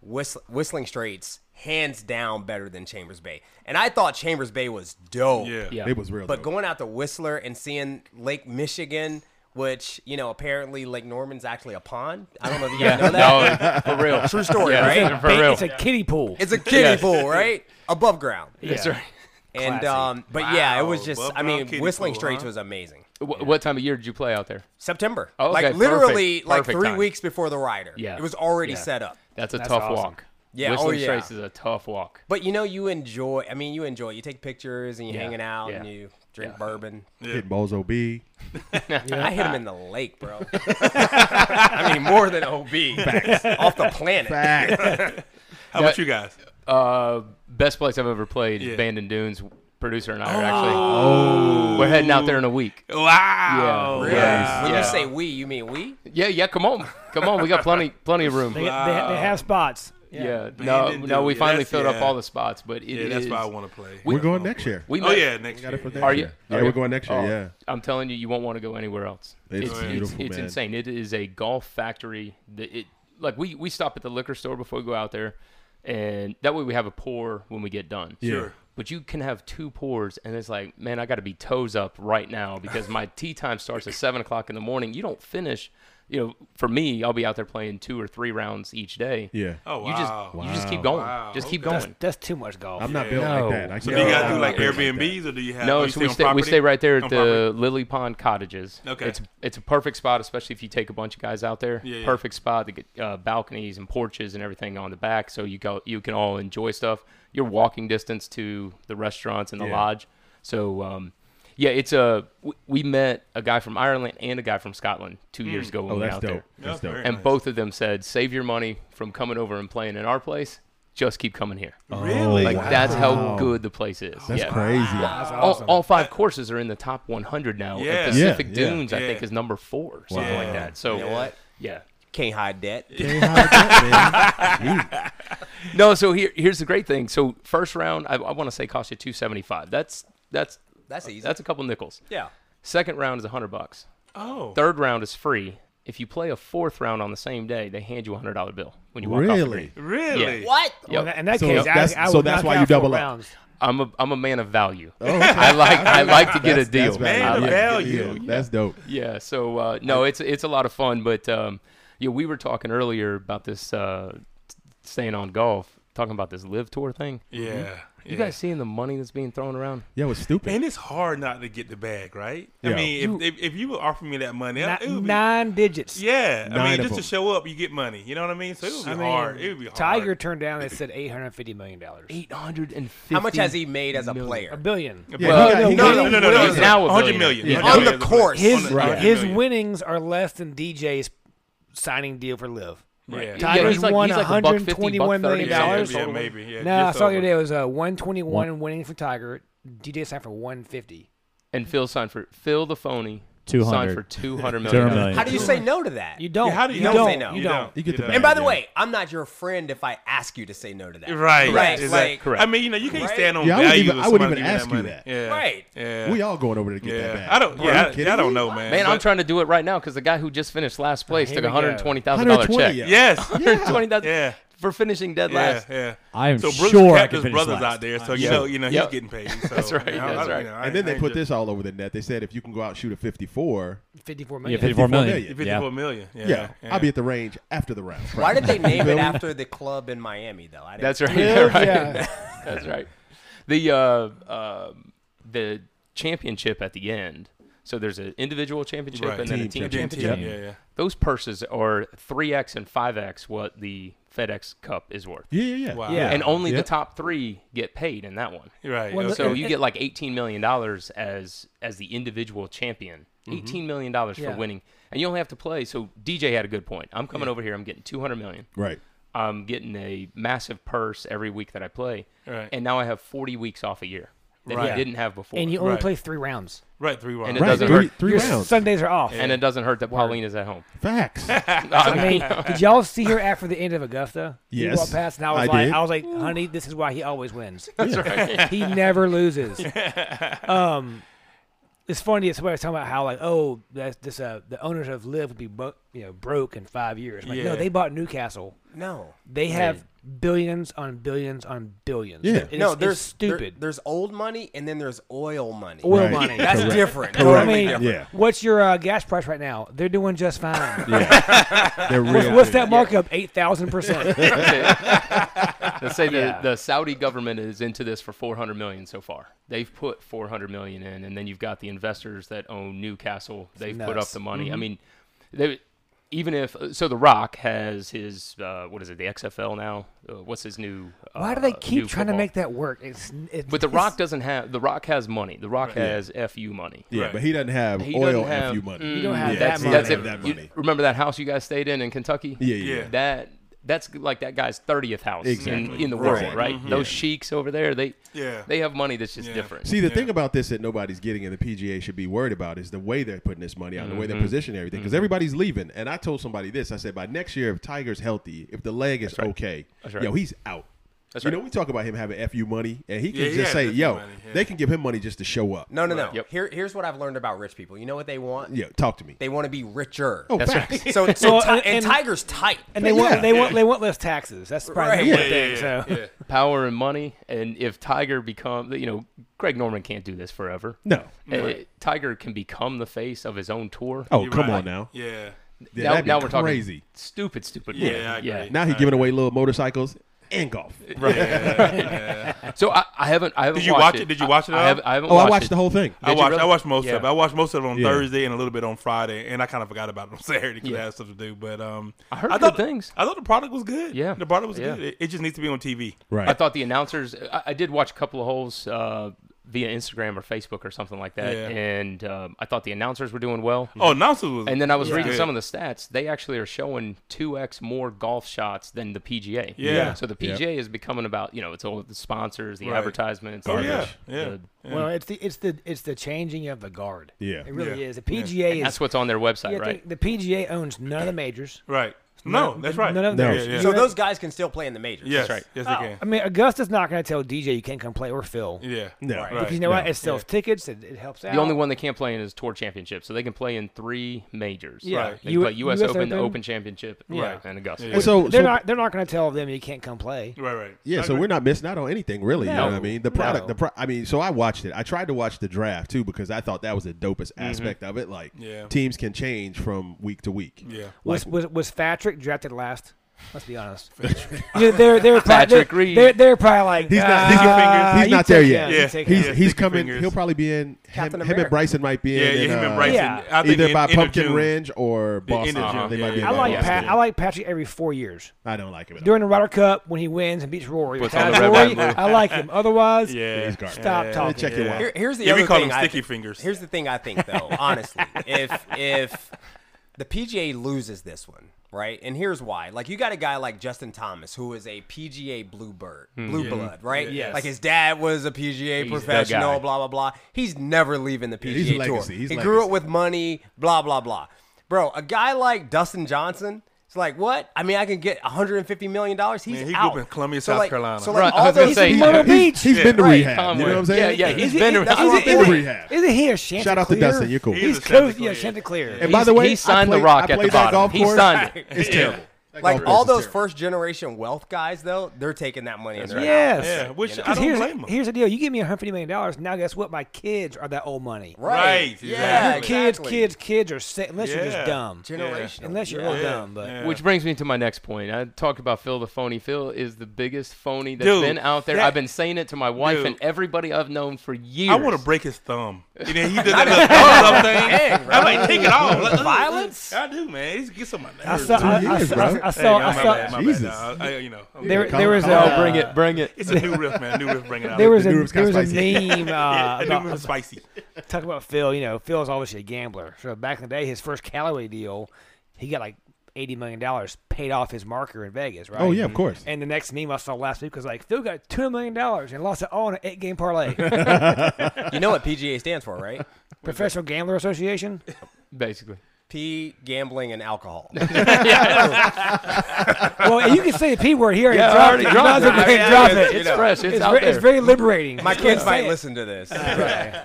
Speaker 7: Whist- Whistling Straits, hands down better than Chambers Bay. And I thought Chambers Bay was dope,
Speaker 5: yeah,
Speaker 1: yeah.
Speaker 6: It was real.
Speaker 7: But
Speaker 6: dope.
Speaker 7: going out to Whistler and seeing Lake Michigan which you know apparently Lake Norman's actually a pond. I don't know if you
Speaker 1: Yeah,
Speaker 7: guys know that.
Speaker 1: no, for real.
Speaker 7: True story,
Speaker 1: Yeah,
Speaker 7: right?
Speaker 1: for real.
Speaker 3: It's a kiddie pool.
Speaker 7: It's a kiddie pool, right? Above ground.
Speaker 1: That's right.
Speaker 7: And um, but yeah, it was
Speaker 5: Wow,
Speaker 7: just
Speaker 5: above
Speaker 7: I
Speaker 5: ground
Speaker 7: mean,
Speaker 5: kiddie
Speaker 7: Whistling
Speaker 5: pool,
Speaker 7: Straits
Speaker 5: huh?
Speaker 7: was amazing.
Speaker 1: Wh- What time of year did you play out there?
Speaker 7: September,
Speaker 1: Oh, okay,
Speaker 7: like literally
Speaker 1: perfect,
Speaker 7: like
Speaker 1: perfect
Speaker 7: three
Speaker 1: time.
Speaker 7: weeks before the rider.
Speaker 1: Yeah,
Speaker 7: it was already
Speaker 1: yeah.
Speaker 7: set up.
Speaker 1: That's a tough
Speaker 3: awesome.
Speaker 1: walk.
Speaker 7: Yeah, oh,
Speaker 1: Whistling
Speaker 7: yeah.
Speaker 1: Straits is a tough walk.
Speaker 7: But you know, you enjoy. I mean, you enjoy. You take pictures and you're
Speaker 1: Yeah,
Speaker 7: hanging out and
Speaker 1: yeah.
Speaker 7: you drink bourbon.
Speaker 6: Hit Bozo B.
Speaker 7: I hit him in the lake, bro. I mean, more than OB. Off the planet.
Speaker 6: Back.
Speaker 5: How about you guys?
Speaker 1: Uh, best place I've ever played is
Speaker 5: Yeah.
Speaker 1: Bandon Dunes. Producer and I are actually. Oh. We're heading out there in a week.
Speaker 5: Wow.
Speaker 1: Yeah.
Speaker 7: Really?
Speaker 1: Yeah.
Speaker 7: When
Speaker 1: Yeah.
Speaker 7: you say we, you mean we?
Speaker 1: Yeah, yeah. Come on, come on. We got plenty, plenty of room.
Speaker 3: They, they, they have spots.
Speaker 1: Yeah. No,
Speaker 5: Bandon
Speaker 1: no. We
Speaker 5: Dunes.
Speaker 1: finally
Speaker 5: That's-
Speaker 1: filled up
Speaker 5: yeah.
Speaker 1: all the spots, but it is.
Speaker 5: Yeah, that's why I want to play.
Speaker 6: We're going next year.
Speaker 1: We
Speaker 5: Oh
Speaker 1: met-
Speaker 5: yeah, next year.
Speaker 6: next
Speaker 1: Are you?
Speaker 6: year. Yeah,
Speaker 1: okay.
Speaker 6: we're going next year.
Speaker 1: Oh,
Speaker 6: yeah.
Speaker 1: I'm telling you, you won't want to go anywhere else.
Speaker 6: It's beautiful,
Speaker 1: It's,
Speaker 6: man.
Speaker 1: insane. It is a golf factory. The- It like we we stop at the liquor store before we go out there, and that way we have a pour when we get done.
Speaker 6: Yeah.
Speaker 5: Sure.
Speaker 1: But you can have two pours, and it's like, man, I got to be toes up right now because my tea time starts at seven o'clock in the morning. You don't finish. You know, for me, I'll be out there playing two or three rounds each day.
Speaker 6: Yeah.
Speaker 5: Oh wow.
Speaker 1: You just you just keep going.
Speaker 5: Wow,
Speaker 1: Just keep
Speaker 5: okay.
Speaker 1: going.
Speaker 3: That's too much golf.
Speaker 6: I'm not built like
Speaker 1: No.
Speaker 6: that. I
Speaker 5: So
Speaker 6: can't
Speaker 5: do you
Speaker 6: do
Speaker 5: guys
Speaker 6: that.
Speaker 5: do like
Speaker 6: I'm not built
Speaker 5: Airbnbs or do you have?
Speaker 1: No,
Speaker 5: Uh, oh, you
Speaker 1: so we
Speaker 5: on
Speaker 1: stay we
Speaker 5: property?
Speaker 1: stay right there at
Speaker 5: On
Speaker 1: the
Speaker 5: property?
Speaker 1: Lily Pond Cottages.
Speaker 5: Okay.
Speaker 1: it's it's a perfect spot, especially if you take a bunch of guys out there.
Speaker 5: Yeah, yeah.
Speaker 1: perfect spot to get uh, balconies and porches and everything on the back, so you go you can all enjoy stuff. You're walking distance to the restaurants and the
Speaker 6: Yeah.
Speaker 1: lodge, so. Um, yeah, it's a. w- We met a guy from Ireland and a guy from Scotland two years
Speaker 5: Hmm.
Speaker 1: ago when
Speaker 6: Oh,
Speaker 1: we were
Speaker 6: that's
Speaker 1: out
Speaker 6: dope.
Speaker 1: there,
Speaker 6: That's
Speaker 5: Yeah,
Speaker 6: dope.
Speaker 5: very-
Speaker 1: and
Speaker 5: nice.
Speaker 1: both of them said, "Save your money from coming over and playing in our place. Just keep coming here.
Speaker 5: Really?
Speaker 1: Like
Speaker 6: Oh, wow.
Speaker 1: that's how good the place is.
Speaker 6: That's
Speaker 1: yeah.
Speaker 6: crazy.
Speaker 1: All, all five courses are in the top 100 now. and
Speaker 5: Uh, Yeah.
Speaker 1: Pacific
Speaker 6: Yeah, yeah.
Speaker 1: Dunes, I
Speaker 5: Yeah.
Speaker 1: think, is number four, or something like that. So
Speaker 7: You know what?
Speaker 1: Yeah.
Speaker 7: Can't hide that.
Speaker 1: No. So here, here's the great thing. So first round, I, I want to say cost you 275. That's that's
Speaker 7: That's easy.
Speaker 1: that's a couple nickels.
Speaker 7: yeah.
Speaker 1: Second round is 100 bucks.
Speaker 5: Oh.
Speaker 1: Third round is free. If you play a fourth round on the same day, they hand you a hundred dollar bill when you walk off the
Speaker 6: Really? Oh,
Speaker 1: green.
Speaker 5: Really?
Speaker 1: Yeah.
Speaker 7: What?
Speaker 3: Well, in that- in that
Speaker 6: So
Speaker 3: case,
Speaker 6: that's-
Speaker 3: I, I
Speaker 6: so
Speaker 3: would
Speaker 6: that's
Speaker 3: knock
Speaker 6: why
Speaker 3: out
Speaker 6: you double
Speaker 3: four
Speaker 6: up.
Speaker 3: rounds.
Speaker 1: I'm a I'm a man of value.
Speaker 6: Oh, okay.
Speaker 1: I like I like to get a deal.
Speaker 6: That's value.
Speaker 5: Man of
Speaker 1: I like-
Speaker 5: value.
Speaker 6: Yeah, That's dope.
Speaker 1: Yeah, so uh, no, it's it's a lot of fun, but um, yeah, we were talking earlier about this uh, t- staying on golf, talking about this live tour thing.
Speaker 5: Yeah.
Speaker 1: You guys seeing the money that's being thrown around?
Speaker 6: Yeah, it was stupid.
Speaker 5: And it's hard not to get the bag, right?
Speaker 6: Yeah.
Speaker 5: I mean, if, if, if you would offer me that money, I- it
Speaker 3: Ni-
Speaker 5: would be,
Speaker 3: Nine digits.
Speaker 5: yeah. I
Speaker 6: Nine
Speaker 5: mean,
Speaker 6: of
Speaker 5: just to
Speaker 6: them.
Speaker 5: show up, you get money. You know what I mean? So it would be
Speaker 3: I mean,
Speaker 5: hard. It would be hard.
Speaker 3: Tiger turned down. They said eight hundred fifty million dollars.
Speaker 1: Eight hundred and fifty.
Speaker 7: How much has he made as a
Speaker 3: A
Speaker 7: player?
Speaker 3: billion.
Speaker 6: Yeah,
Speaker 1: Well,
Speaker 6: he got- he
Speaker 5: No,
Speaker 6: got-
Speaker 5: no, no, no, no.
Speaker 1: He's now a
Speaker 5: 100
Speaker 1: billionaire.
Speaker 5: million.
Speaker 1: Yeah.
Speaker 5: $100
Speaker 7: On the
Speaker 5: million.
Speaker 7: course.
Speaker 3: His
Speaker 5: On the-
Speaker 6: Right.
Speaker 3: his
Speaker 5: million.
Speaker 3: winnings are less than DJ's signing deal for Live.
Speaker 5: Yeah.
Speaker 1: Yeah,
Speaker 3: Tiger's
Speaker 1: he's like-
Speaker 3: won
Speaker 1: he's like a buck fifty, buck
Speaker 3: 121 million
Speaker 1: thirty
Speaker 5: Yeah,
Speaker 3: dollars.
Speaker 1: something.
Speaker 5: yeah, maybe. Yeah,
Speaker 3: no, I
Speaker 5: just
Speaker 3: saw the
Speaker 5: over.
Speaker 3: other day it was uh, one twenty one winning for Tiger. DJ signed for one fifty.
Speaker 1: And Phil signed for Phil the phony.
Speaker 8: 200.
Speaker 1: Signed for two hundred
Speaker 8: Two
Speaker 1: million.
Speaker 8: million.
Speaker 7: How do you say no to that?
Speaker 3: You don't.
Speaker 5: Yeah, how do you,
Speaker 3: you
Speaker 7: don't
Speaker 3: don't.
Speaker 7: say no?
Speaker 3: You don't.
Speaker 6: You get the
Speaker 5: don't.
Speaker 6: bag.
Speaker 7: And by the
Speaker 6: Yeah.
Speaker 7: way, I'm not your friend if I ask you to say no to that.
Speaker 5: Right.
Speaker 7: Right.
Speaker 5: Exactly.
Speaker 7: Like,
Speaker 1: Correct.
Speaker 5: I mean, you know, you can't
Speaker 7: Right.
Speaker 5: stand on
Speaker 6: Yeah, I
Speaker 5: value.
Speaker 6: wouldn't even-
Speaker 5: if
Speaker 6: I wouldn't
Speaker 5: somebody
Speaker 6: even
Speaker 5: give
Speaker 6: ask you
Speaker 5: money.
Speaker 6: that.
Speaker 5: Yeah.
Speaker 7: Right.
Speaker 5: Yeah.
Speaker 6: We all going over there to get that
Speaker 5: Yeah.
Speaker 6: back.
Speaker 5: I don't.
Speaker 6: Are you
Speaker 5: Yeah. I-
Speaker 6: kidding
Speaker 5: yeah, I don't
Speaker 6: me?
Speaker 5: know, man.
Speaker 1: Man, I'm
Speaker 5: but-
Speaker 1: trying to do it right now because the guy who just finished last place took
Speaker 3: we
Speaker 1: a
Speaker 3: go.
Speaker 1: hundred twenty thousand dollar
Speaker 6: 120,
Speaker 1: check.
Speaker 6: yeah.
Speaker 5: Yes.
Speaker 1: Hundred twenty thousand
Speaker 5: Yeah.
Speaker 1: for finishing dead
Speaker 5: Yeah.
Speaker 1: last.
Speaker 5: Yeah.
Speaker 8: I am
Speaker 5: So Brooks
Speaker 8: sure I
Speaker 5: got
Speaker 8: can
Speaker 5: his
Speaker 8: finish
Speaker 5: brothers
Speaker 8: last.
Speaker 5: out there, so
Speaker 8: I'm
Speaker 5: you
Speaker 8: sure.
Speaker 5: know, you know,
Speaker 1: Yep.
Speaker 5: he's getting paid. So,
Speaker 1: That's right,
Speaker 5: you know, I
Speaker 1: that's
Speaker 5: don't-
Speaker 1: right.
Speaker 5: you know, I-
Speaker 6: And then
Speaker 5: I
Speaker 6: they put
Speaker 5: just-
Speaker 6: this all over the net. They said if you can go out and shoot a 54,
Speaker 3: Fifty four
Speaker 8: Yeah,
Speaker 3: million.
Speaker 8: 54 million.
Speaker 6: million.
Speaker 8: Yeah.
Speaker 5: fifty-four million. Yeah.
Speaker 6: yeah,
Speaker 5: yeah.
Speaker 6: I'll be at the range after the round.
Speaker 7: Why did they name
Speaker 6: Really?
Speaker 7: it after the club in Miami though? I didn't
Speaker 1: That's right. right. That's right. The uh, uh, the championship at the end. So there's an individual championship
Speaker 5: Right.
Speaker 1: and then a team
Speaker 6: Team
Speaker 1: championship.
Speaker 5: Yeah,
Speaker 6: Yep.
Speaker 5: yeah, yeah.
Speaker 1: Those purses are 3x and 5x what the FedEx Cup is worth.
Speaker 6: Yeah, yeah, yeah.
Speaker 5: Wow.
Speaker 3: Yeah.
Speaker 1: And only
Speaker 6: Yep.
Speaker 1: the top 3 get paid in that one.
Speaker 5: You're Right.
Speaker 3: Well,
Speaker 5: okay.
Speaker 1: So you get like 18 million dollars as as the individual champion. 18 million dollars
Speaker 3: Yeah.
Speaker 1: for winning. And you only have to play. So DJ had a good point. I'm coming over here, I'm getting 200 million.
Speaker 6: Right.
Speaker 1: I'm getting a massive purse every week that I play.
Speaker 5: Right.
Speaker 1: And now I have 40 weeks off a year that I
Speaker 5: Right.
Speaker 1: didn't have before.
Speaker 3: And you only
Speaker 5: Right.
Speaker 3: play three rounds.
Speaker 5: right three rounds.
Speaker 1: and it
Speaker 6: Right.
Speaker 1: doesn't
Speaker 6: Three,
Speaker 1: hurt.
Speaker 6: three
Speaker 3: Your
Speaker 6: rounds.
Speaker 3: Sundays are off.
Speaker 1: and it doesn't hurt that Pauline is at home.
Speaker 6: Facts.
Speaker 3: I mean, did y'all see her after the end of Augusta? He
Speaker 6: Yes,
Speaker 3: walked past, and I was
Speaker 6: I
Speaker 3: like,
Speaker 6: did.
Speaker 3: I was like, honey, this is why he always wins. he never loses. um, it's funny. It's somebody was talking about how like, oh, that's this uh, the owners of Live would be bo- you know broke in five years. Like,
Speaker 5: Yeah.
Speaker 3: no, they bought Newcastle.
Speaker 7: No.
Speaker 3: They have billions on billions on billions.
Speaker 6: Yeah.
Speaker 3: It is-
Speaker 7: no,
Speaker 3: it's
Speaker 7: there's there-
Speaker 3: stupid.
Speaker 7: there's old money and then there's oil money.
Speaker 3: Oil
Speaker 6: Right.
Speaker 3: money.
Speaker 7: That's
Speaker 6: Correct.
Speaker 7: different.
Speaker 6: Correct.
Speaker 3: I
Speaker 7: Totally
Speaker 3: mean,
Speaker 7: different.
Speaker 6: Yeah.
Speaker 3: what's your uh, gas price right now? They're doing just fine.
Speaker 6: They're
Speaker 3: What's,
Speaker 6: real
Speaker 3: what's
Speaker 6: big.
Speaker 3: that markup? Eight thousand percent.
Speaker 1: Let's say the, the Saudi government is into this for 400 million so far. They've put 400 million in, and then you've got the investors that own Newcastle. They've put up
Speaker 3: nuts.
Speaker 1: the money.
Speaker 5: Mm-hmm.
Speaker 1: I mean, they even if uh, so, The Rock has his uh, what is it? The XFL now. Uh, what's his new? Uh,
Speaker 3: Why do they
Speaker 1: new
Speaker 3: keep trying to
Speaker 1: football?
Speaker 3: make that work? It's, it's
Speaker 1: But The
Speaker 3: it's-
Speaker 1: Rock doesn't have. The Rock has money. The Rock has fu money.
Speaker 6: Yeah,
Speaker 5: Right.
Speaker 6: but he doesn't have
Speaker 1: He
Speaker 6: oil
Speaker 1: doesn't have-
Speaker 6: fu money.
Speaker 1: Mm,
Speaker 3: You don't have
Speaker 6: Yeah,
Speaker 3: that
Speaker 6: he
Speaker 3: money.
Speaker 1: That's it.
Speaker 6: doesn't have that
Speaker 1: You-
Speaker 6: money.
Speaker 1: remember that house you guys stayed in in Kentucky?
Speaker 6: Yeah, yeah, yeah.
Speaker 5: Yeah.
Speaker 1: That that's like that guy's thirtieth house in,
Speaker 6: Exactly.
Speaker 1: in the
Speaker 6: Right.
Speaker 1: world, right?
Speaker 6: Mhm.
Speaker 1: Those
Speaker 6: Yeah.
Speaker 1: sheiks over there, they
Speaker 5: Yeah.
Speaker 1: they have money that's just
Speaker 5: Yeah.
Speaker 1: different.
Speaker 6: See, the thing about this that nobody's getting and the PGA should be worried about is the way they're putting this money out, the way they're positioning everything, because everybody's leaving. And I told somebody this. I said, by next year, if Tiger's healthy, if the leg is okay,
Speaker 1: right.
Speaker 6: yo, he's out.
Speaker 1: That's
Speaker 6: you
Speaker 1: right.
Speaker 6: know, we talk about him having fu money, and he can
Speaker 5: Yeah, he
Speaker 6: just
Speaker 5: has
Speaker 6: say,
Speaker 5: FU
Speaker 6: yo,
Speaker 5: money, yeah.
Speaker 6: they can give him money just to show up.
Speaker 7: No, no, no.
Speaker 1: Yep.
Speaker 7: Here, here's what I've learned about rich people. You know what they want?
Speaker 6: Yeah, talk to me.
Speaker 7: They want to be richer.
Speaker 6: oh,
Speaker 1: That's
Speaker 6: facts.
Speaker 7: So, so
Speaker 3: Well,
Speaker 7: Ti-
Speaker 3: and-
Speaker 7: and,
Speaker 3: and-
Speaker 7: Tiger's tight.
Speaker 3: And they want
Speaker 6: Yeah.
Speaker 3: they want they want less taxes. That's probably
Speaker 7: Right.
Speaker 3: the one
Speaker 5: Yeah,
Speaker 3: thing.
Speaker 5: yeah,
Speaker 3: so
Speaker 5: yeah, yeah.
Speaker 1: Power and money, and if Tiger become, you know, Greg Norman can't do this forever.
Speaker 6: No.
Speaker 1: Uh, Tiger can become the face of his own tour.
Speaker 6: Oh,
Speaker 5: You're
Speaker 6: come
Speaker 5: right.
Speaker 6: on now.
Speaker 5: Yeah.
Speaker 6: Yeah,
Speaker 1: now
Speaker 6: that'd be
Speaker 1: now we're talking
Speaker 6: crazy.
Speaker 1: stupid, stupid.
Speaker 5: Yeah,
Speaker 1: money.
Speaker 5: I agree.
Speaker 1: yeah.
Speaker 6: Now he's giving away little motorcycles and golf.
Speaker 1: So I, I haven't. I haven't.
Speaker 5: Did you
Speaker 1: watched
Speaker 5: watch it? Did you watch it at
Speaker 1: I,
Speaker 5: all?
Speaker 1: have, I haven't.
Speaker 6: Oh,
Speaker 1: watched
Speaker 6: I watched
Speaker 1: it.
Speaker 6: the whole thing.
Speaker 5: I
Speaker 1: Did you
Speaker 5: watched.
Speaker 1: really?
Speaker 5: I watched most
Speaker 1: Yeah.
Speaker 5: of it. I watched most of it on
Speaker 6: Yeah.
Speaker 5: Thursday and a little bit on Friday, and I kind of forgot about it on Saturday because I
Speaker 1: Yeah.
Speaker 5: had stuff to do. But um,
Speaker 1: I heard good
Speaker 5: thought,
Speaker 1: things.
Speaker 5: I thought the product was good.
Speaker 1: Yeah.
Speaker 5: the product was
Speaker 1: Yeah.
Speaker 5: good. It, it just needs to be on TV.
Speaker 6: Right.
Speaker 1: I thought the announcers. I, I did watch a couple of holes uh, via Instagram or Facebook or something like that,
Speaker 5: Yeah.
Speaker 1: and um, I thought the announcers were doing well.
Speaker 5: Oh, announcers was.
Speaker 1: And then I was
Speaker 5: Yeah.
Speaker 1: reading
Speaker 5: Yeah.
Speaker 1: some of the stats. They actually are showing two x more golf shots than the PGA.
Speaker 5: Yeah.
Speaker 1: So the
Speaker 6: Yeah.
Speaker 1: PGA is becoming about you know it's all the sponsors, the
Speaker 5: Right.
Speaker 1: advertisements.
Speaker 5: Oh
Speaker 1: the-
Speaker 5: yeah, yeah.
Speaker 1: the-
Speaker 3: well, it's the it's the it's the changing of the guard.
Speaker 6: Yeah.
Speaker 3: it really
Speaker 5: Yeah.
Speaker 3: is. The PGA is
Speaker 1: that's what's on their website,
Speaker 3: yeah, I
Speaker 1: right?
Speaker 3: think the PGA owns none of the majors.
Speaker 5: Right. No, that's right.
Speaker 3: None of
Speaker 6: No.
Speaker 3: the
Speaker 6: Yeah,
Speaker 3: majors.
Speaker 5: yeah.
Speaker 7: So those guys can still play in the majors.
Speaker 5: Yes,
Speaker 1: right.
Speaker 5: Yes, they can.
Speaker 3: Oh, I mean, Augusta's not going to tell DJ you can't come play or Phil.
Speaker 5: Yeah.
Speaker 6: No.
Speaker 5: Right.
Speaker 3: Because you know what? It sells tickets. It, it helps out.
Speaker 1: The only one they can't play in is Tour Championship, so they can play in three majors.
Speaker 3: Yeah. Right.
Speaker 1: They
Speaker 3: U-
Speaker 1: can play U.S.
Speaker 3: US
Speaker 1: Open, the
Speaker 3: Open?
Speaker 1: Open Championship,
Speaker 3: Yeah.
Speaker 1: and Augusta.
Speaker 6: And so,
Speaker 3: They're
Speaker 6: so-
Speaker 3: not. They're not going to tell them you can't come play.
Speaker 5: Right. Right.
Speaker 6: Yeah, so we're not missing out on anything really. You know what I
Speaker 3: No,
Speaker 6: mean? The product,
Speaker 3: no.
Speaker 6: the pro- I mean, so I watched it. I tried to watch the draft too because I thought that was the dopest aspect of it. Like
Speaker 5: Mm-hmm. Yeah.
Speaker 6: teams can change from week to week.
Speaker 5: Yeah.
Speaker 3: Was was was Patrick drafted last? Let's be honest. yeah, they're they're probably,
Speaker 1: Patrick
Speaker 3: they're,
Speaker 1: Reed.
Speaker 3: They're, they're probably like
Speaker 6: He's not-
Speaker 5: he's-
Speaker 3: "Ah,
Speaker 6: he's
Speaker 3: you
Speaker 6: not there
Speaker 3: take
Speaker 6: yet.
Speaker 3: him, you
Speaker 5: Yeah.
Speaker 3: take
Speaker 6: He's
Speaker 3: him."
Speaker 6: he's
Speaker 5: Sticky
Speaker 6: coming.
Speaker 5: fingers.
Speaker 6: He'll probably be in. Him,
Speaker 7: Captain
Speaker 6: him and
Speaker 7: America.
Speaker 6: Bryson might be in.
Speaker 5: Yeah.
Speaker 6: in,
Speaker 5: Yeah. Him and
Speaker 6: uh,
Speaker 5: Bryson.
Speaker 3: yeah.
Speaker 5: I think
Speaker 6: Either
Speaker 5: in-
Speaker 6: by
Speaker 5: end of
Speaker 6: Pumpkin
Speaker 5: June.
Speaker 6: Ridge or Boston,
Speaker 5: end of June,
Speaker 6: they
Speaker 5: yeah,
Speaker 6: might be.
Speaker 5: yeah.
Speaker 6: in
Speaker 3: I
Speaker 6: by
Speaker 3: like
Speaker 6: Boston.
Speaker 3: Pat. I like Patrick every four years.
Speaker 6: I don't like him. At all.
Speaker 3: During the Ryder Cup, when he wins and beats Rory,
Speaker 1: Puts
Speaker 3: Pat
Speaker 1: on the red
Speaker 3: Rory,
Speaker 1: button.
Speaker 3: I like him. Otherwise,
Speaker 5: Yeah.
Speaker 6: He's garbage.
Speaker 3: stop
Speaker 5: Yeah.
Speaker 3: talking.
Speaker 6: Check your
Speaker 5: Yeah.
Speaker 6: watch.
Speaker 7: Here- here's the
Speaker 5: Yeah,
Speaker 7: other
Speaker 5: we call
Speaker 7: thing
Speaker 5: them
Speaker 7: I
Speaker 5: sticky
Speaker 7: think-
Speaker 5: fingers.
Speaker 7: Here's the thing I think though, honestly, if if the PGA loses this one, right? And here's why: like you got a guy like Justin Thomas, who is a PGA bluebird,
Speaker 5: Hmm.
Speaker 7: blue blood, right?
Speaker 3: Yes.
Speaker 7: Like his dad was a PGA
Speaker 1: He's the guy.
Speaker 7: professional, blah blah blah. He's never leaving the
Speaker 6: he's
Speaker 7: PGA tour.
Speaker 6: legacy. He's
Speaker 7: he grew up
Speaker 6: legacy.
Speaker 7: with money, blah blah blah. Bro, a guy like Dustin Johnson. It's like what? I mean, I can get 150 million dollars. He's
Speaker 5: Man, he grew
Speaker 7: out.
Speaker 5: up in Columbia,
Speaker 7: so
Speaker 5: South
Speaker 7: like,
Speaker 5: Carolina.
Speaker 7: So like
Speaker 1: Right, I
Speaker 7: all
Speaker 1: was gonna
Speaker 7: those
Speaker 1: say,
Speaker 6: He's-
Speaker 1: Myrtle
Speaker 6: he's-
Speaker 3: Beach.
Speaker 6: He's been to
Speaker 7: Right.
Speaker 6: rehab. You know
Speaker 1: Conway.
Speaker 6: what I'm saying?
Speaker 1: Yeah, yeah,
Speaker 6: He's
Speaker 1: he's
Speaker 3: Is it-
Speaker 1: been
Speaker 7: that's
Speaker 1: around.
Speaker 7: what
Speaker 6: been to rehab.
Speaker 3: Is it here? Chanticleer?
Speaker 6: Shout out to Dustin. You're cool.
Speaker 5: He's
Speaker 3: He's
Speaker 5: a
Speaker 3: close. Yeah,
Speaker 5: Chanticleer.
Speaker 3: Chanticleer.
Speaker 6: And by the way,
Speaker 1: he signed
Speaker 6: I played,
Speaker 1: the rock
Speaker 6: I
Speaker 1: at
Speaker 6: played
Speaker 1: the
Speaker 6: that
Speaker 1: bottom.
Speaker 6: golf
Speaker 1: He
Speaker 6: course.
Speaker 1: signed it.
Speaker 6: It's terrible. That golf
Speaker 7: like
Speaker 6: course
Speaker 7: all
Speaker 6: is
Speaker 7: those
Speaker 6: terrible.
Speaker 7: first generation wealth guys though they're taking that money and they're
Speaker 3: Yes.
Speaker 5: Yeah. Which I
Speaker 3: 'Cause
Speaker 5: don't
Speaker 3: here's,
Speaker 5: blame him.
Speaker 3: here's the deal. You give me $150 million. Now, guess what? My kids are that old money.
Speaker 7: out. right,
Speaker 5: Right,
Speaker 7: yeah
Speaker 5: exactly.
Speaker 3: Kids,
Speaker 7: exactly.
Speaker 3: kids, kids are sick. Unless you're
Speaker 5: Yeah.
Speaker 3: just dumb.
Speaker 7: generational
Speaker 3: Unless you're
Speaker 7: Yeah.
Speaker 3: real dumb. But
Speaker 5: Yeah.
Speaker 1: Which brings me to my next point. I talked about Phil the phony. Phil is the biggest phony that's
Speaker 5: Dude,
Speaker 1: been out there.
Speaker 5: that-
Speaker 1: I've been saying it to my wife
Speaker 5: Dude.
Speaker 1: and everybody I've known for years.
Speaker 5: I want to break his thumb. And then he did that little thumb up thing. I'm like, take it off. Like, ugh,
Speaker 7: Violence?
Speaker 5: ugh. I do, man. He's get some of my
Speaker 3: I
Speaker 5: nerves.
Speaker 3: saw,
Speaker 5: dude.
Speaker 3: I, I
Speaker 6: years,
Speaker 3: saw,
Speaker 6: bro.
Speaker 3: I
Speaker 5: Hey,
Speaker 3: saw,
Speaker 5: my
Speaker 3: I
Speaker 5: bad,
Speaker 3: saw,
Speaker 5: my bad.
Speaker 6: Jesus.
Speaker 5: Nah, I- you know, I'm
Speaker 3: there,
Speaker 5: good.
Speaker 3: there was
Speaker 6: Come
Speaker 3: a,
Speaker 6: on.
Speaker 1: Oh, bring it, bring it.
Speaker 5: it's a new riff, man. New riff, bring it out.
Speaker 3: there was
Speaker 6: The
Speaker 3: a,
Speaker 6: new room's
Speaker 3: there was
Speaker 6: kinda
Speaker 3: a
Speaker 6: spicy.
Speaker 3: meme uh,
Speaker 5: a new
Speaker 3: about,
Speaker 5: riff, spicy.
Speaker 3: talk about Phil. You know, Phil's obviously a gambler. So back in the day, his first Callaway deal, he got like eighty million dollars paid off his marker in Vegas, right?
Speaker 6: Oh yeah, of course.
Speaker 3: And the next meme I saw last week was like Phil got two million dollars and lost it all in an eight-game parlay.
Speaker 7: you know what pga stands for right
Speaker 3: Professional Gambler Association.
Speaker 1: Basically.
Speaker 7: Pee, gambling, and alcohol.
Speaker 3: Well, you can say the P word here.
Speaker 1: Yeah, I
Speaker 3: and
Speaker 1: already
Speaker 3: drop
Speaker 1: dropped
Speaker 3: it. You
Speaker 1: it.
Speaker 3: might as well go ahead and
Speaker 7: I
Speaker 3: drop
Speaker 7: mean,
Speaker 3: it.
Speaker 7: you
Speaker 1: It's
Speaker 7: know.
Speaker 1: fresh. It's,
Speaker 3: It's,
Speaker 1: out
Speaker 3: ve-
Speaker 1: there.
Speaker 3: it's very liberating.
Speaker 7: My
Speaker 3: You
Speaker 7: kids
Speaker 3: can't
Speaker 7: might
Speaker 3: say it.
Speaker 7: listen to this.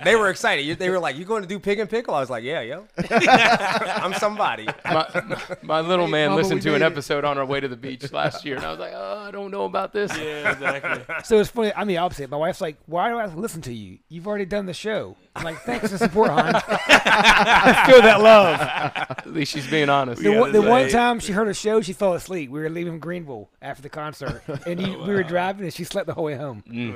Speaker 7: They were excited. You- They were like, "You going to do pig and pickle?" I was like, "Yeah, yo, I'm somebody."
Speaker 1: my, my little man
Speaker 6: Mama,
Speaker 1: listened
Speaker 6: we
Speaker 1: to an
Speaker 6: made it.
Speaker 1: episode on our way to the beach last year, and I was like, oh, I don't know about this.
Speaker 5: Yeah, exactly.
Speaker 3: So it's funny. I'm the opposite. My wife's like, "Why do I have to listen to you? You've already done the show." I'm like, "Thanks for the support, hon." Feel that love.
Speaker 1: At least she's being honest.
Speaker 3: The,
Speaker 5: Yeah,
Speaker 3: one, the
Speaker 5: that's
Speaker 3: one
Speaker 5: right.
Speaker 3: time she heard a show, she fell asleep. We were leaving Greenville after the concert, and you, we were driving, and she slept the whole way home.
Speaker 5: Well, you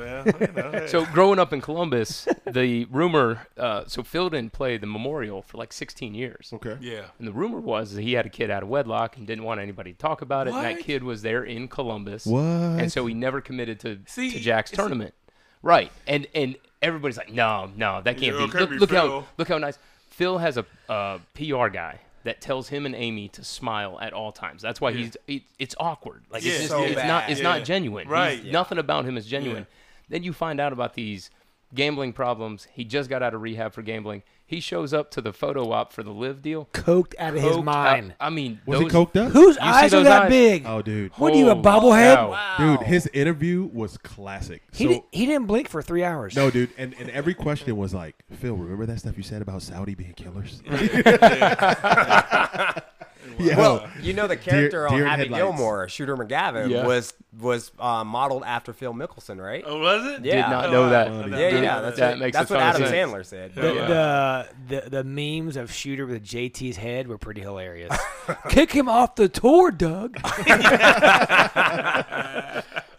Speaker 5: know, hey.
Speaker 1: So growing up in Columbus, the rumor, uh, so Fielden played the Memorial for like 16 years.
Speaker 6: Okay.
Speaker 5: yeah.
Speaker 1: And the rumor was that he had a kid out of wedlock and didn't want anybody to talk about it. And that
Speaker 5: What?
Speaker 1: kid was there in Columbus.
Speaker 6: What?
Speaker 1: And so he never committed to,
Speaker 5: See,
Speaker 1: to Jack's
Speaker 5: it's-
Speaker 1: tournament. Right. And and everybody's like, no, no, that can't
Speaker 5: Yeah,
Speaker 1: be.
Speaker 5: okay,
Speaker 1: Look,
Speaker 5: be
Speaker 1: look how
Speaker 5: Phil.
Speaker 1: look how nice. Phil has a uh, PR guy that tells him and Amy to smile at all times. That's why he's it, it's awkward. Like
Speaker 5: Yeah.
Speaker 1: it's, just,
Speaker 5: So
Speaker 1: it's
Speaker 7: bad.
Speaker 1: not it's
Speaker 5: Yeah.
Speaker 1: not genuine. He's-
Speaker 5: Right. Yeah.
Speaker 1: Nothing about him is genuine. Then you find out about these gambling problems. He just got out of rehab for gambling. He shows up to the photo op for the live deal
Speaker 3: Coked out of his
Speaker 1: coked
Speaker 3: mind.
Speaker 1: up. I mean,
Speaker 6: Was
Speaker 1: those,
Speaker 6: he coked up?
Speaker 3: Whose
Speaker 1: You see
Speaker 3: eyes are
Speaker 1: those
Speaker 3: that
Speaker 1: eyes?
Speaker 3: big?
Speaker 6: Oh, dude.
Speaker 3: What are you, a
Speaker 1: Holy
Speaker 3: bobblehead?
Speaker 1: cow.
Speaker 6: Dude, his interview was classic.
Speaker 3: He,
Speaker 6: so,
Speaker 3: di- he didn't blink for three hours.
Speaker 6: no, dude, and, and every question was like, Phil, remember that stuff you said about Saudi being killers? yeah.
Speaker 7: Well, you know the character
Speaker 6: deer in
Speaker 7: on Happy
Speaker 6: headlights.
Speaker 7: Gilmore, Shooter McGavin,
Speaker 1: Yeah.
Speaker 7: was was uh, modeled after Phil Mickelson, right?
Speaker 5: Oh, was it?
Speaker 1: Did
Speaker 7: Yeah.
Speaker 1: not
Speaker 5: Oh,
Speaker 1: know
Speaker 5: I-
Speaker 1: that.
Speaker 5: I
Speaker 7: yeah,
Speaker 5: didn't
Speaker 7: yeah,
Speaker 5: know
Speaker 7: that's,
Speaker 5: that.
Speaker 1: That
Speaker 7: it.
Speaker 1: makes
Speaker 7: that's
Speaker 1: a
Speaker 7: what
Speaker 1: ton of
Speaker 7: Adam
Speaker 1: sense.
Speaker 7: Sandler said.
Speaker 5: Yeah.
Speaker 3: The, the, the the memes of Shooter with JT's head were pretty hilarious. Kick him off the tour, Doug.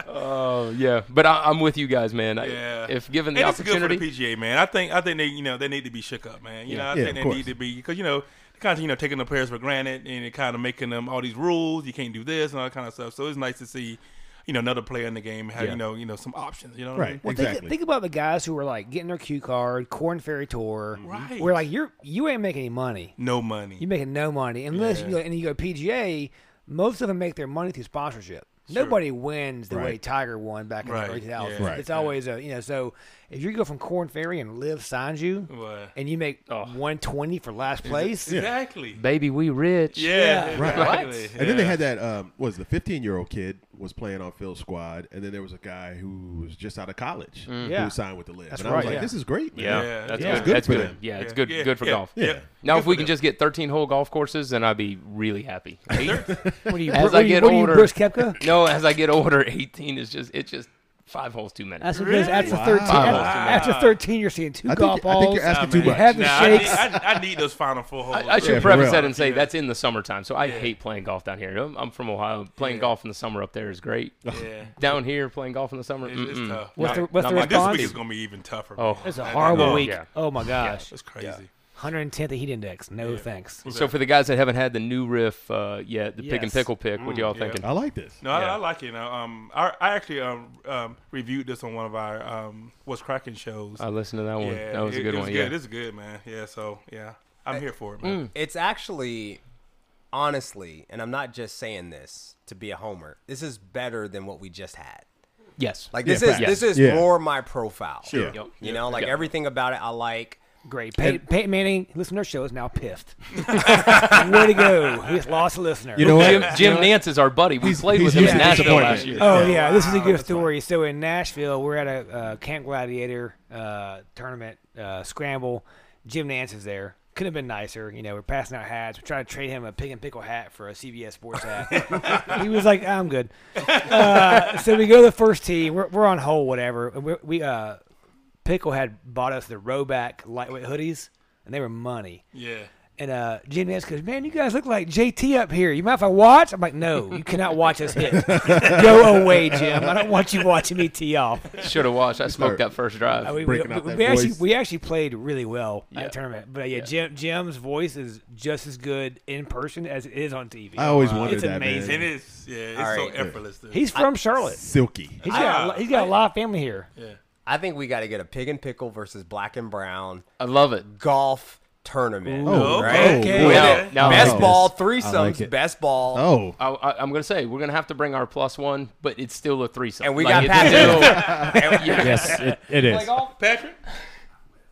Speaker 1: Oh yeah, but I, I'm with you guys, man. I-
Speaker 5: Yeah.
Speaker 1: If given the
Speaker 5: and it's good for
Speaker 1: opportunity,
Speaker 5: the PGA, man. I think I think they you know they need to be shook up, man. You know, I
Speaker 6: Yeah,
Speaker 5: think
Speaker 6: of
Speaker 5: they
Speaker 6: course.
Speaker 5: need to be because you know kind of you know taking the players for granted and it kind of making them all these rules. You can't do this and all that kind of stuff. So it's nice to see you know another player in the game have
Speaker 1: Yeah.
Speaker 5: you know you know some options. You know what I
Speaker 6: right,
Speaker 5: mean?
Speaker 6: exactly.
Speaker 3: Think, think about the guys who were like getting their cue card, Corn Ferry Tour.
Speaker 5: Right.
Speaker 3: We're like, you're you ain't making any money.
Speaker 5: No money.
Speaker 3: You're making no money unless you go and you go PGA. Most of them make their money through sponsorship. Nobody wins the way
Speaker 6: Right.
Speaker 3: Tiger won back in
Speaker 5: Right.
Speaker 3: the early 2000s.
Speaker 5: Yeah. Right.
Speaker 3: It's always a you know. So if you go from Corn Ferry and Live signs you,
Speaker 5: Well,
Speaker 3: and you make
Speaker 1: Oh.
Speaker 3: 120 for last place,
Speaker 5: exactly.
Speaker 1: baby, we rich.
Speaker 5: Yeah.
Speaker 6: Right.
Speaker 5: Exactly.
Speaker 6: And then they had that um, what was the 15 year old kid was playing on Phil's squad, and then there was a guy who was just out of college
Speaker 3: Mm. Yeah.
Speaker 6: who signed with the Live.
Speaker 3: That's
Speaker 6: and I was
Speaker 3: right,
Speaker 6: like,
Speaker 3: yeah.
Speaker 6: this is great, man.
Speaker 1: Yeah,
Speaker 5: Yeah.
Speaker 1: that's
Speaker 5: Yeah.
Speaker 1: good.
Speaker 6: Good
Speaker 1: that's
Speaker 6: for
Speaker 1: good.
Speaker 6: them.
Speaker 1: Yeah, it's
Speaker 5: Yeah.
Speaker 1: good.
Speaker 5: Yeah.
Speaker 1: Good for
Speaker 5: Yeah.
Speaker 1: golf.
Speaker 6: Yeah.
Speaker 5: Yeah.
Speaker 1: Now,
Speaker 5: Good
Speaker 1: if we
Speaker 5: for
Speaker 1: can
Speaker 5: them.
Speaker 1: just get 13 hole golf courses, then I'd be really happy.
Speaker 3: what do you?
Speaker 1: As
Speaker 3: what,
Speaker 1: I
Speaker 3: do you-
Speaker 1: get
Speaker 3: what do
Speaker 1: older-
Speaker 3: you, Bruce Koepka?
Speaker 1: no, as I get older, 18 is just it's just five holes too many.
Speaker 3: That's what it is. After
Speaker 6: Wow.
Speaker 3: 13,
Speaker 1: Wow.
Speaker 3: after, after 13, you're seeing two
Speaker 6: I
Speaker 3: golf
Speaker 6: think, I think
Speaker 3: balls.
Speaker 6: you're asking
Speaker 5: Nah,
Speaker 6: too
Speaker 5: man.
Speaker 6: much.
Speaker 3: Have the
Speaker 5: Nah, I, need,
Speaker 3: shakes.
Speaker 5: I, I need those final four holes.
Speaker 1: I, I should
Speaker 6: for
Speaker 1: preface
Speaker 6: real.
Speaker 1: that and say that's in the summertime. So I hate playing golf down here. I'm, I'm from Ohio. Playing golf in the summer up there is great.
Speaker 5: Yeah.
Speaker 1: down here, playing golf in the summer,
Speaker 5: It's, it's
Speaker 1: mm-mm.
Speaker 5: tough.
Speaker 3: What's
Speaker 1: Not-
Speaker 3: the, what's
Speaker 1: not
Speaker 3: the
Speaker 1: my-
Speaker 5: Like, this
Speaker 3: response?
Speaker 5: week is gonna be even tougher.
Speaker 1: Oh.
Speaker 5: man.
Speaker 3: It's a
Speaker 5: I
Speaker 3: horrible
Speaker 5: know.
Speaker 3: week.
Speaker 1: Yeah.
Speaker 3: Oh my gosh.
Speaker 5: It's crazy.
Speaker 3: 110th heat index. No thanks.
Speaker 1: So for the guys that haven't had the new riff uh, yet, the pick and
Speaker 3: Yes.
Speaker 1: pickle pick, what y'all thinking?
Speaker 6: I like this.
Speaker 5: No,
Speaker 1: Yeah.
Speaker 5: I, I like it. Now, um, I, I actually um, um, reviewed this on one of our um, what's cracking shows.
Speaker 1: I listened to that one.
Speaker 5: yeah,
Speaker 1: that was
Speaker 5: it-
Speaker 1: a good
Speaker 5: it
Speaker 1: one.
Speaker 5: Good.
Speaker 1: Yeah. Mm.
Speaker 5: It's good, man. Yeah, so yeah, I'm here for it, man.
Speaker 7: It's actually, honestly, and I'm not just saying this to be a homer. This is better than what we just had.
Speaker 1: Yes.
Speaker 7: Like
Speaker 6: Yeah,
Speaker 7: this is
Speaker 6: facts.
Speaker 7: this is
Speaker 6: Yeah.
Speaker 7: more my profile.
Speaker 6: Sure.
Speaker 1: Yep.
Speaker 7: You know, like
Speaker 1: Yeah.
Speaker 7: everything about it, I like.
Speaker 3: Great. Pey- Peyton Manning, listen to our show, is now piffed. Way to go. He just lost a listener.
Speaker 6: You know what?
Speaker 1: Jim, Jim Nance is our buddy. We played
Speaker 6: he's
Speaker 1: with him
Speaker 6: used
Speaker 1: in
Speaker 6: to
Speaker 1: Nashville
Speaker 6: disappointment.
Speaker 1: last year.
Speaker 3: Oh yeah, this is a good story. So in Nashville, we're at a uh, Camp Gladiator uh, tournament uh, scramble. Jim Nance is there. Could have been nicer, you know. We're passing out hats. We're trying to trade him a pig and pickle hat for a CBS Sports hat. he was like, "I'm good." Uh, so we go to the first tee. We're, we're on hole, whatever. We, we uh, pickle had bought us the Roback lightweight hoodies, and they were money.
Speaker 5: Yeah,
Speaker 3: And uh, Jim Nance goes, "Man, you guys look like JT up here. You mind if I watch?" I'm like, "No, you cannot watch us hit. Go away, Jim. I don't want you watching me tee off."
Speaker 1: Should have watched. I smoked that first drive.
Speaker 3: Uh, we, we,
Speaker 6: Breaking out that
Speaker 3: we actually
Speaker 6: voice.
Speaker 3: we actually played really well at
Speaker 1: Yeah.
Speaker 3: that tournament. But uh, yeah, Jim Jim's voice is just as good in person as it is on TV.
Speaker 6: I always wondered
Speaker 3: it's
Speaker 6: that, man.
Speaker 3: amazing.
Speaker 5: it is. Yeah, it's
Speaker 7: All
Speaker 5: so
Speaker 7: right.
Speaker 5: effortless. Dude.
Speaker 3: He's from Charlotte.
Speaker 6: Silky.
Speaker 3: He's got a lo- he's got a lot of family here.
Speaker 7: I think we got to get a pig and pickle versus black and brown
Speaker 1: I love it.
Speaker 7: golf tournament.
Speaker 6: Oh,
Speaker 5: Okay.
Speaker 6: oh,
Speaker 5: Okay.
Speaker 6: boy.
Speaker 1: Now, now
Speaker 7: best
Speaker 6: like
Speaker 7: ball
Speaker 6: this.
Speaker 7: threesomes,
Speaker 4: I like it.
Speaker 7: best ball.
Speaker 6: Oh,
Speaker 1: I, I, I'm gonna say we're gonna have to bring our plus one, but it's still a threesome.
Speaker 7: And we
Speaker 1: Like,
Speaker 7: got
Speaker 1: it's
Speaker 7: Patrick.
Speaker 1: still-
Speaker 7: And we-
Speaker 4: Yes, it, it is.
Speaker 5: Patrick.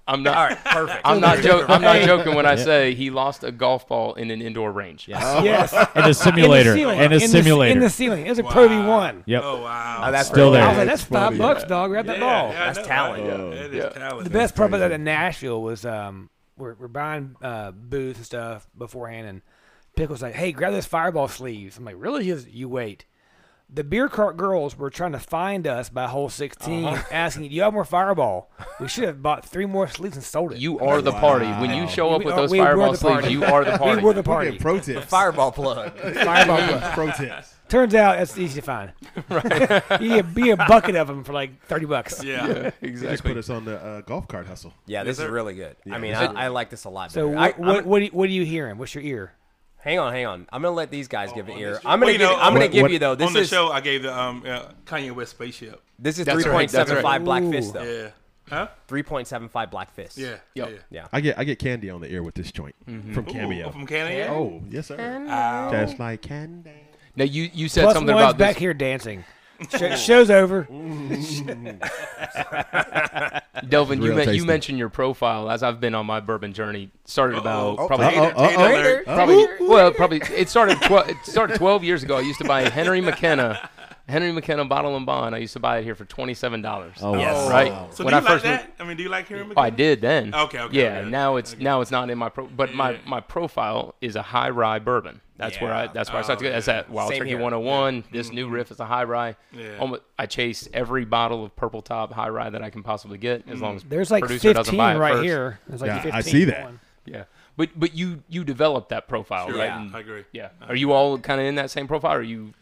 Speaker 1: I'm not.
Speaker 7: All right, perfect.
Speaker 1: I'm not joking. I'm not joking when I say he lost a golf ball in an indoor range.
Speaker 6: Oh.
Speaker 3: Yes.
Speaker 8: and a simulator. and a
Speaker 3: in
Speaker 8: simulator.
Speaker 3: The, in the ceiling. It was a Pro V1.
Speaker 8: yep.
Speaker 5: Oh wow.
Speaker 7: Oh, that's
Speaker 8: Still
Speaker 7: great.
Speaker 3: I
Speaker 8: there.
Speaker 3: was like, that's
Speaker 6: That's
Speaker 3: five
Speaker 6: funny.
Speaker 3: bucks, dog. Grab
Speaker 5: Yeah,
Speaker 3: that ball.
Speaker 5: yeah, I
Speaker 7: That's
Speaker 5: know,
Speaker 7: talent.
Speaker 5: right?
Speaker 6: Yeah.
Speaker 5: That is
Speaker 1: Oh, Yeah.
Speaker 5: talent.
Speaker 3: The best part about that
Speaker 6: crazy.
Speaker 3: in Nashville was um, we're, we're buying uh, booths and stuff beforehand, and Pickle's like, hey, grab this fireball sleeves. I'm like, really? He goes, you wait. The beer cart girls were trying to find us by hole 16,
Speaker 1: Uh-huh.
Speaker 3: asking, do you have more fireball? We should have bought three more sleeves and sold it.
Speaker 1: You are the party when you show up
Speaker 3: We
Speaker 1: with
Speaker 3: are-
Speaker 1: those
Speaker 3: we were
Speaker 1: fireball
Speaker 3: the
Speaker 1: sleeves.
Speaker 3: party.
Speaker 1: You are the party.
Speaker 3: we were the
Speaker 6: We're
Speaker 3: party.
Speaker 6: getting Pro tips.
Speaker 7: Fireball plug.
Speaker 6: Fireball Pro tips.
Speaker 3: Turns out it's easy to find. Right. you get be a bucket of them for like 30 bucks.
Speaker 5: Yeah.
Speaker 6: They just
Speaker 1: exactly.
Speaker 6: put us on the uh, golf cart hustle.
Speaker 7: Yeah, this is really good. I mean, I, I like this a lot.
Speaker 3: So
Speaker 7: better.
Speaker 3: what,
Speaker 7: I, I'm-
Speaker 3: what, what, do you, what are you hearing? What's your ear?
Speaker 7: hang on, hang on. I'm gonna let these guys give an ear.
Speaker 5: Oh, show-
Speaker 7: I'm gonna
Speaker 5: Well, you
Speaker 7: give.
Speaker 5: know,
Speaker 7: I'm gonna
Speaker 6: what-
Speaker 7: give
Speaker 6: what-
Speaker 7: you
Speaker 1: Oh,
Speaker 7: though.
Speaker 5: On
Speaker 7: This
Speaker 5: the
Speaker 7: is
Speaker 5: show, I gave the um, uh, Kanye West spaceship.
Speaker 7: this is
Speaker 1: That's right, that's
Speaker 7: 3.75
Speaker 1: right.
Speaker 7: Black Fist though.
Speaker 5: Yeah. Huh?
Speaker 7: 3.75 Black Fist.
Speaker 5: Yeah.
Speaker 1: Yep.
Speaker 5: Yeah.
Speaker 6: I get I get candy on the ear with this joint
Speaker 1: Mm-hmm.
Speaker 6: from
Speaker 5: Ooh,
Speaker 6: Cameo.
Speaker 5: From Kanye.
Speaker 6: oh yes sir. Just like candy.
Speaker 1: Now you you said
Speaker 3: Plus
Speaker 1: something
Speaker 3: one's
Speaker 1: about
Speaker 3: back
Speaker 1: this.
Speaker 3: here dancing. Sh- show's over.
Speaker 1: Delvin, you,
Speaker 6: Real
Speaker 1: men- you
Speaker 6: tasty.
Speaker 1: mentioned your profile as I've been on my bourbon journey. Started about
Speaker 5: Oh,
Speaker 1: probably
Speaker 5: Tater,
Speaker 6: Uh-oh,
Speaker 5: Tater
Speaker 6: uh-oh.
Speaker 5: alert.
Speaker 7: oh.
Speaker 1: probably well probably it started twelve it started twelve years ago. I used to buy Henry McKenna, Henry McKenna bottle and bond. I used to buy it here for twenty seven dollars.
Speaker 8: Oh,
Speaker 7: Yes.
Speaker 5: Oh.
Speaker 1: right.
Speaker 5: So
Speaker 1: When
Speaker 5: do
Speaker 1: I
Speaker 5: you like
Speaker 1: first moved-
Speaker 5: that? I mean, do you like hearing?
Speaker 1: Oh, I did then.
Speaker 5: Okay, okay,
Speaker 1: Yeah,
Speaker 5: okay.
Speaker 1: now it's now it's not in my pro, but my my profile is a high rye bourbon. That's where I
Speaker 7: Yeah.
Speaker 1: that's where I started. to get
Speaker 5: Oh,
Speaker 1: That's that Wild
Speaker 7: Same
Speaker 1: Turkey
Speaker 7: here.
Speaker 1: 101. This new riff is a high rye.
Speaker 5: Mm-hmm. Yeah.
Speaker 1: Almost, I chase every bottle of Purple Top high rye that I can possibly get,
Speaker 5: Mm.
Speaker 1: as long as
Speaker 3: There's like
Speaker 1: producer
Speaker 3: 15
Speaker 1: doesn't buy it
Speaker 3: right
Speaker 1: first.
Speaker 3: here. There's like
Speaker 6: Yeah,
Speaker 3: 15
Speaker 6: I see that.
Speaker 3: going.
Speaker 1: Yeah, but but you you developed that profile, right?
Speaker 7: Yeah.
Speaker 1: And-
Speaker 5: I agree.
Speaker 1: Yeah. Are you all kind of in that same profile? Or are you?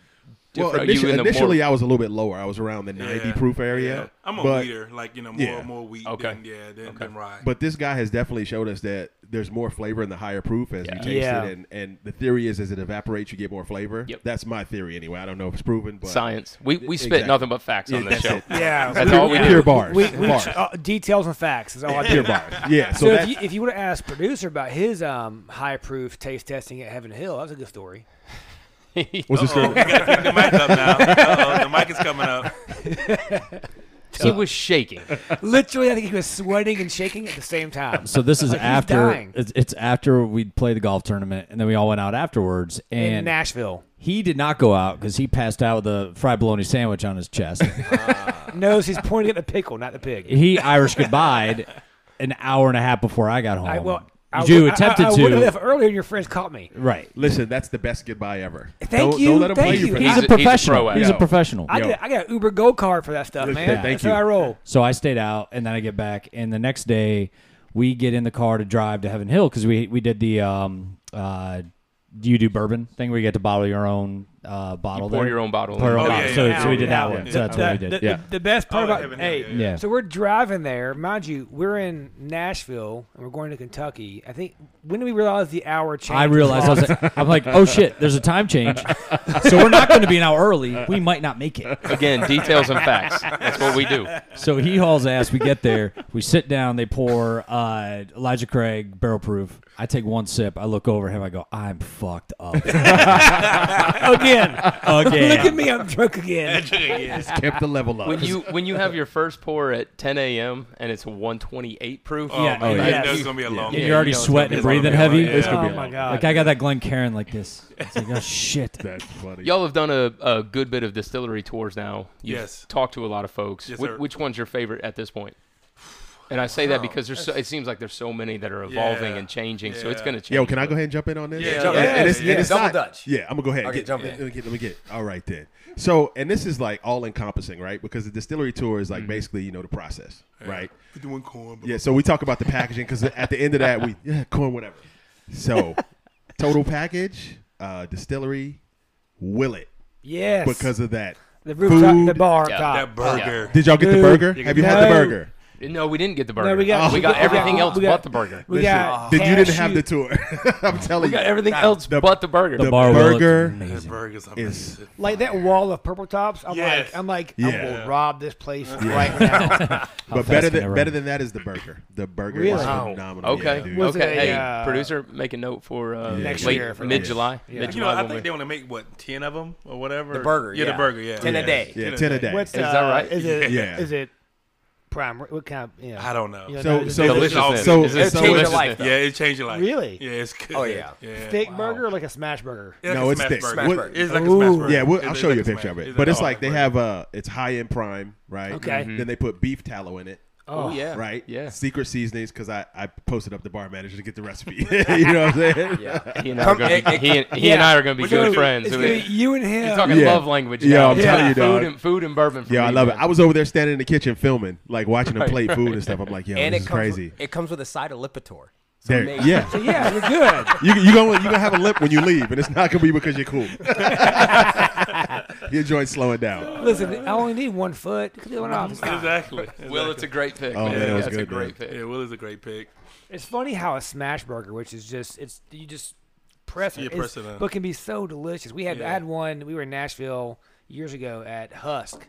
Speaker 6: Well,
Speaker 1: different? Are you
Speaker 6: initially,
Speaker 1: in the more-
Speaker 6: initially I was a little bit lower. I was around the 90
Speaker 5: Yeah.
Speaker 6: proof area.
Speaker 5: Yeah. I'm a
Speaker 6: but,
Speaker 5: weeder, like you know, more
Speaker 6: Yeah.
Speaker 5: more wheat
Speaker 1: Okay.
Speaker 5: than yeah than, than rye.
Speaker 6: But this guy has definitely showed us that there's more flavor in the higher proof as you taste
Speaker 3: Yeah.
Speaker 6: it. And, and the theory is as it evaporates, you get more flavor.
Speaker 1: Yep.
Speaker 6: That's my theory anyway. I don't know if it's proven, but
Speaker 1: science. We we spit
Speaker 6: Exactly.
Speaker 1: nothing but facts on
Speaker 6: Yeah,
Speaker 1: this
Speaker 6: that's
Speaker 1: show.
Speaker 6: it.
Speaker 3: Yeah.
Speaker 1: That's all we do.
Speaker 6: Pure bars.
Speaker 3: We, we
Speaker 6: bars.
Speaker 3: uh, details and facts is all I
Speaker 6: pure
Speaker 3: do.
Speaker 6: bars. Yeah.
Speaker 3: So
Speaker 6: So,
Speaker 3: if
Speaker 6: that's,
Speaker 3: you, if you would have asked producer about his um, high proof taste testing at Heaven Hill, that was a good story.
Speaker 6: was this
Speaker 5: Oh, we gotta pick the mic up now. Uh-oh, the mic is coming up.
Speaker 1: He was shaking.
Speaker 3: Literally, I think he was sweating and shaking at the same time.
Speaker 8: So this is
Speaker 3: Like, he's
Speaker 8: after
Speaker 3: dying.
Speaker 8: it's, it's after we'd play the golf tournament and then we all went out afterwards and
Speaker 3: in Nashville,
Speaker 8: he did not go out because he passed out with a fried bologna sandwich on his chest.
Speaker 3: knows he's pointing at the pickle, not the pig.
Speaker 8: he Irish goodbye an hour and a half before I got home.
Speaker 3: I, well, I
Speaker 8: you
Speaker 3: would- I-
Speaker 8: attempted
Speaker 3: I, I, would
Speaker 8: to
Speaker 3: have left earlier, and your friends caught me.
Speaker 8: right.
Speaker 6: listen, that's the best goodbye ever.
Speaker 3: Thank
Speaker 6: don't,
Speaker 3: you,
Speaker 6: Don't let him
Speaker 3: thank
Speaker 6: play you
Speaker 3: you.
Speaker 6: for
Speaker 8: He's,
Speaker 1: He's
Speaker 6: that.
Speaker 8: a
Speaker 1: a- he's a
Speaker 8: professional.
Speaker 1: pro at
Speaker 8: He's
Speaker 6: it.
Speaker 8: a professional.
Speaker 3: I
Speaker 6: Yo.
Speaker 3: got, I got an Uber Gold card for that stuff,
Speaker 6: Look,
Speaker 3: man.
Speaker 6: thank
Speaker 3: That's
Speaker 6: you.
Speaker 3: how I roll.
Speaker 8: So I stayed out, and then I get back, and the next day we get in the car to drive to Heaven Hill because we we did the um uh you do bourbon thing where you get to bottle your own uh bottle
Speaker 1: pour
Speaker 8: there.
Speaker 1: your own bottle.
Speaker 8: Pour your own
Speaker 5: Oh, yeah,
Speaker 8: bottle.
Speaker 5: yeah,
Speaker 8: so,
Speaker 5: yeah.
Speaker 8: so we did
Speaker 5: Yeah,
Speaker 8: that
Speaker 5: yeah.
Speaker 8: one. So that's what we
Speaker 3: The-
Speaker 8: did.
Speaker 3: the-
Speaker 6: Yeah.
Speaker 3: the best part
Speaker 5: Oh,
Speaker 3: about
Speaker 5: Heaven Hill,
Speaker 3: hey,
Speaker 5: yeah,
Speaker 8: yeah. Yeah.
Speaker 3: so we're driving there, mind you, we're in Nashville and we're going to Kentucky. I think when do we realize the hour change?
Speaker 8: I realized I was like, I'm like, oh shit, there's a time change. So we're not going to be an hour early. We might not make it.
Speaker 1: Again, details and facts. That's what we do.
Speaker 8: So he hauls ass. We get there. We sit down. They pour uh, Elijah Craig barrel proof. I take one sip. I look over at him. I go, I'm fucked up.
Speaker 3: again.
Speaker 8: Again.
Speaker 3: Look at me, I'm drunk again.
Speaker 5: yeah.
Speaker 6: Kept the level up.
Speaker 1: When you when you have your first pour at 10 a.m. and it's 128 proof.
Speaker 5: Oh,
Speaker 8: Yeah.
Speaker 5: man,
Speaker 8: Oh,
Speaker 5: I
Speaker 3: yeah.
Speaker 5: know it's gonna be a long.
Speaker 8: And
Speaker 1: Yeah,
Speaker 8: you're already
Speaker 1: you know it's
Speaker 8: sweating and
Speaker 5: gonna be
Speaker 8: breathing
Speaker 5: a long
Speaker 8: heavy.
Speaker 5: day. It's
Speaker 6: gonna be
Speaker 3: oh
Speaker 6: a
Speaker 3: my
Speaker 6: long-
Speaker 3: god!
Speaker 8: Like I got that Glen Karen like this. It's like, oh shit.
Speaker 6: that's funny.
Speaker 1: Y'all have done a, a good bit of distillery tours now. You've
Speaker 5: Yes.
Speaker 1: Talked to a lot of folks.
Speaker 5: Yes,
Speaker 1: Whi-
Speaker 5: sir.
Speaker 1: which one's your favorite at this point? And I say that because there's so, it seems like there's so many that are evolving
Speaker 5: Yeah.
Speaker 1: and changing, so it's
Speaker 5: Yeah.
Speaker 1: going to change.
Speaker 6: Yo, can I go ahead and jump in on this?
Speaker 5: Yeah,
Speaker 6: And-
Speaker 5: jump in.
Speaker 6: and it's-
Speaker 5: Yeah,
Speaker 6: and it's
Speaker 7: double
Speaker 6: not-
Speaker 7: dutch.
Speaker 6: Yeah, I'm gonna go ahead.
Speaker 7: Okay,
Speaker 6: Get-
Speaker 7: jump in.
Speaker 6: Let me get. Let me get. All right then. So, and this is like all encompassing, right? Because the distillery tour is like basically, you know, the process, right?
Speaker 5: We're doing corn.
Speaker 6: Yeah. So we talk about the packaging because at the end of that, we yeah, corn whatever. So, total package, uh, distillery, will it
Speaker 3: yes,
Speaker 6: because of that.
Speaker 3: the rooftop, the
Speaker 6: food-
Speaker 3: bar up
Speaker 1: Yeah,
Speaker 3: top.
Speaker 5: That burger.
Speaker 6: Did y'all get the
Speaker 3: Dude,
Speaker 6: burger? Have you had the
Speaker 3: no.
Speaker 6: burger?
Speaker 1: No, we didn't get the burger.
Speaker 3: we
Speaker 6: Oh.
Speaker 3: got-
Speaker 1: we got
Speaker 3: we got-
Speaker 1: everything
Speaker 3: we
Speaker 1: else
Speaker 3: got-
Speaker 1: but the burger.
Speaker 3: we got.
Speaker 6: Then you didn't have the
Speaker 3: cashew-
Speaker 6: tour. I'm telling
Speaker 1: We got
Speaker 6: you,
Speaker 1: everything else
Speaker 6: the-
Speaker 1: but the burger.
Speaker 8: The
Speaker 6: The
Speaker 8: bar will look
Speaker 6: burger
Speaker 5: That
Speaker 8: amazing.
Speaker 5: burger's
Speaker 6: is
Speaker 5: amazing.
Speaker 3: like that wall of purple tops. I'm
Speaker 5: Yes.
Speaker 3: like, I'm like, I
Speaker 6: Yeah.
Speaker 3: will rob this place right now.
Speaker 6: but
Speaker 8: fast
Speaker 6: better
Speaker 8: can I
Speaker 6: than
Speaker 8: run?
Speaker 6: better than that is the burger. The burger is
Speaker 3: Really? Wow.
Speaker 6: phenomenal.
Speaker 1: Okay.
Speaker 6: Yeah, dude.
Speaker 3: Was it
Speaker 1: okay.
Speaker 3: a,
Speaker 1: hey,
Speaker 3: uh,
Speaker 1: producer, make a note for uh,
Speaker 6: Next
Speaker 1: late,
Speaker 3: year for
Speaker 1: mid July.
Speaker 3: Yeah.
Speaker 1: Mid
Speaker 5: You know,
Speaker 1: July.
Speaker 5: I think they only make what ten of them or whatever.
Speaker 7: The burger,
Speaker 5: Yeah,
Speaker 7: yeah.
Speaker 5: the burger. Yeah,
Speaker 7: 10 a
Speaker 5: Yeah.
Speaker 7: day.
Speaker 6: Yeah, ten a day.
Speaker 3: What's
Speaker 1: Is that
Speaker 3: uh,
Speaker 1: right?
Speaker 3: Is it?
Speaker 6: Yeah.
Speaker 3: Is it prime? What kind of you know?
Speaker 5: I don't know.
Speaker 3: you know,
Speaker 6: So-
Speaker 3: the-
Speaker 6: so-
Speaker 3: the-
Speaker 1: Deliciousness.
Speaker 6: So-
Speaker 1: Is it
Speaker 6: so-
Speaker 1: changed your
Speaker 5: It's-
Speaker 1: life, though?
Speaker 5: Yeah, it changed your life.
Speaker 3: Really?
Speaker 5: Yeah, it's good.
Speaker 7: Oh, yeah.
Speaker 3: steak burger or like a smash burger?
Speaker 5: Yeah,
Speaker 6: No,
Speaker 5: like
Speaker 6: it's
Speaker 5: a
Speaker 6: thick.
Speaker 5: smash
Speaker 6: What-
Speaker 5: burger. It's like a
Speaker 3: Ooh.
Speaker 5: smash burger.
Speaker 6: Yeah, we'll,
Speaker 5: It's
Speaker 6: I'll
Speaker 5: like
Speaker 6: show you a
Speaker 5: smash-
Speaker 6: picture of it.
Speaker 5: it's
Speaker 6: But it's
Speaker 5: a
Speaker 6: like they
Speaker 5: burger. Oh,
Speaker 6: have uh it's high end prime, right?
Speaker 3: Okay.
Speaker 6: Then they put beef tallow in it.
Speaker 1: Oh yeah,
Speaker 6: Right,
Speaker 1: Mm-hmm. Yeah,
Speaker 6: Secret seasonings because I, I posted up the bar manager to get the recipe. you know what I'm saying?
Speaker 7: Yeah.
Speaker 1: he and I are
Speaker 7: Come-
Speaker 1: gonna
Speaker 7: it-
Speaker 1: be,
Speaker 7: it-
Speaker 1: he and, he and I are gonna be
Speaker 5: We're
Speaker 1: good
Speaker 5: gonna-
Speaker 1: friends.
Speaker 3: It's
Speaker 1: I
Speaker 3: gonna be
Speaker 1: mean,
Speaker 3: you and
Speaker 1: You're
Speaker 3: him.
Speaker 1: talking
Speaker 6: Yeah.
Speaker 1: love language.
Speaker 6: Yeah,
Speaker 1: now.
Speaker 6: I'm telling you, dog.
Speaker 1: Food and, food and bourbon. For
Speaker 6: Yeah,
Speaker 1: me,
Speaker 6: I love it.
Speaker 1: man.
Speaker 6: I was over there standing in the kitchen filming, like watching them play food and stuff. I'm like, yo,
Speaker 7: And
Speaker 6: this
Speaker 7: it
Speaker 6: is
Speaker 7: comes
Speaker 6: crazy.
Speaker 7: With, it comes with a side of Lipitor. So
Speaker 6: There-
Speaker 7: amazing.
Speaker 6: yeah,
Speaker 3: So yeah, you're good.
Speaker 6: you you gonna you gonna have a lip when you leave, and it's not gonna be because you're cool. you enjoy slowing down.
Speaker 3: Listen, I only need one foot. Cut the other one off. It's fine.
Speaker 5: Exactly.
Speaker 1: Will, it's a great pick.
Speaker 6: Oh,
Speaker 1: man.
Speaker 6: man, it was
Speaker 1: That's a
Speaker 6: good,
Speaker 1: great
Speaker 5: Exactly.
Speaker 1: pick.
Speaker 5: Yeah, Will is a great pick.
Speaker 3: It's funny how a smash burger, which is just it's you just press it,
Speaker 5: You
Speaker 3: it's-
Speaker 5: press it in.
Speaker 3: but can be so delicious. We had
Speaker 5: Yeah.
Speaker 3: I had one. We were in Nashville years ago at Husk,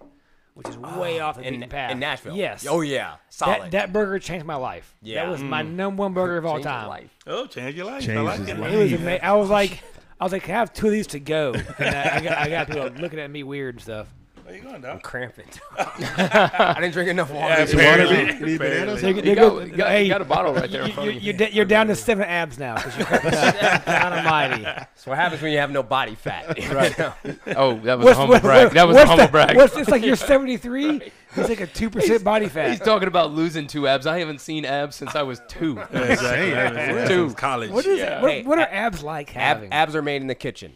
Speaker 3: which is way off the
Speaker 7: Oh, In,
Speaker 3: beaten path
Speaker 7: in Nashville.
Speaker 3: Yes.
Speaker 7: Oh, yeah. Solid.
Speaker 3: That, that burger changed my life.
Speaker 7: Yeah. Mm.
Speaker 3: That was my number one burger of all
Speaker 7: Changed your
Speaker 3: time.
Speaker 7: life.
Speaker 5: Oh, change your life. I
Speaker 6: Changed
Speaker 5: like
Speaker 6: his
Speaker 5: it.
Speaker 6: life.
Speaker 3: It was
Speaker 6: Dang.
Speaker 3: amazing. I was like, I was like, I have two of these to go. And I, I, got, I got people looking at me weird and stuff.
Speaker 5: Where you going, dog?
Speaker 7: Cramping. I didn't drink enough water.
Speaker 5: Yeah,
Speaker 7: this
Speaker 5: apparently.
Speaker 7: morning.
Speaker 6: You need bananas?
Speaker 3: They,
Speaker 6: You
Speaker 3: they
Speaker 1: You
Speaker 3: go,
Speaker 1: got, you got-
Speaker 3: hey,
Speaker 1: you got a bottle right there in
Speaker 3: you,
Speaker 1: front
Speaker 3: you,
Speaker 1: of
Speaker 3: you're, da- you're down to seven abs now because you're cramping up. God almighty.
Speaker 7: That's what happens when you have no body fat. right.
Speaker 1: you. Oh, that was a humble brag. That was a
Speaker 3: what's
Speaker 1: humble
Speaker 3: the-
Speaker 1: brag.
Speaker 3: What's it's like you're 73? It's like a 2% body
Speaker 1: He's
Speaker 3: fat.
Speaker 1: talking about losing two abs. I haven't seen abs since I was two.
Speaker 5: Exactly. Yeah,
Speaker 1: Dude.
Speaker 5: since college.
Speaker 3: What is
Speaker 1: Yeah.
Speaker 3: it? What,
Speaker 7: Hey,
Speaker 3: what are abs like
Speaker 7: Ab-
Speaker 3: having?
Speaker 7: abs are made in the kitchen.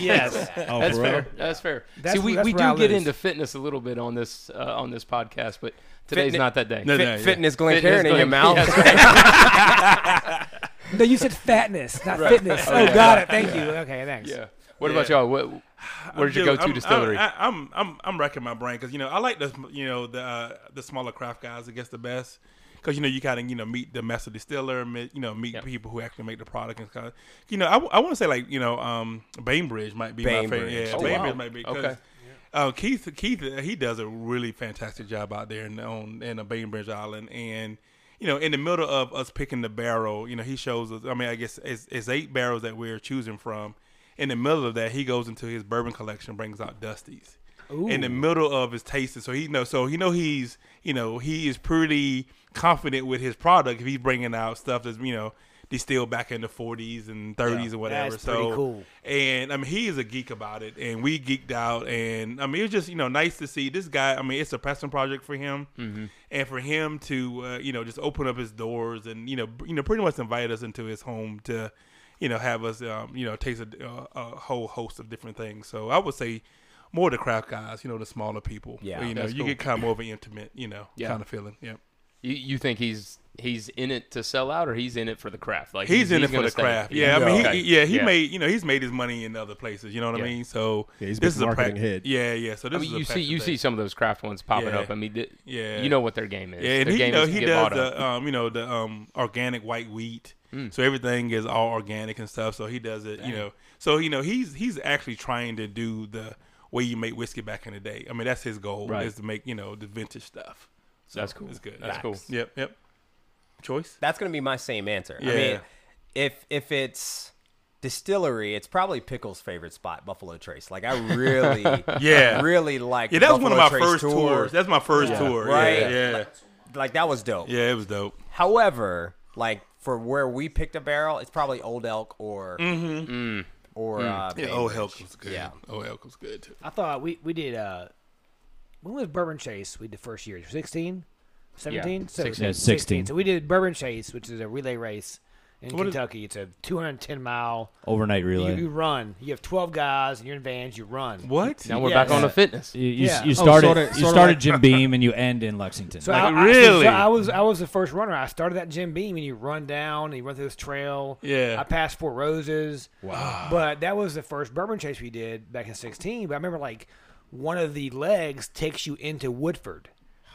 Speaker 3: yes.
Speaker 6: Oh,
Speaker 1: That's
Speaker 6: for real?
Speaker 1: fair. That's fair.
Speaker 3: That's
Speaker 1: See, we,
Speaker 3: where- that's
Speaker 1: we
Speaker 3: where I
Speaker 1: do get
Speaker 3: lose.
Speaker 1: into fitness a little bit on this uh, on this podcast, but today's
Speaker 7: Fitne-
Speaker 1: not that day.
Speaker 5: No,
Speaker 7: Fit,
Speaker 5: no, yeah.
Speaker 7: Fitness Glencairn
Speaker 1: Fitness
Speaker 7: in your
Speaker 1: going-
Speaker 7: mouth.
Speaker 1: Yeah, that's right.
Speaker 3: No, you said fatness, not fitness. Oh, got it. Thank you. Okay, thanks.
Speaker 1: Yeah. What about
Speaker 5: Yeah.
Speaker 1: y'all? What, where's your
Speaker 5: Dude,
Speaker 1: go-to
Speaker 5: I'm-
Speaker 1: distillery?
Speaker 5: I'm, I, I'm I'm I'm wrecking my brain because you know I like the you know the uh, the smaller craft guys I guess the best because you know you kind of you know meet the master distiller, meet, you know meet people who actually make the product and kind of you know I, want to say like you know um, Bainbridge might be my favorite.
Speaker 7: Bainbridge.
Speaker 5: Yeah,
Speaker 1: Oh,
Speaker 5: Bainbridge
Speaker 1: wow.
Speaker 5: might be 'cause,
Speaker 1: Okay.
Speaker 5: Uh, Keith, Keith, uh, he does a really fantastic job out there in on in uh, Bainbridge Island, and you know, in the middle of us picking the barrel, you know, he shows us. I mean, I guess it's, it's eight barrels that we're choosing from. In the middle of that, he goes into his bourbon collection, brings out Dusties. In the middle of his tasting, so he knows. So he know he's you know he is pretty confident with his product if he's bringing out stuff that's you know distilled back in the 40s and 30s or whatever.
Speaker 3: That's
Speaker 5: so
Speaker 3: pretty cool.
Speaker 5: and I mean, he is a geek about it, and we geeked out, and I mean, it was just you know nice to see this guy. I mean, it's a passion project for him,
Speaker 1: Mm-hmm.
Speaker 5: and for him to uh, you know just open up his doors and you know b- you know pretty much invite us into his home to you know have us um, you know taste a, uh, a whole host of different things. So I would say more the craft guys, you know, the smaller people.
Speaker 7: Yeah,
Speaker 5: you know,
Speaker 1: that's
Speaker 5: you
Speaker 1: cool.
Speaker 5: get kind of more of an intimate, you know,
Speaker 1: Yeah.
Speaker 5: kind of feeling. Yep.
Speaker 1: You, you think he's he's in it to sell out, or he's in it for the craft? Like
Speaker 5: He's, in it for
Speaker 1: gonna
Speaker 5: the
Speaker 1: stay.
Speaker 5: craft.
Speaker 1: He's
Speaker 5: Yeah, I
Speaker 1: gonna-
Speaker 5: mean,
Speaker 1: Okay.
Speaker 5: he, he- yeah, he
Speaker 1: Yeah.
Speaker 5: made you know he's made his money in other places. You know what
Speaker 1: Yeah.
Speaker 5: I mean? So
Speaker 6: Yeah, he's a
Speaker 5: this
Speaker 6: big
Speaker 5: is a prac-
Speaker 6: marketing head.
Speaker 5: Yeah, yeah. So this
Speaker 1: I mean,
Speaker 5: is a
Speaker 1: you see,
Speaker 5: practice
Speaker 1: you
Speaker 5: thing.
Speaker 1: see some of those craft ones popping
Speaker 5: Yeah.
Speaker 1: up. I mean, th-
Speaker 5: Yeah.
Speaker 1: you know what their game is.
Speaker 5: Yeah, and
Speaker 1: their
Speaker 5: he, you
Speaker 1: game
Speaker 5: know,
Speaker 1: is to
Speaker 5: he
Speaker 1: get
Speaker 5: does
Speaker 1: bought up. Hmm.
Speaker 5: the um, you know the um, organic white wheat, so everything is all organic and stuff. So he does it, you know. So you know he's he's actually trying to do the way you make whiskey back in the day. I mean that's his goal
Speaker 1: Right.
Speaker 5: is to make you know the vintage stuff. So
Speaker 1: That's cool.
Speaker 5: It's good.
Speaker 1: That's
Speaker 5: Yeah.
Speaker 1: cool.
Speaker 5: Yep. Yep. Choice.
Speaker 7: That's gonna be my same answer. I
Speaker 5: Yeah.
Speaker 7: mean, if if it's distillery, it's probably Pickle's favorite spot, Buffalo Trace. Like I really,
Speaker 5: Yeah.
Speaker 7: really like.
Speaker 5: Yeah, that was
Speaker 7: the
Speaker 5: one of my
Speaker 7: Buffalo
Speaker 5: first
Speaker 7: Trace tour,
Speaker 5: tours. That's my first tour.
Speaker 7: Right.
Speaker 5: Yeah. Yeah.
Speaker 7: Like, like, that was dope.
Speaker 5: yeah. It was dope.
Speaker 7: However, like for where we picked a barrel, it's probably Old Elk or
Speaker 6: Mm.
Speaker 7: or Uh,
Speaker 5: Mm-hmm. Yeah.
Speaker 7: Bainbridge.
Speaker 5: Oh, Helk was good.
Speaker 7: Yeah.
Speaker 5: Oh, Helk was good too.
Speaker 3: I thought we, we did, uh, when was Bourbon Chase? We did first year. 16? 17?
Speaker 1: Yeah,
Speaker 3: So-
Speaker 1: 16.
Speaker 8: Yeah, 16.
Speaker 3: So we did Bourbon Chase, which is a relay race in
Speaker 5: What is-
Speaker 3: Kentucky. it's a 210 mile.
Speaker 8: Overnight
Speaker 3: You,
Speaker 8: relay.
Speaker 3: you
Speaker 8: You,
Speaker 3: run. You have 12 guys, and you're in vans, you run.
Speaker 5: What?
Speaker 1: Now we're
Speaker 3: Yes.
Speaker 1: back on the fitness.
Speaker 8: you,
Speaker 3: Yeah.
Speaker 8: you
Speaker 3: Oh,
Speaker 8: started.
Speaker 6: sorta-
Speaker 8: you
Speaker 6: sorta
Speaker 8: started
Speaker 6: like-
Speaker 8: Jim Beam and you end in Lexington.
Speaker 3: So
Speaker 5: Like,
Speaker 3: I, I-
Speaker 5: really?
Speaker 3: so I was I was the first runner. I started that Jim Beam, and you run down and you run through this trail.
Speaker 5: Yeah.
Speaker 3: I passed Four Roses. Wow. But that was the first bourbon chase we did back in '16. But I remember like one of the legs takes you into Woodford,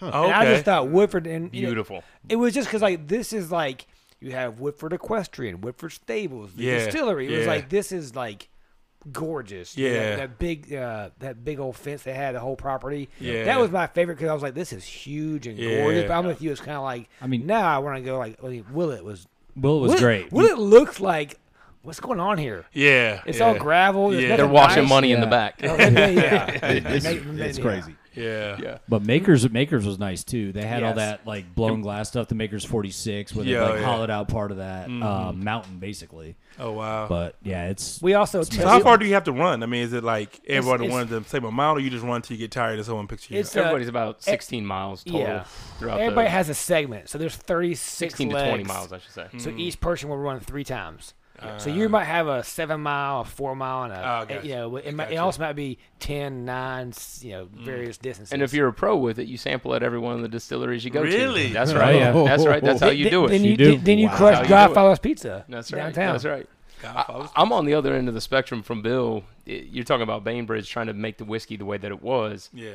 Speaker 5: Okay.
Speaker 3: and I just thought Woodford and you know,
Speaker 1: Beautiful.
Speaker 3: it was just because like this is like you have Woodford Equestrian, Woodford Stables, the
Speaker 5: Yeah,
Speaker 3: distillery. It was
Speaker 5: yeah.
Speaker 3: like this is like gorgeous. You know,
Speaker 5: Yeah.
Speaker 3: that big uh, that big old fence they had the whole property.
Speaker 5: Yeah.
Speaker 3: that was my favorite because I was like, this is huge and gorgeous.
Speaker 5: Yeah.
Speaker 3: But I'm with you. It's kind of like I mean
Speaker 8: mean-
Speaker 3: now I want to go like like, Willet was
Speaker 8: Will was
Speaker 3: Willet-
Speaker 8: great.
Speaker 3: Willet looks like what's going on here.
Speaker 5: yeah.
Speaker 3: It's
Speaker 5: yeah.
Speaker 3: all gravel. there's
Speaker 5: Yeah.
Speaker 3: nothing
Speaker 5: They're
Speaker 1: They're washing
Speaker 3: nice. Oh,
Speaker 1: money in the
Speaker 8: Yeah.
Speaker 1: back.
Speaker 3: yeah, yeah.
Speaker 6: It's,
Speaker 3: Maybe- maybe-
Speaker 6: it's crazy.
Speaker 5: Yeah.
Speaker 1: Yeah.
Speaker 8: But Makers Makers was nice too. They had all
Speaker 1: Yes.
Speaker 8: that like blown glass stuff. The Makers 46, where they
Speaker 5: Yeah,
Speaker 8: like
Speaker 5: yeah.
Speaker 8: hollowed out part of that uh, mountain basically.
Speaker 5: Oh wow.
Speaker 8: But yeah, it's
Speaker 3: We also
Speaker 5: so how far do you have to run? I mean, is it like everyone
Speaker 3: it's-
Speaker 5: runs the same amount, or you just run till you get tired and someone picks you
Speaker 3: It's-
Speaker 5: up?
Speaker 3: uh,
Speaker 1: Everybody's about 16 miles total
Speaker 3: yeah.
Speaker 1: throughout
Speaker 3: everybody
Speaker 1: the
Speaker 3: has a segment, so there's 36
Speaker 1: 16 to 20
Speaker 3: legs.
Speaker 1: miles, Mm. Uh, I should say.
Speaker 5: Mm.
Speaker 3: So each person will run three times. so you might have a seven mile, a four mile, and a
Speaker 5: Oh, gotcha.
Speaker 3: you know it, might, it
Speaker 5: Gotcha.
Speaker 3: also might be 10, 9, s- you know various distances.
Speaker 1: Mm. And if you're a pro with it, you sample at every one of the distilleries you go
Speaker 5: Really?
Speaker 1: to. That's
Speaker 8: Oh,
Speaker 1: right.
Speaker 8: yeah.
Speaker 1: That's right. That's how
Speaker 3: Th-
Speaker 1: you
Speaker 3: th-
Speaker 1: do it.
Speaker 3: then you,
Speaker 8: You do.
Speaker 3: th- then you
Speaker 8: Wow.
Speaker 1: How
Speaker 3: crush
Speaker 1: you do it.
Speaker 3: Godfather's Pizza.
Speaker 1: That's right.
Speaker 3: downtown.
Speaker 1: That's right.
Speaker 5: Godfather's-
Speaker 1: I'm on the other end of the spectrum from Bill. It- You're talking about Bainbridge trying to make the whiskey the way that it was.
Speaker 5: yeah.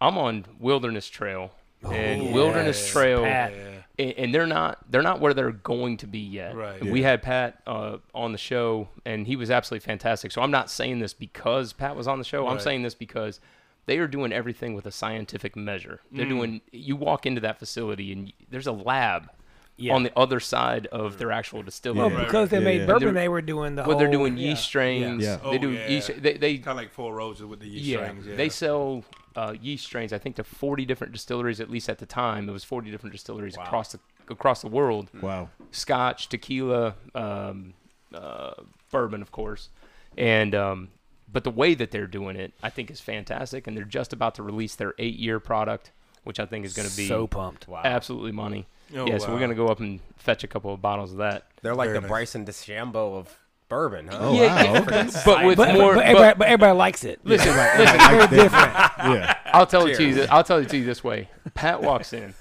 Speaker 1: I'm on Wilderness Trail. And Wilderness Trail
Speaker 3: Oh, Pat.
Speaker 5: Yeah.
Speaker 1: and, and they're not they're not where they're going to be yet.
Speaker 5: Right.
Speaker 1: We had Pat uh, on the show, and he was absolutely fantastic. So I'm not saying this because Pat was on the show. I'm
Speaker 5: Right.
Speaker 1: saying this because they are doing everything with a scientific measure.
Speaker 5: Mm.
Speaker 1: They're doing. You walk into that facility, and y- there's a lab
Speaker 3: Yeah.
Speaker 1: on the other side of their actual distillery.
Speaker 3: Well,
Speaker 6: Yeah.
Speaker 3: because they
Speaker 6: Yeah,
Speaker 3: made
Speaker 6: yeah.
Speaker 3: bourbon,
Speaker 1: They're-
Speaker 3: they were doing the
Speaker 1: Well,
Speaker 3: whole.
Speaker 1: they're doing
Speaker 3: yeah.
Speaker 1: yeast strains.
Speaker 6: Yeah.
Speaker 1: They
Speaker 5: Oh,
Speaker 1: do
Speaker 5: yeah.
Speaker 1: yeast. They, they
Speaker 5: Kind of like four roses with the yeast
Speaker 1: yeah,
Speaker 5: strings. Yeah.
Speaker 1: they sell uh, yeast strains. I think to 40 different distilleries at least at the time. It was 40 different distilleries across the across the world.
Speaker 5: Hmm.
Speaker 6: Wow.
Speaker 1: Scotch, tequila, um, uh, bourbon, of course, and um, but the way that they're doing it, I think, is fantastic. And they're just about to release their eight-year product, which I think is going to be
Speaker 3: so pumped. Wow.
Speaker 1: absolutely money.
Speaker 5: Oh,
Speaker 1: yeah, so
Speaker 5: wow.
Speaker 1: we're going to go up and fetch a couple of bottles of that,
Speaker 7: They're like
Speaker 5: Very
Speaker 7: the
Speaker 5: nice.
Speaker 7: Bryson DeChambeau of bourbon, huh?
Speaker 6: Oh, wow. Okay.
Speaker 1: but with
Speaker 3: But,
Speaker 1: more.
Speaker 3: but,
Speaker 1: but-
Speaker 3: everybody, but everybody likes it.
Speaker 1: listen, listen,
Speaker 3: It's very different.
Speaker 6: Yeah.
Speaker 1: I'll tell it to you. th- I'll tell it to you this way. Pat walks in.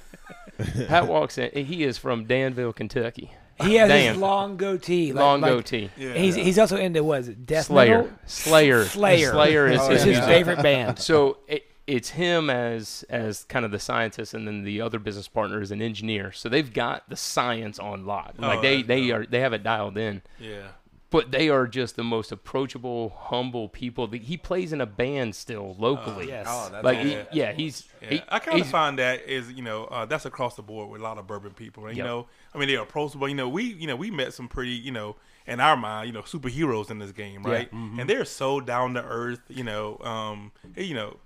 Speaker 1: Pat walks in. He is from Danville, Kentucky.
Speaker 3: He has
Speaker 1: Damn.
Speaker 3: his long goatee. Like,
Speaker 1: Long
Speaker 3: like-
Speaker 1: goatee.
Speaker 5: Yeah.
Speaker 3: He's he's also into what is it? Death
Speaker 1: Slayer.
Speaker 3: metal?
Speaker 1: Slayer.
Speaker 3: Slayer.
Speaker 1: Slayer is
Speaker 3: It's
Speaker 1: his
Speaker 3: his
Speaker 1: music.
Speaker 3: favorite band.
Speaker 1: So it, it's him as as kind of the scientist, and then the other business partner is an engineer. So they've got the science on lock. Like
Speaker 5: Oh,
Speaker 1: they
Speaker 5: that's
Speaker 1: they are they have it dialed in.
Speaker 5: yeah.
Speaker 1: But they are just the most approachable, humble people. The- He plays in a band still locally.
Speaker 3: Yes.
Speaker 7: Oh, that's
Speaker 1: Like
Speaker 7: all.
Speaker 1: he- yeah, he's
Speaker 5: Yeah,
Speaker 1: he-
Speaker 5: I kind of
Speaker 1: he's-
Speaker 5: find that is you know uh, that's across the board with a lot of bourbon people. And, You
Speaker 1: Yep.
Speaker 5: know, I mean they're approachable. You know, we you know we met some pretty you know in our mind you know superheroes in this game, right? And they're so down to earth. You know, um, you know,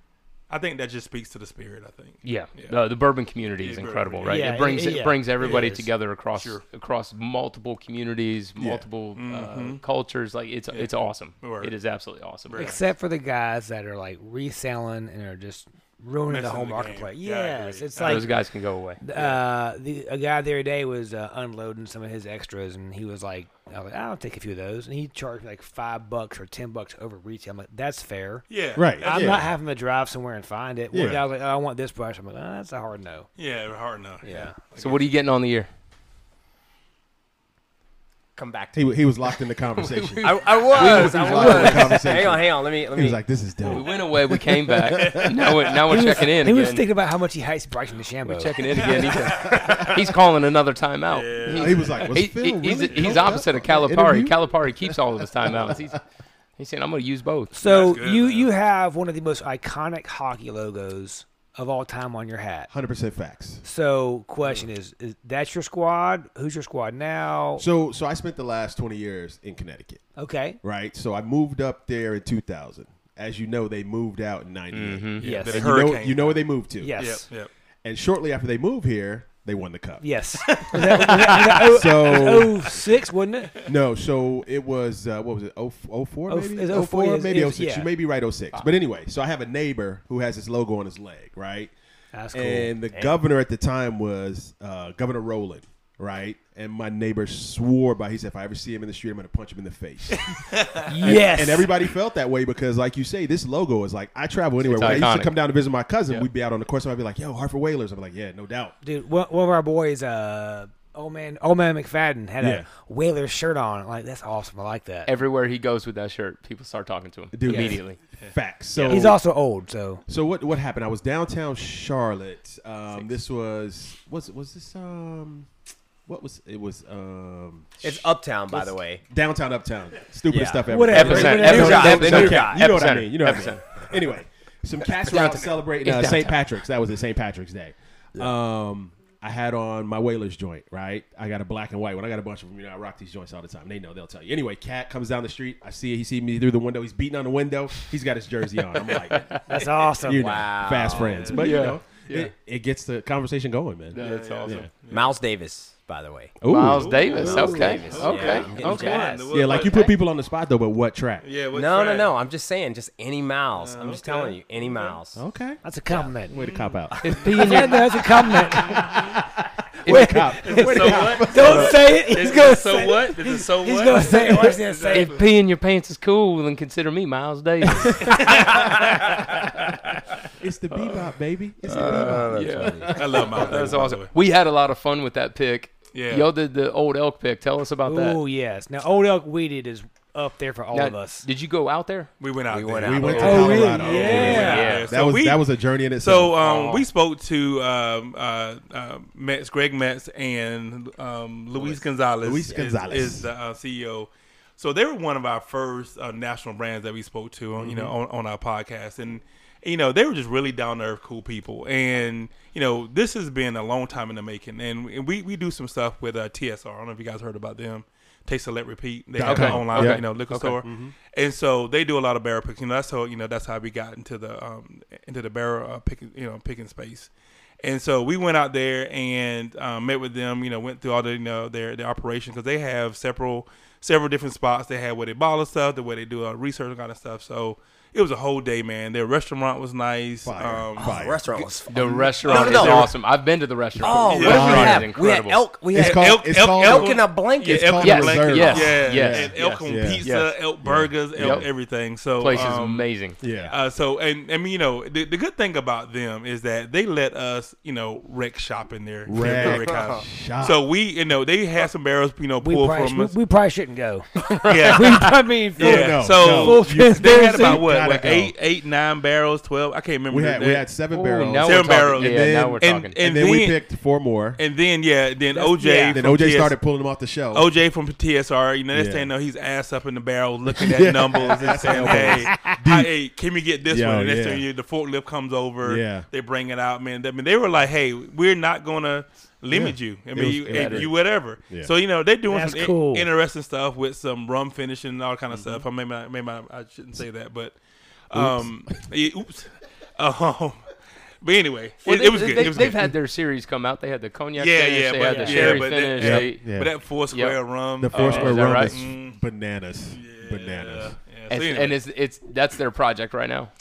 Speaker 5: I think that just speaks to the spirit. I think.
Speaker 1: Yeah,
Speaker 5: Yeah.
Speaker 1: the the bourbon community is
Speaker 5: Yeah,
Speaker 1: incredible,
Speaker 5: bourbon.
Speaker 1: right?
Speaker 3: Yeah,
Speaker 1: it brings
Speaker 3: it-
Speaker 1: it,
Speaker 3: yeah.
Speaker 1: brings everybody
Speaker 5: It is.
Speaker 1: together across
Speaker 5: Sure.
Speaker 1: across multiple communities, multiple uh, cultures. Like it's it's awesome.
Speaker 5: Mm-hmm. Word.
Speaker 1: It is absolutely awesome.
Speaker 5: Right.
Speaker 3: Except for the guys that are like reselling and are just ruining the
Speaker 5: Messing
Speaker 3: whole
Speaker 5: the game.
Speaker 3: marketplace.
Speaker 5: Yeah, I agree.
Speaker 3: yes, it's
Speaker 5: Yeah.
Speaker 3: like
Speaker 1: Those guys can go away.
Speaker 3: Uh, the a guy the other day was uh, unloading some of his extras, and he was like, "I was like, I'll take a few of those," and he charged me like five bucks or ten bucks over retail. I'm like, "That's fair."
Speaker 5: Yeah.
Speaker 6: Right.
Speaker 5: That's-
Speaker 3: I'm
Speaker 6: Yeah.
Speaker 3: not having to drive somewhere and find it. One
Speaker 6: Yeah.
Speaker 3: guy was like, "Oh, I want this brush." I'm like, oh, "That's a hard no."
Speaker 5: Yeah. Hard enough.
Speaker 3: Yeah.
Speaker 1: So what are you getting on the year?
Speaker 7: Come back to
Speaker 6: He, he was locked in the conversation.
Speaker 7: I, I was.
Speaker 6: We
Speaker 7: I
Speaker 6: were having a
Speaker 7: was.
Speaker 6: conversation.
Speaker 7: Hang on, hang on. Let me. Let
Speaker 6: he
Speaker 7: me.
Speaker 6: was like, "This is
Speaker 1: We
Speaker 6: dope."
Speaker 1: went away. We came back. now we're, now we're
Speaker 3: He was-
Speaker 1: checking in
Speaker 3: He was
Speaker 1: again.
Speaker 3: thinking about how much he hates Bryson DeChambeau.
Speaker 1: checking in again. He's, he's calling another timeout. He-
Speaker 6: He was like, "Was
Speaker 1: he-
Speaker 6: Phil
Speaker 1: he- he's
Speaker 6: really
Speaker 1: he's
Speaker 6: dope
Speaker 1: opposite of
Speaker 6: up on that
Speaker 1: Calipari.
Speaker 6: interview?"
Speaker 1: Calipari keeps all of his timeouts. He's he's saying I'm going to use both.
Speaker 3: So
Speaker 5: That's good,
Speaker 3: you
Speaker 5: man.
Speaker 3: you have one of the most iconic hockey logos of all time on your hat.
Speaker 6: Hundred percent facts.
Speaker 3: So question is, is that's your squad? Who's your squad now?
Speaker 6: So, so I spent the last twenty years in Connecticut,
Speaker 3: Okay.
Speaker 6: right? So I moved up there in two thousand. As you know, they moved out in ninety
Speaker 3: Yes.
Speaker 5: The
Speaker 6: And you know,
Speaker 5: hurricane.
Speaker 6: you know where they moved to.
Speaker 3: Yes.
Speaker 5: Yep. Yep.
Speaker 6: And shortly after they moved here, they won the cup.
Speaker 3: Yes. Was that, was that- was that oh-
Speaker 6: So
Speaker 3: 06, wasn't it?
Speaker 6: no, so it was uh, what was it? Oh, oh four,
Speaker 3: Oh,
Speaker 6: maybe
Speaker 3: it's
Speaker 6: oh
Speaker 3: 04,
Speaker 6: four,
Speaker 3: it's-
Speaker 6: maybe oh
Speaker 3: it's-
Speaker 6: six.
Speaker 3: yeah.
Speaker 6: You may be right, oh six. But anyway, so I have a neighbor who has his logo on his leg, right?
Speaker 3: That's
Speaker 6: And the governor at the time was uh, Governor Rowland, right? And my neighbor swore by. He said, "If I ever see him in the street, I'm going to punch him in the face."
Speaker 3: yes.
Speaker 6: And everybody felt that way because, like you say, this logo is like I travel anywhere.
Speaker 1: It's
Speaker 6: When I used to
Speaker 1: iconic.
Speaker 6: come down to visit my cousin,
Speaker 1: Yeah.
Speaker 6: we'd be out on the course, and I'd be like, "Yo, Hartford Whalers." I'm like, "Yeah, no doubt."
Speaker 3: Dude, one, one of our boys, uh, old man, old man McFadden had
Speaker 6: Yeah.
Speaker 3: a Whalers shirt on. Like that's awesome. I like that.
Speaker 1: Everywhere he goes with that shirt, people start talking to him
Speaker 6: Dude,
Speaker 1: immediately.
Speaker 6: Facts. So
Speaker 3: He's also old, so
Speaker 6: So what what happened? I was downtown Charlotte. Um, this was was was this um what was it was um
Speaker 7: It's Uptown, by the way.
Speaker 6: downtown uptown
Speaker 7: Yeah.
Speaker 6: stupidest stuff ever.
Speaker 3: Whatever.
Speaker 1: Epicenter.
Speaker 3: Whatever.
Speaker 7: Epicenter.
Speaker 6: Don't- don't- don't
Speaker 7: Epicenter.
Speaker 6: count. You know what I
Speaker 1: Epicenter.
Speaker 6: mean. You know what I mean. Anyway, some cats were out celebrating uh, St. Patrick's. That was it. St. Patrick's Day. Um, I had on my Whalers joint, right? I got a black and white one. I got a bunch of them. You know, I rock these joints all the time. They know. They'll tell you. Anyway, cat comes down the street. I see it. He sees me through the window. He's beating on the window. He's got his jersey on. I'm like,
Speaker 3: That's awesome.
Speaker 6: you know,
Speaker 7: Wow.
Speaker 6: fast friends. But you know,
Speaker 5: Yeah.
Speaker 6: it, it gets the conversation going, man.
Speaker 5: That's awesome.
Speaker 7: Miles Davis, by the way.
Speaker 6: Ooh.
Speaker 1: Miles Davis. okay.
Speaker 7: Davis,
Speaker 1: Okay.
Speaker 7: yeah.
Speaker 1: Okay.
Speaker 7: Jazz.
Speaker 6: Yeah, like you put people on the spot though, but what track?
Speaker 5: Yeah. what
Speaker 7: No, no,
Speaker 5: track?
Speaker 7: no. I'm just saying, just any Miles. I'm just
Speaker 5: okay.
Speaker 7: telling you, any Miles.
Speaker 6: Okay.
Speaker 3: That's a compliment.
Speaker 6: Way to cop out.
Speaker 3: Yeah, that's a compliment.
Speaker 6: Way to cop. Way to
Speaker 5: So
Speaker 6: cop.
Speaker 5: what?
Speaker 3: Don't say it. He's
Speaker 5: Is
Speaker 3: gonna
Speaker 5: it so
Speaker 3: say
Speaker 5: what? Is it so
Speaker 3: He's
Speaker 5: what?
Speaker 3: gonna say it. Watch this. Say
Speaker 1: If peeing your pants is cool, then consider me Miles Davis.
Speaker 6: It's the bebop, baby. It's the
Speaker 5: Uh,
Speaker 6: bebop.
Speaker 1: yeah.
Speaker 5: I love Miles. Davis,
Speaker 1: That's
Speaker 5: by the
Speaker 1: awesome.
Speaker 5: way.
Speaker 1: We had a lot of fun with that pick.
Speaker 5: Yeah.
Speaker 1: Y'all did the old elk pick. Tell us about that.
Speaker 3: Oh yes. Now Old Elk Weeded is up there for all
Speaker 1: Now,
Speaker 3: of us.
Speaker 1: Did you go out there?
Speaker 5: We went out.
Speaker 7: We
Speaker 5: there.
Speaker 7: went
Speaker 5: We
Speaker 7: out.
Speaker 6: We went to
Speaker 7: there.
Speaker 3: Oh, really?
Speaker 6: Colorado.
Speaker 3: Yeah.
Speaker 5: Yeah.
Speaker 6: That
Speaker 5: So
Speaker 6: was
Speaker 5: we-
Speaker 6: that was a journey in itself.
Speaker 5: So um, we spoke to um, uh, uh, Metz, Greg Metz, and um, Luis Gonzalez.
Speaker 6: Luis
Speaker 5: is-
Speaker 6: Gonzalez.
Speaker 5: is, the uh, CEO. So they were one of our first uh, national brands that we spoke to, on you know,
Speaker 6: Mm-hmm.
Speaker 5: on, on our podcast, and you know they were just really down to earth, cool people. And you know this has been a long time in the making, and we- we we do some stuff with uh, TSR. I don't know if you guys heard about them. Taste, select, repeat. They have their
Speaker 6: Okay. Mm-hmm.
Speaker 5: online,
Speaker 6: Yeah.
Speaker 5: you know, liquor store, and so they do a lot of barrel picking. You know, that's how you know that's how we got into the um, into the barrel uh, picking, you know, picking space. And so we went out there and um, met with them. You know, went through all the you know their their operation because they have several several different spots. They have where they bottle stuff, the way they do uh, research and kind of stuff. So it was a whole day, man. Their restaurant was nice.
Speaker 6: Fire.
Speaker 5: Um,
Speaker 7: The
Speaker 6: Fire.
Speaker 7: restaurant was.
Speaker 1: The restaurant
Speaker 7: no,
Speaker 1: is
Speaker 7: no.
Speaker 1: awesome. I've been to the restaurant.
Speaker 7: Oh,
Speaker 1: the
Speaker 5: Yeah.
Speaker 7: what did we
Speaker 1: restaurant
Speaker 7: have?
Speaker 1: is
Speaker 7: We had
Speaker 1: incredible.
Speaker 7: elk. We
Speaker 6: It's
Speaker 7: had
Speaker 6: called-
Speaker 7: elk.
Speaker 6: it's
Speaker 5: elk,
Speaker 6: called-
Speaker 7: Elk in a blanket.
Speaker 5: Yeah, elk,
Speaker 6: called
Speaker 5: in a
Speaker 1: the
Speaker 5: blanket.
Speaker 1: Reserve.
Speaker 5: Yeah,
Speaker 1: Yes, yes,
Speaker 5: and elk
Speaker 1: yes,
Speaker 5: on
Speaker 6: yes.
Speaker 5: pizza,
Speaker 1: Yes.
Speaker 5: elk burgers,
Speaker 1: Yep.
Speaker 5: elk everything. So
Speaker 1: Place is
Speaker 5: um,
Speaker 1: amazing.
Speaker 6: Yeah.
Speaker 5: Uh, so and I mean, you know, the, the good thing about them is that they let us, you know, wreck shop in their
Speaker 6: Wreck
Speaker 5: their wreck house.
Speaker 6: shop.
Speaker 5: So we, you know, they had some barrels, you know,
Speaker 3: we
Speaker 5: pulled
Speaker 3: probably,
Speaker 5: from
Speaker 3: we,
Speaker 5: us.
Speaker 3: we probably shouldn't go. we,
Speaker 5: yeah.
Speaker 3: I mean,
Speaker 5: Yeah.
Speaker 6: Oh, no,
Speaker 5: so
Speaker 6: no.
Speaker 3: Full
Speaker 6: You-
Speaker 5: they had
Speaker 3: transparency.
Speaker 5: about what,
Speaker 6: Gotta
Speaker 5: what
Speaker 6: go.
Speaker 5: eight, eight, nine barrels, twelve. I can't remember.
Speaker 6: we had
Speaker 5: the-
Speaker 6: we had seven
Speaker 1: Ooh,
Speaker 6: barrels.
Speaker 1: now
Speaker 6: and,
Speaker 1: we're
Speaker 5: Seven
Speaker 1: talking.
Speaker 5: barrels.
Speaker 1: Yeah,
Speaker 6: And then-
Speaker 1: now we're
Speaker 5: and-
Speaker 1: talking.
Speaker 5: and
Speaker 6: then we
Speaker 5: then-
Speaker 6: picked four more. And
Speaker 5: and then yeah, then OJ.
Speaker 3: yeah.
Speaker 6: then
Speaker 5: from
Speaker 6: OJ
Speaker 5: TS
Speaker 6: started pulling them off the shelf.
Speaker 5: OJ from TSR, you know, next
Speaker 6: Yeah.
Speaker 5: thing you know, he's ass up in the barrel looking at
Speaker 6: Yeah.
Speaker 5: numbers and saying, hey, I, hey, can we get this
Speaker 6: Yo,
Speaker 5: one? And next
Speaker 6: yeah.
Speaker 5: thing you the forklift comes over,
Speaker 6: Yeah.
Speaker 5: they bring it out, man. I mean, they were like, hey, we're not going to limit
Speaker 6: Yeah.
Speaker 5: you. I
Speaker 6: It
Speaker 5: mean,
Speaker 6: was-
Speaker 5: you,
Speaker 6: it
Speaker 5: and
Speaker 6: was-
Speaker 5: you whatever.
Speaker 6: Yeah.
Speaker 5: So, you know, they're doing
Speaker 3: That's
Speaker 5: some in-
Speaker 3: cool.
Speaker 5: interesting stuff with some rum finishing and all kind of
Speaker 6: Mm-hmm.
Speaker 5: stuff. I maybe, I, maybe I, I shouldn't say that, but um, yeah, oops. Um, but anyway,
Speaker 1: Well,
Speaker 5: it,
Speaker 1: they,
Speaker 5: it was good.
Speaker 1: They,
Speaker 5: it was
Speaker 1: they've
Speaker 5: good.
Speaker 1: had their series come out. They had the cognac
Speaker 5: Yeah,
Speaker 1: finish.
Speaker 5: yeah,
Speaker 1: they
Speaker 5: but-
Speaker 1: had the
Speaker 5: yeah,
Speaker 1: sherry
Speaker 5: but that-
Speaker 1: finish.
Speaker 5: yeah.
Speaker 1: They,
Speaker 6: Yeah.
Speaker 5: but that four square rum,
Speaker 6: the four
Speaker 5: uh,
Speaker 6: square
Speaker 1: is that
Speaker 6: rum
Speaker 1: right?
Speaker 6: is
Speaker 5: Mm.
Speaker 6: bananas.
Speaker 5: yeah,
Speaker 6: Bananas.
Speaker 5: yeah. So
Speaker 1: and,
Speaker 5: anyway.
Speaker 1: and it's it's that's their project right now.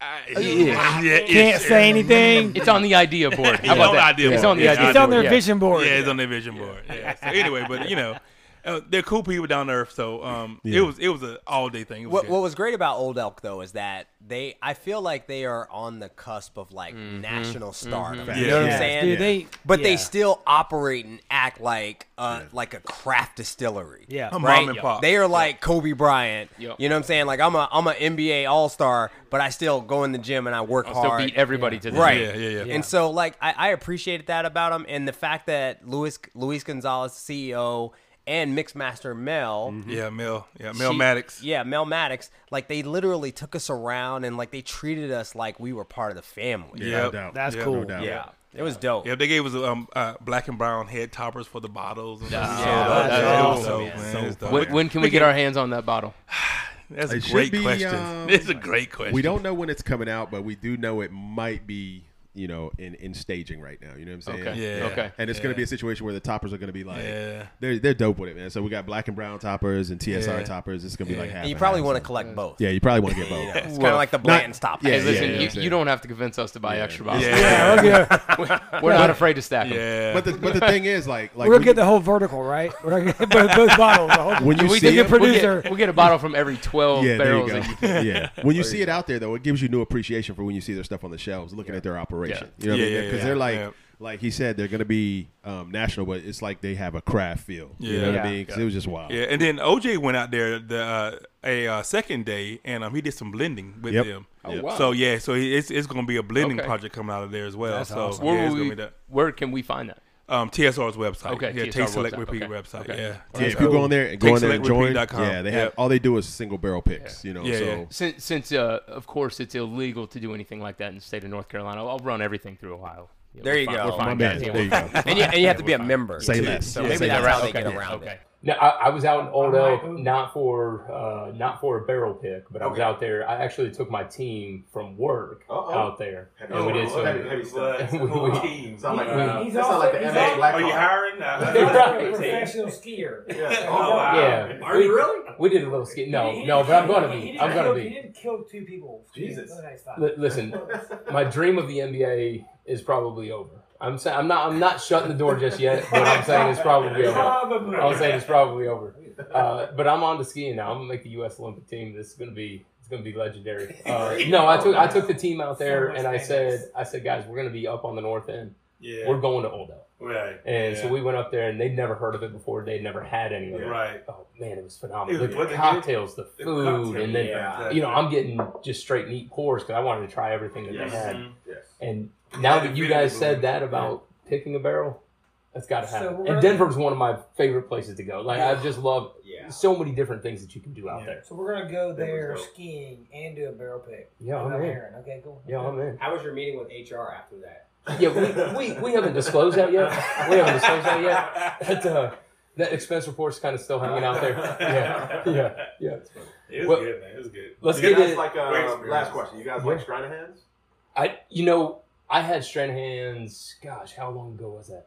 Speaker 5: I- yeah,
Speaker 3: can't say anything.
Speaker 1: It's on the idea board. How about
Speaker 5: on
Speaker 1: that?
Speaker 5: the idea
Speaker 1: It's
Speaker 5: board.
Speaker 1: on the
Speaker 5: Yeah,
Speaker 1: idea
Speaker 3: It's on
Speaker 1: board,
Speaker 3: their
Speaker 1: yeah.
Speaker 3: vision board.
Speaker 5: Yeah, it's on their vision board. Yeah. So anyway, but you know, uh, they're cool people down to earth. So um,
Speaker 6: Yeah.
Speaker 5: it was it was an all day thing. It was
Speaker 7: What,
Speaker 5: good.
Speaker 7: what was great about Old Elk though is that they, I feel like they are on the cusp of like national stardom. You know what I'm
Speaker 3: Yes,
Speaker 7: saying?
Speaker 3: dude, they-
Speaker 7: but
Speaker 3: yeah.
Speaker 7: they still operate and act like uh, like a craft distillery.
Speaker 3: Yeah. A
Speaker 5: mom
Speaker 7: right?
Speaker 5: and pop.
Speaker 7: They are like Kobe Bryant.
Speaker 1: Yep.
Speaker 7: You know what I'm saying? Like I'm a I'm an NBA All Star, but I still go in the gym and I work
Speaker 1: I'll still
Speaker 7: hard.
Speaker 1: beat everybody to the
Speaker 7: Right.
Speaker 5: Yeah, yeah, yeah.
Speaker 7: And so, like, I, I appreciated that about him, and the fact that Luis Luis Gonzalez, CEO, and Mixmaster Mel,
Speaker 5: yeah, Mel, yeah, Mel
Speaker 7: she-
Speaker 5: Maddox.
Speaker 7: yeah, Mel Maddox, like they literally took us around and like they treated us like we were part of the family.
Speaker 5: Yeah.
Speaker 6: No doubt.
Speaker 3: That's
Speaker 5: Yeah,
Speaker 3: cool.
Speaker 6: No doubt.
Speaker 7: Yeah. It was dope.
Speaker 5: Yeah, they gave us um, uh, black and brown head toppers for the bottles. And
Speaker 1: Yeah,
Speaker 5: stuff. So
Speaker 1: that's
Speaker 5: it was
Speaker 3: awesome.
Speaker 5: dope,
Speaker 6: Yeah.
Speaker 5: man.
Speaker 6: So
Speaker 5: It was dope.
Speaker 1: When, when can we get our hands on that bottle?
Speaker 5: That's a
Speaker 6: It should
Speaker 5: great
Speaker 6: be,
Speaker 5: question.
Speaker 6: um,
Speaker 5: it's a great question.
Speaker 6: We don't know when it's coming out, but we do know it might be, you know, in, in staging right now. You know what I'm saying?
Speaker 1: Okay.
Speaker 5: Yeah.
Speaker 1: Okay.
Speaker 6: And it's going to be a situation where the toppers are going to be like,
Speaker 5: Yeah.
Speaker 6: they're, they're dope with it, man. So we got black and brown toppers and TSR
Speaker 5: Yeah.
Speaker 6: toppers. It's going to be like half.
Speaker 7: And you
Speaker 6: and
Speaker 7: probably
Speaker 6: half,
Speaker 7: want to
Speaker 6: so-
Speaker 7: collect both.
Speaker 6: Yeah, you probably want to get both.
Speaker 7: It's kind of like the Blanton's top.
Speaker 6: yeah,
Speaker 1: Hey, listen,
Speaker 6: yeah,
Speaker 1: you,
Speaker 6: yeah.
Speaker 1: you don't have to convince us to buy extra bottles.
Speaker 5: Yeah.
Speaker 1: We're not afraid to stack them.
Speaker 5: Yeah.
Speaker 6: But the but the thing is, like, like
Speaker 3: We're
Speaker 6: when
Speaker 3: gonna get
Speaker 6: you-
Speaker 3: the whole vertical, right? We're gonna get both, both bottles. The whole,
Speaker 6: when you
Speaker 1: We
Speaker 6: see
Speaker 1: get,
Speaker 6: it,
Speaker 3: pro-
Speaker 1: we'll get-
Speaker 3: producer.
Speaker 1: we'll get a bottle from every 12
Speaker 6: yeah, there you
Speaker 1: barrels.
Speaker 6: go.
Speaker 1: that you-
Speaker 6: yeah, when you see it out there though, it gives you new appreciation for when you see their stuff on the shelves, looking at their operation. You know what
Speaker 5: Yeah,
Speaker 6: I mean?
Speaker 5: yeah,
Speaker 6: Because
Speaker 5: yeah.
Speaker 6: they're like,
Speaker 5: Yeah.
Speaker 6: like he said, they're gonna be um, national, but it's like they have a craft feel. You know what
Speaker 5: Yeah.
Speaker 6: I mean? 'Cause it was just wild.
Speaker 5: Yeah, and then OJ went out there the uh, a uh, second day, and um, he did some blending with
Speaker 6: Yep.
Speaker 5: them.
Speaker 1: Oh, Yep. wow.
Speaker 5: So yeah, so he- it's it's going to be a blending
Speaker 1: Okay.
Speaker 5: project coming out of there as well. so
Speaker 1: Where,
Speaker 5: yeah, it's
Speaker 1: will
Speaker 5: going
Speaker 1: we-
Speaker 5: to be that.
Speaker 1: where can we find that?
Speaker 5: Um, TSR's website.
Speaker 1: Okay,
Speaker 5: yeah,
Speaker 1: TSR
Speaker 5: Taste Select
Speaker 1: website.
Speaker 5: Repeat
Speaker 1: Okay.
Speaker 5: website.
Speaker 1: Okay.
Speaker 5: Yeah,
Speaker 6: Yeah, if you go in there and go in there and join,
Speaker 5: TakeSelectRepeat.com.
Speaker 6: yeah, they have
Speaker 5: Yep.
Speaker 6: all they do is single barrel picks. You know,
Speaker 5: Yeah,
Speaker 6: so
Speaker 5: yeah.
Speaker 1: Since, since uh, of course, it's illegal to do anything like that in the state of North Carolina, I'll run everything through Ohio. Yeah,
Speaker 7: There
Speaker 1: we're
Speaker 7: you
Speaker 1: fine-
Speaker 7: go.
Speaker 1: We're fine,
Speaker 7: My
Speaker 1: guys.
Speaker 9: man.
Speaker 1: Yeah,
Speaker 9: There
Speaker 1: we're
Speaker 9: you
Speaker 1: fine.
Speaker 9: go.
Speaker 7: And you, and you
Speaker 1: Yeah,
Speaker 7: have to be
Speaker 1: we're
Speaker 7: a
Speaker 1: fine.
Speaker 7: member.
Speaker 9: Say
Speaker 7: too,
Speaker 9: less.
Speaker 7: So
Speaker 9: Yeah,
Speaker 7: maybe
Speaker 9: say
Speaker 7: that's
Speaker 9: less.
Speaker 7: how they
Speaker 1: Okay,
Speaker 7: get around
Speaker 1: okay.
Speaker 7: it.
Speaker 1: No, I, I was out in Oldell not for uh, not for a barrel pick, but I was
Speaker 7: Okay.
Speaker 1: out there. I actually took my team from work
Speaker 6: Uh-oh.
Speaker 1: out there, and we did some.
Speaker 6: heavy, heavy stuff.
Speaker 1: We- we-
Speaker 6: Sound like,
Speaker 1: Wow.
Speaker 6: that sound like the
Speaker 3: He's
Speaker 6: NBA
Speaker 3: also-
Speaker 6: black
Speaker 3: Are
Speaker 6: Hawk.
Speaker 3: you
Speaker 6: hiring?
Speaker 1: Right.
Speaker 3: professional skier.
Speaker 6: Yeah.
Speaker 3: Oh, wow.
Speaker 1: Yeah,
Speaker 6: Are
Speaker 1: we,
Speaker 6: you really?
Speaker 1: We did a little skit.
Speaker 3: He
Speaker 1: No,
Speaker 3: didn't
Speaker 1: no, but I'm
Speaker 3: kill-
Speaker 1: gonna
Speaker 3: he
Speaker 1: be.
Speaker 3: didn't
Speaker 1: I'm
Speaker 3: kill-
Speaker 1: gonna
Speaker 3: He
Speaker 1: be.
Speaker 3: didn't kill two people.
Speaker 6: Jesus.
Speaker 3: Oh, that's fine.
Speaker 1: Li- listen, my dream of the NBA is probably over. I'm saying I'm not. I'm not shutting the door just yet, but I'm saying it's probably over.
Speaker 3: Probably.
Speaker 1: I'm saying it's probably over. Uh, but I'm on to skiing now. I'm gonna make the U.S. Olympic team. This is gonna be it's gonna be legendary. Uh, no, I took I took the team out there
Speaker 3: So much
Speaker 1: and I
Speaker 3: madness.
Speaker 1: said I said guys, we're gonna be up on the north end.
Speaker 6: Yeah.
Speaker 1: We're going to Oldell,
Speaker 6: Right.
Speaker 1: and so
Speaker 6: Yeah.
Speaker 1: we went up there and they'd never heard of it before. They'd never had any of it.
Speaker 6: Right.
Speaker 1: Oh man, it was phenomenal.
Speaker 6: Dude,
Speaker 1: the
Speaker 6: what they
Speaker 1: cocktails, the
Speaker 6: The
Speaker 1: food,
Speaker 6: cocktail,
Speaker 1: and then
Speaker 6: yeah.
Speaker 1: you know I'm getting just straight neat pours because I wanted to try everything that
Speaker 6: Yes. Mm-hmm.
Speaker 1: they had.
Speaker 6: Yes.
Speaker 1: And now that you
Speaker 6: Really
Speaker 1: guys
Speaker 6: good.
Speaker 1: said that about picking a barrel, that's got to
Speaker 3: So
Speaker 1: happen.
Speaker 3: we're
Speaker 1: and
Speaker 3: gonna-
Speaker 1: Denver's one of my favorite places to go. Like I just love
Speaker 6: Yeah.
Speaker 1: so many different things that you can do out
Speaker 6: Yeah.
Speaker 1: there.
Speaker 3: So we're gonna go
Speaker 6: That was
Speaker 3: there
Speaker 6: dope.
Speaker 3: skiing and do a barrel pick.
Speaker 1: Yeah, I'm
Speaker 3: Without
Speaker 1: in.
Speaker 3: Aaron. Okay, cool.
Speaker 1: Yeah, I'm in.
Speaker 8: How was your meeting with HR after that?
Speaker 1: Yeah, we, we, we haven't disclosed that yet. We haven't disclosed that yet. That uh, that expense report's kind of still hanging out there. Yeah, yeah, yeah.
Speaker 6: It was
Speaker 1: Well,
Speaker 6: good, man. It was good.
Speaker 1: Let's
Speaker 6: You
Speaker 1: get
Speaker 6: guys
Speaker 1: it.
Speaker 6: like
Speaker 10: Great
Speaker 6: uh,
Speaker 10: experience.
Speaker 6: last question. You guys like
Speaker 1: Yeah.
Speaker 6: Stranahan's?
Speaker 1: I you know I had Stranahan's. Gosh, how long ago was that?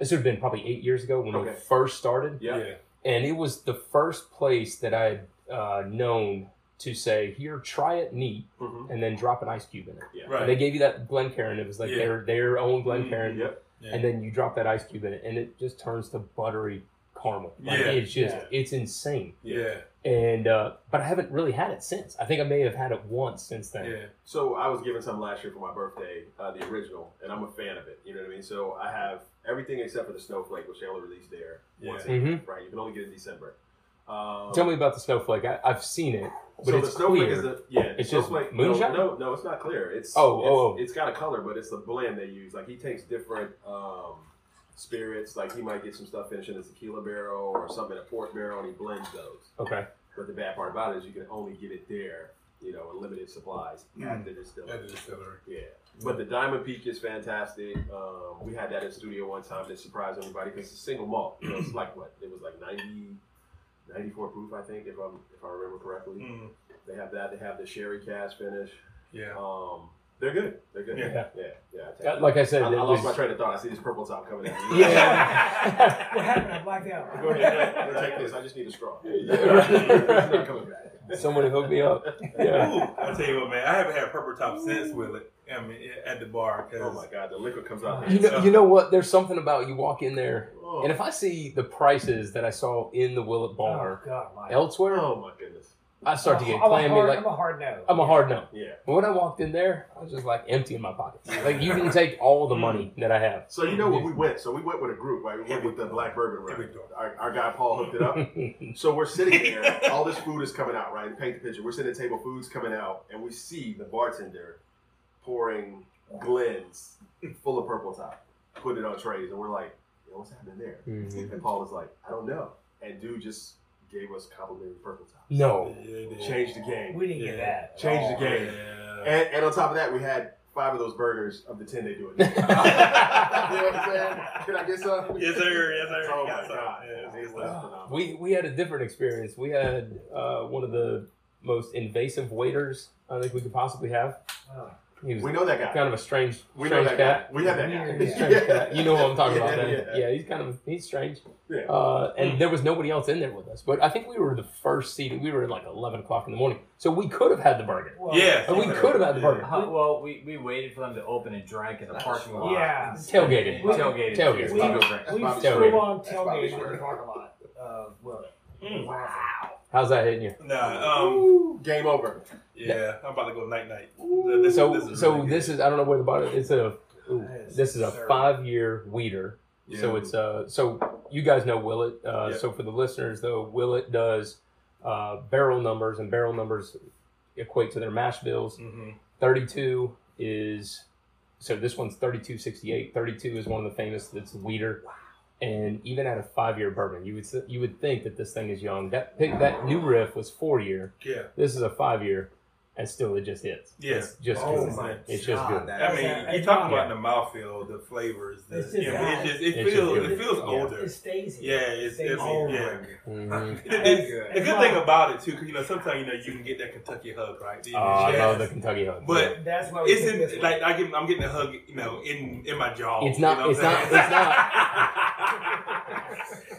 Speaker 1: This would have been probably eight years ago when we
Speaker 6: Okay.
Speaker 1: first started.
Speaker 6: Yeah.
Speaker 1: and it was the first place that I had uh, known to say, "Here, try it neat,
Speaker 6: Mhm.
Speaker 1: and then drop an ice cube in it."
Speaker 6: Yeah.
Speaker 10: Right.
Speaker 1: And they gave you that Glencairn. It was like
Speaker 10: Yeah. Mm,
Speaker 1: their their own Glencairn,
Speaker 6: Mm-hmm. Yep.
Speaker 10: Yeah.
Speaker 1: and then you drop that ice cube in it, and it just turns to buttery caramel. Like,
Speaker 10: Yeah.
Speaker 1: It's just
Speaker 6: Yeah.
Speaker 1: it's insane.
Speaker 10: yeah.
Speaker 1: And uh, but I haven't really had it since. I think I may have had it once since then.
Speaker 10: Yeah.
Speaker 6: So I was given some last year for my birthday, uh, the original, and I'm a fan of it. You know what I mean? So I have everything except for the snowflake, which they only release there once
Speaker 1: Yeah.
Speaker 6: a year. Right. You can only get it in December. Um,
Speaker 1: Mm-hmm. Tell me about the snowflake. I, I've seen it, but
Speaker 6: so
Speaker 1: it's
Speaker 6: the snowflake
Speaker 1: clear.
Speaker 6: is the yeah. the
Speaker 1: It's just
Speaker 6: snowflake-
Speaker 1: moonshine?
Speaker 6: No, no, no, it's not clear. It's
Speaker 1: Oh,
Speaker 6: it's,
Speaker 1: oh, oh.
Speaker 6: it's got a color, but it's the blend they use. Like he takes different um, spirits. Like he might get some stuff finished in a tequila barrel or something in a port barrel, and he blends those.
Speaker 1: okay.
Speaker 6: But the bad part about it is you can only get it there, you know, in limited supplies at the distillery.
Speaker 10: At the distillery.
Speaker 6: Yeah. But the Diamond Peak is fantastic. Um, we had that in studio one time that surprised everybody because it's a single malt. You know, it's like what? It was like 90, 94 proof, I think, if I'm if I remember correctly.
Speaker 10: Mm.
Speaker 6: They have that. They have the sherry cask finish.
Speaker 10: Yeah.
Speaker 6: Um, they're good. They're good.
Speaker 10: Yeah.
Speaker 6: yeah, yeah. I
Speaker 1: Uh,
Speaker 6: take it.
Speaker 1: Like I
Speaker 6: I,
Speaker 1: said,
Speaker 6: I
Speaker 1: it
Speaker 6: lost my
Speaker 1: was-
Speaker 6: train of thought. I see this purple top coming at me.
Speaker 1: yeah.
Speaker 3: What happened? I blacked out.
Speaker 6: Go ahead. Go take this. I just need a straw. It's not coming back.
Speaker 1: Somebody hooked me up. Yeah.
Speaker 10: Ooh, I tell you what, man, I haven't had purple top since with it. I mean, i- at the bar because
Speaker 6: Oh my god, the liquid comes out.
Speaker 1: You
Speaker 10: uh,
Speaker 1: know, you know what? There's something about you walk in there, and if I see the prices that I saw in the Willet
Speaker 3: Oh
Speaker 1: Bar
Speaker 3: God, Mike.
Speaker 1: elsewhere,
Speaker 6: Oh my goodness.
Speaker 1: I start to get
Speaker 3: I'm a
Speaker 1: clammy.
Speaker 3: hard-
Speaker 1: Like
Speaker 3: I'm a hard no.
Speaker 1: I'm a hard no.
Speaker 6: Yeah.
Speaker 1: But when I walked in there, I was just like emptying my pockets. Like you can take all the money that I have.
Speaker 6: So
Speaker 10: Oh,
Speaker 6: you know where we went. So we went with a group, right? We went with the Black Bourbon Run. Our, our guy Paul hooked it up. So we're sitting there. All this food is coming out, right? To paint the picture, we're sitting at the table, food's coming out, and we see the bartender pouring Glenn's full of purple top, putting it on trays, and we're like, Yo, "What's happening there?"
Speaker 1: Mm-hmm.
Speaker 6: And Paul was like, "I don't know." And dude just gave us complimentary purple top.
Speaker 1: No.
Speaker 6: Changed the game.
Speaker 3: We didn't get
Speaker 10: Yeah.
Speaker 3: that. at
Speaker 6: Change the
Speaker 3: all.
Speaker 6: game.
Speaker 10: Oh, Yeah.
Speaker 6: And, and on top of that, we had five of those burgers of the ten they do it. you know what I'm saying? Can I get some?
Speaker 10: Yes, sir. Yes, sir.
Speaker 6: Oh
Speaker 10: Got
Speaker 6: my
Speaker 10: some.
Speaker 6: god,
Speaker 10: Yeah, it's
Speaker 6: It was
Speaker 10: good stuff.
Speaker 6: phenomenal.
Speaker 1: We we had a different experience. We had uh, one of the most invasive waiters I think we could possibly have.
Speaker 3: Oh.
Speaker 1: He was
Speaker 6: We know that guy.
Speaker 1: kind of a strange,
Speaker 6: we know
Speaker 1: strange
Speaker 6: that
Speaker 1: cat.
Speaker 6: guy. We have that
Speaker 3: Yeah.
Speaker 6: guy.
Speaker 1: strange cat. You know what I'm talking
Speaker 6: Yeah,
Speaker 1: about, man.
Speaker 6: yeah.
Speaker 1: Yeah. he's kind of he's strange.
Speaker 6: Yeah.
Speaker 1: Uh,
Speaker 10: Hmm.
Speaker 1: and there was nobody else in there with us, but I think we were the first seated. We were at like 11 o'clock in the morning, so we could have had the burger.
Speaker 3: Well,
Speaker 10: Yeah.
Speaker 1: And uh, we could have had the burger.
Speaker 8: Huh, well, we, we waited for them to open and drank in the parking lot.
Speaker 3: Yeah.
Speaker 1: Tailgated.
Speaker 8: And
Speaker 1: Tailgated.
Speaker 8: Tailgated. Tailgated. Tailgated.
Speaker 3: We
Speaker 6: Bobby
Speaker 1: Sweater.
Speaker 3: full on
Speaker 6: Bobby
Speaker 3: tailgated in
Speaker 6: Sweater.
Speaker 3: the parking lot. of well,
Speaker 10: Mm.
Speaker 3: wow.
Speaker 1: How's that hitting you?
Speaker 10: Nah. Um.
Speaker 6: Game over.
Speaker 10: Yeah. I'm about to go night night. This,
Speaker 1: so
Speaker 10: is
Speaker 1: so
Speaker 10: really
Speaker 1: this
Speaker 10: good.
Speaker 1: is I don't know what about it. It's a ooh,
Speaker 3: That is
Speaker 1: this is a
Speaker 3: absurd.
Speaker 1: five year weeder. So
Speaker 6: Yeah.
Speaker 1: it's uh so you guys know Willet. Uh,
Speaker 6: Yep.
Speaker 1: So for the listeners though, Willet does uh, barrel numbers, and barrel numbers equate to their mash bills.
Speaker 10: Mhm.
Speaker 1: 32 is so this one's 3268 32 is one of the famous that's weeder and even at a five year bourbon you would s- you would think that this thing is young that pick, that new riff was four year
Speaker 10: Yeah.
Speaker 1: this is a five year and still it just hits.
Speaker 10: Yeah.
Speaker 1: It's just
Speaker 10: Oh
Speaker 1: good.
Speaker 10: my
Speaker 1: it's just
Speaker 10: God,
Speaker 1: good.
Speaker 10: that- I mean,
Speaker 3: That's-
Speaker 10: you talk
Speaker 3: yeah.
Speaker 10: about the mouthfeel, the flavors, the,
Speaker 3: It's just
Speaker 10: you know,
Speaker 3: hot.
Speaker 10: it just it
Speaker 1: It's just
Speaker 10: feels
Speaker 1: good.
Speaker 10: it feels
Speaker 1: Yeah.
Speaker 10: older.
Speaker 3: It stays in.
Speaker 10: Yeah, it's,
Speaker 3: It stays
Speaker 10: I mean,
Speaker 3: in.
Speaker 10: yeah.
Speaker 1: Mhm.
Speaker 10: The- the, the good thing about it too, because you know sometimes you know you can get that Kentucky hug, right?
Speaker 1: Oh, I love the Kentucky hug.
Speaker 10: But
Speaker 3: That's why we
Speaker 10: it's
Speaker 3: took this
Speaker 10: in,
Speaker 3: one.
Speaker 10: like I get, I'm getting a hug, you know, in in my jaw.
Speaker 1: It's not-
Speaker 10: You know
Speaker 1: it's
Speaker 10: what I'm
Speaker 1: not-
Speaker 10: saying?
Speaker 1: it's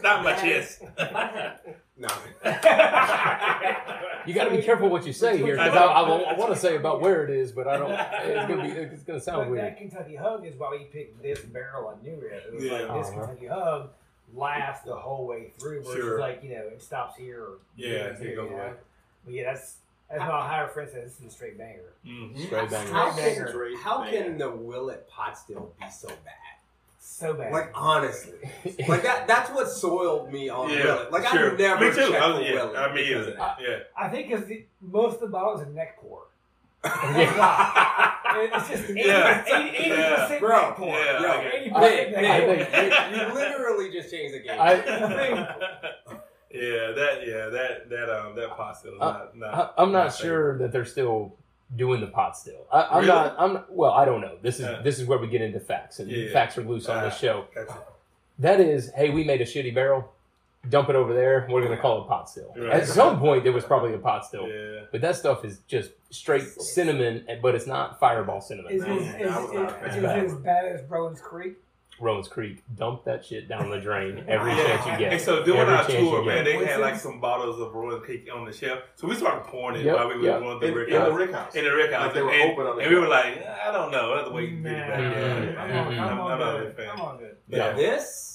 Speaker 1: not-
Speaker 10: not my chest. no.
Speaker 1: you got to be careful what you say here because I, I, want to say about where it is, but I don't. It's gonna be. It's gonna
Speaker 3: But
Speaker 1: sound Oh, weird.
Speaker 3: that Kentucky hug is why we picked this barrel on New Red. It was
Speaker 10: Yeah.
Speaker 3: like this
Speaker 1: Uh-huh.
Speaker 3: Kentucky hug lasts the whole way through. Versus
Speaker 10: Sure.
Speaker 3: like you know it stops here. Or
Speaker 10: Yeah,
Speaker 3: here,
Speaker 10: it goes
Speaker 3: you know?
Speaker 10: away.
Speaker 3: But yeah, that's that's my higher friend said this is a straight banger.
Speaker 10: Mhm.
Speaker 1: Straight banger.
Speaker 7: How can,
Speaker 6: Straight
Speaker 7: how
Speaker 6: banger.
Speaker 7: can the Willet pot still be so bad?
Speaker 3: So bad.
Speaker 7: Like honestly, like that. That's what soiled me on
Speaker 10: Yeah,
Speaker 7: Willet. Like
Speaker 10: sure.
Speaker 7: I never
Speaker 10: Me too.
Speaker 7: checked
Speaker 10: I,
Speaker 7: for
Speaker 10: yeah,
Speaker 7: Willet.
Speaker 10: I mean,
Speaker 7: because of
Speaker 10: yeah,
Speaker 7: that.
Speaker 10: yeah.
Speaker 3: I think because most of the bottles are neck pour. It- It's just eighty
Speaker 10: Yeah.
Speaker 3: percent
Speaker 7: Bro,
Speaker 3: neck pour.
Speaker 10: yeah,
Speaker 3: Like,
Speaker 10: okay.
Speaker 3: 80%
Speaker 1: I-
Speaker 3: neck
Speaker 1: I
Speaker 3: pour.
Speaker 1: think-
Speaker 7: You literally just changed the game.
Speaker 1: I-
Speaker 10: yeah, that yeah, that that um that pasta is
Speaker 1: Uh,
Speaker 10: not, not
Speaker 1: I, I'm
Speaker 10: my
Speaker 1: not
Speaker 10: favorite.
Speaker 1: sure that they're still doing the pot still. I, I'm
Speaker 10: Really?
Speaker 1: not. I'm not- well. I don't know. This is
Speaker 10: Yeah.
Speaker 1: this is where we get into facts, and
Speaker 10: Yeah.
Speaker 1: facts are loose on this
Speaker 10: Ah.
Speaker 1: show.
Speaker 10: Gotcha.
Speaker 1: That is, hey, we made a shitty barrel. Dump it over there. We're gonna call it pot still.
Speaker 10: Right.
Speaker 1: At some point, there was probably a pot still.
Speaker 10: Yeah.
Speaker 1: But that stuff is just straight cinnamon, and- but it's not fireball cinnamon.
Speaker 3: Is, is, is,
Speaker 10: Man, I was not a fan.
Speaker 3: is, is it as bad as Rowan's Creek?
Speaker 1: Rowan's Creek. Dump that shit down the drain every
Speaker 10: Yeah.
Speaker 1: chance you get.
Speaker 10: And so doing
Speaker 1: Every
Speaker 10: our
Speaker 1: chance
Speaker 10: tour,
Speaker 1: you
Speaker 10: man,
Speaker 1: get.
Speaker 10: they had like some bottles of royal cake on the shelf. So we started pouring it
Speaker 1: Yep,
Speaker 10: while we were
Speaker 1: yep.
Speaker 10: going
Speaker 6: In,
Speaker 10: through Rick
Speaker 6: in the
Speaker 10: House.
Speaker 6: Rick House.
Speaker 10: In the Rick House.
Speaker 6: Like they were
Speaker 10: and,
Speaker 6: open on the
Speaker 10: and we were
Speaker 6: shelf.
Speaker 10: like, I don't know. That's the way you feel
Speaker 3: Nah.
Speaker 10: about
Speaker 1: Mm-hmm.
Speaker 10: it.
Speaker 3: I'm
Speaker 10: Yeah.
Speaker 3: on-
Speaker 10: I'm
Speaker 3: I'm on
Speaker 10: I'm not a
Speaker 3: good.
Speaker 10: big fan.
Speaker 3: I'm on good.
Speaker 10: Yeah.
Speaker 7: Now this,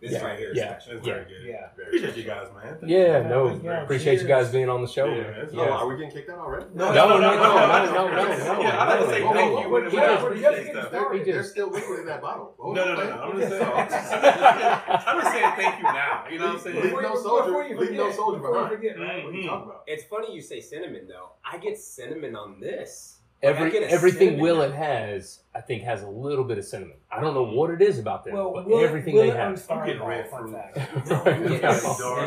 Speaker 7: this
Speaker 1: Yeah.
Speaker 7: right here is
Speaker 1: Yeah.
Speaker 7: special.
Speaker 10: It's
Speaker 1: Yeah.
Speaker 10: very good.
Speaker 3: Yeah.
Speaker 10: Appreciate you guys, man. Thank you.
Speaker 1: Yeah, no.
Speaker 3: Yeah,
Speaker 1: appreciate you guys being on the show.
Speaker 10: Yeah,
Speaker 1: man.
Speaker 10: it's
Speaker 6: Oh,
Speaker 1: Yeah.
Speaker 6: are we getting kicked out already?
Speaker 1: No, no, no, no, no, no, no, no.
Speaker 10: Yeah, I like to say
Speaker 6: Whoa, whoa,
Speaker 10: thank
Speaker 6: whoa,
Speaker 10: you
Speaker 6: whoa,
Speaker 10: when
Speaker 6: whoa,
Speaker 1: whoa,
Speaker 10: we
Speaker 1: we're
Speaker 10: we
Speaker 1: just
Speaker 10: say
Speaker 1: getting
Speaker 10: stuff.
Speaker 1: started. We
Speaker 6: They're
Speaker 1: just-
Speaker 6: still liquid in that bottle.
Speaker 10: No,
Speaker 6: Hold
Speaker 10: no,
Speaker 6: on,
Speaker 10: no, no.
Speaker 6: wait.
Speaker 10: I'm just saying. I'm just saying thank you now. You know what I'm saying?
Speaker 6: Leave no
Speaker 3: Before
Speaker 6: soldier-
Speaker 3: you
Speaker 6: leave no
Speaker 3: forget-
Speaker 6: soldier
Speaker 3: before you
Speaker 6: behind.
Speaker 3: forget, right?
Speaker 6: What are you
Speaker 10: Mhm.
Speaker 6: talking about?
Speaker 7: It's funny you say cinnamon though. I get cinnamon on this. Like, I
Speaker 1: Every,
Speaker 7: get a
Speaker 1: everything
Speaker 7: cinnamon.
Speaker 1: Willet has, I think, has a little bit of cinnamon. I don't know what it is about them,
Speaker 3: Well,
Speaker 1: but
Speaker 3: will
Speaker 1: everything
Speaker 3: will
Speaker 1: they
Speaker 3: it own
Speaker 1: have.
Speaker 10: I'm getting
Speaker 3: Fireball,
Speaker 10: red
Speaker 3: fun
Speaker 10: fruit.
Speaker 3: fact.
Speaker 7: Yes.
Speaker 10: Dark,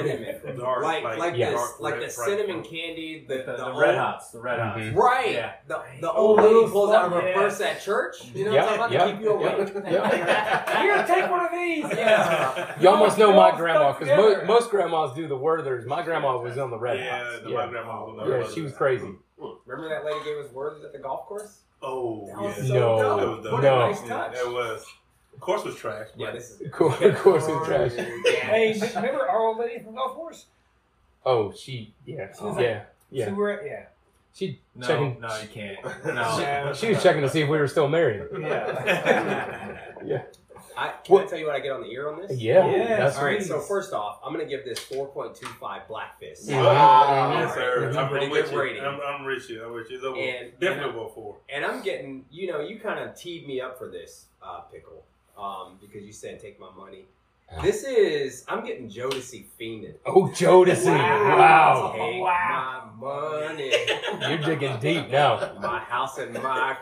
Speaker 7: Cinnamon.
Speaker 10: dark,
Speaker 7: like like,
Speaker 1: yeah.
Speaker 7: this,
Speaker 10: dark
Speaker 7: like
Speaker 10: red,
Speaker 7: the
Speaker 10: bright
Speaker 7: cinnamon
Speaker 10: fruit.
Speaker 7: candy, the,
Speaker 11: The, the,
Speaker 7: old-
Speaker 11: red hots, the red hots.
Speaker 1: Mhm.
Speaker 7: Right.
Speaker 11: Yeah.
Speaker 7: The, the old lady pulls out of her
Speaker 11: Yeah.
Speaker 7: purse at church. You know
Speaker 1: Yeah,
Speaker 7: what I'm talking
Speaker 1: yeah,
Speaker 7: about? to keep you awake.
Speaker 1: yeah.
Speaker 3: Here, take one of these.
Speaker 7: Yeah.
Speaker 1: You almost know
Speaker 3: Y'all
Speaker 1: my
Speaker 3: stuck
Speaker 1: grandma because
Speaker 3: together.
Speaker 1: most, most grandmas do the Werthers. My grandma was on the Red
Speaker 10: Yeah,
Speaker 1: Hots.
Speaker 10: the- my
Speaker 1: Yeah.
Speaker 10: grandma was
Speaker 1: yeah, she was crazy.
Speaker 7: Remember that lady gave us words at the golf course? That
Speaker 10: Oh, yeah.
Speaker 7: was
Speaker 1: No.
Speaker 7: so
Speaker 10: That
Speaker 7: dope.
Speaker 10: was dope.
Speaker 7: What
Speaker 1: No.
Speaker 7: a nice touch.
Speaker 10: It was. Of course, was trash.
Speaker 7: Yeah,
Speaker 10: but-
Speaker 7: this is
Speaker 1: Of course, of course it's trash.
Speaker 3: Hey, m- remember our old lady from Golf Course?
Speaker 1: Oh, she, yeah,
Speaker 3: She was like-
Speaker 1: yeah,
Speaker 3: So
Speaker 1: yeah.
Speaker 3: we're at, yeah.
Speaker 1: She
Speaker 11: No,
Speaker 1: checking.
Speaker 11: no, you can't. No.
Speaker 3: Yeah.
Speaker 1: She was checking to see if we were still married.
Speaker 7: I, can I
Speaker 1: What-
Speaker 7: tell you what I get on the ear on this?
Speaker 1: Yeah,
Speaker 3: Yeah.
Speaker 1: that's
Speaker 7: All
Speaker 1: right.
Speaker 7: right. So
Speaker 3: Please.
Speaker 7: first off, I'm gonna give this 4.25 black fist.
Speaker 1: Mhm.
Speaker 10: Wow. Oh, Yes,
Speaker 7: Alright,
Speaker 10: sir.
Speaker 7: that's a
Speaker 10: I'm,
Speaker 7: pretty
Speaker 10: I'm
Speaker 7: good
Speaker 10: with you.
Speaker 7: rating.
Speaker 10: I'm, I'm with you. I'm with you. It's over.
Speaker 7: And-
Speaker 10: Definitely over four.
Speaker 7: And I'm getting, you know, you kind of teed me up for this uh, pickle um, because you said take my money. This is, I'm getting Jodeci fiended.
Speaker 1: Oh, Jodeci. Wow.
Speaker 7: Take
Speaker 3: Wow.
Speaker 7: my money.
Speaker 1: You're digging deep now.
Speaker 7: my house and my car.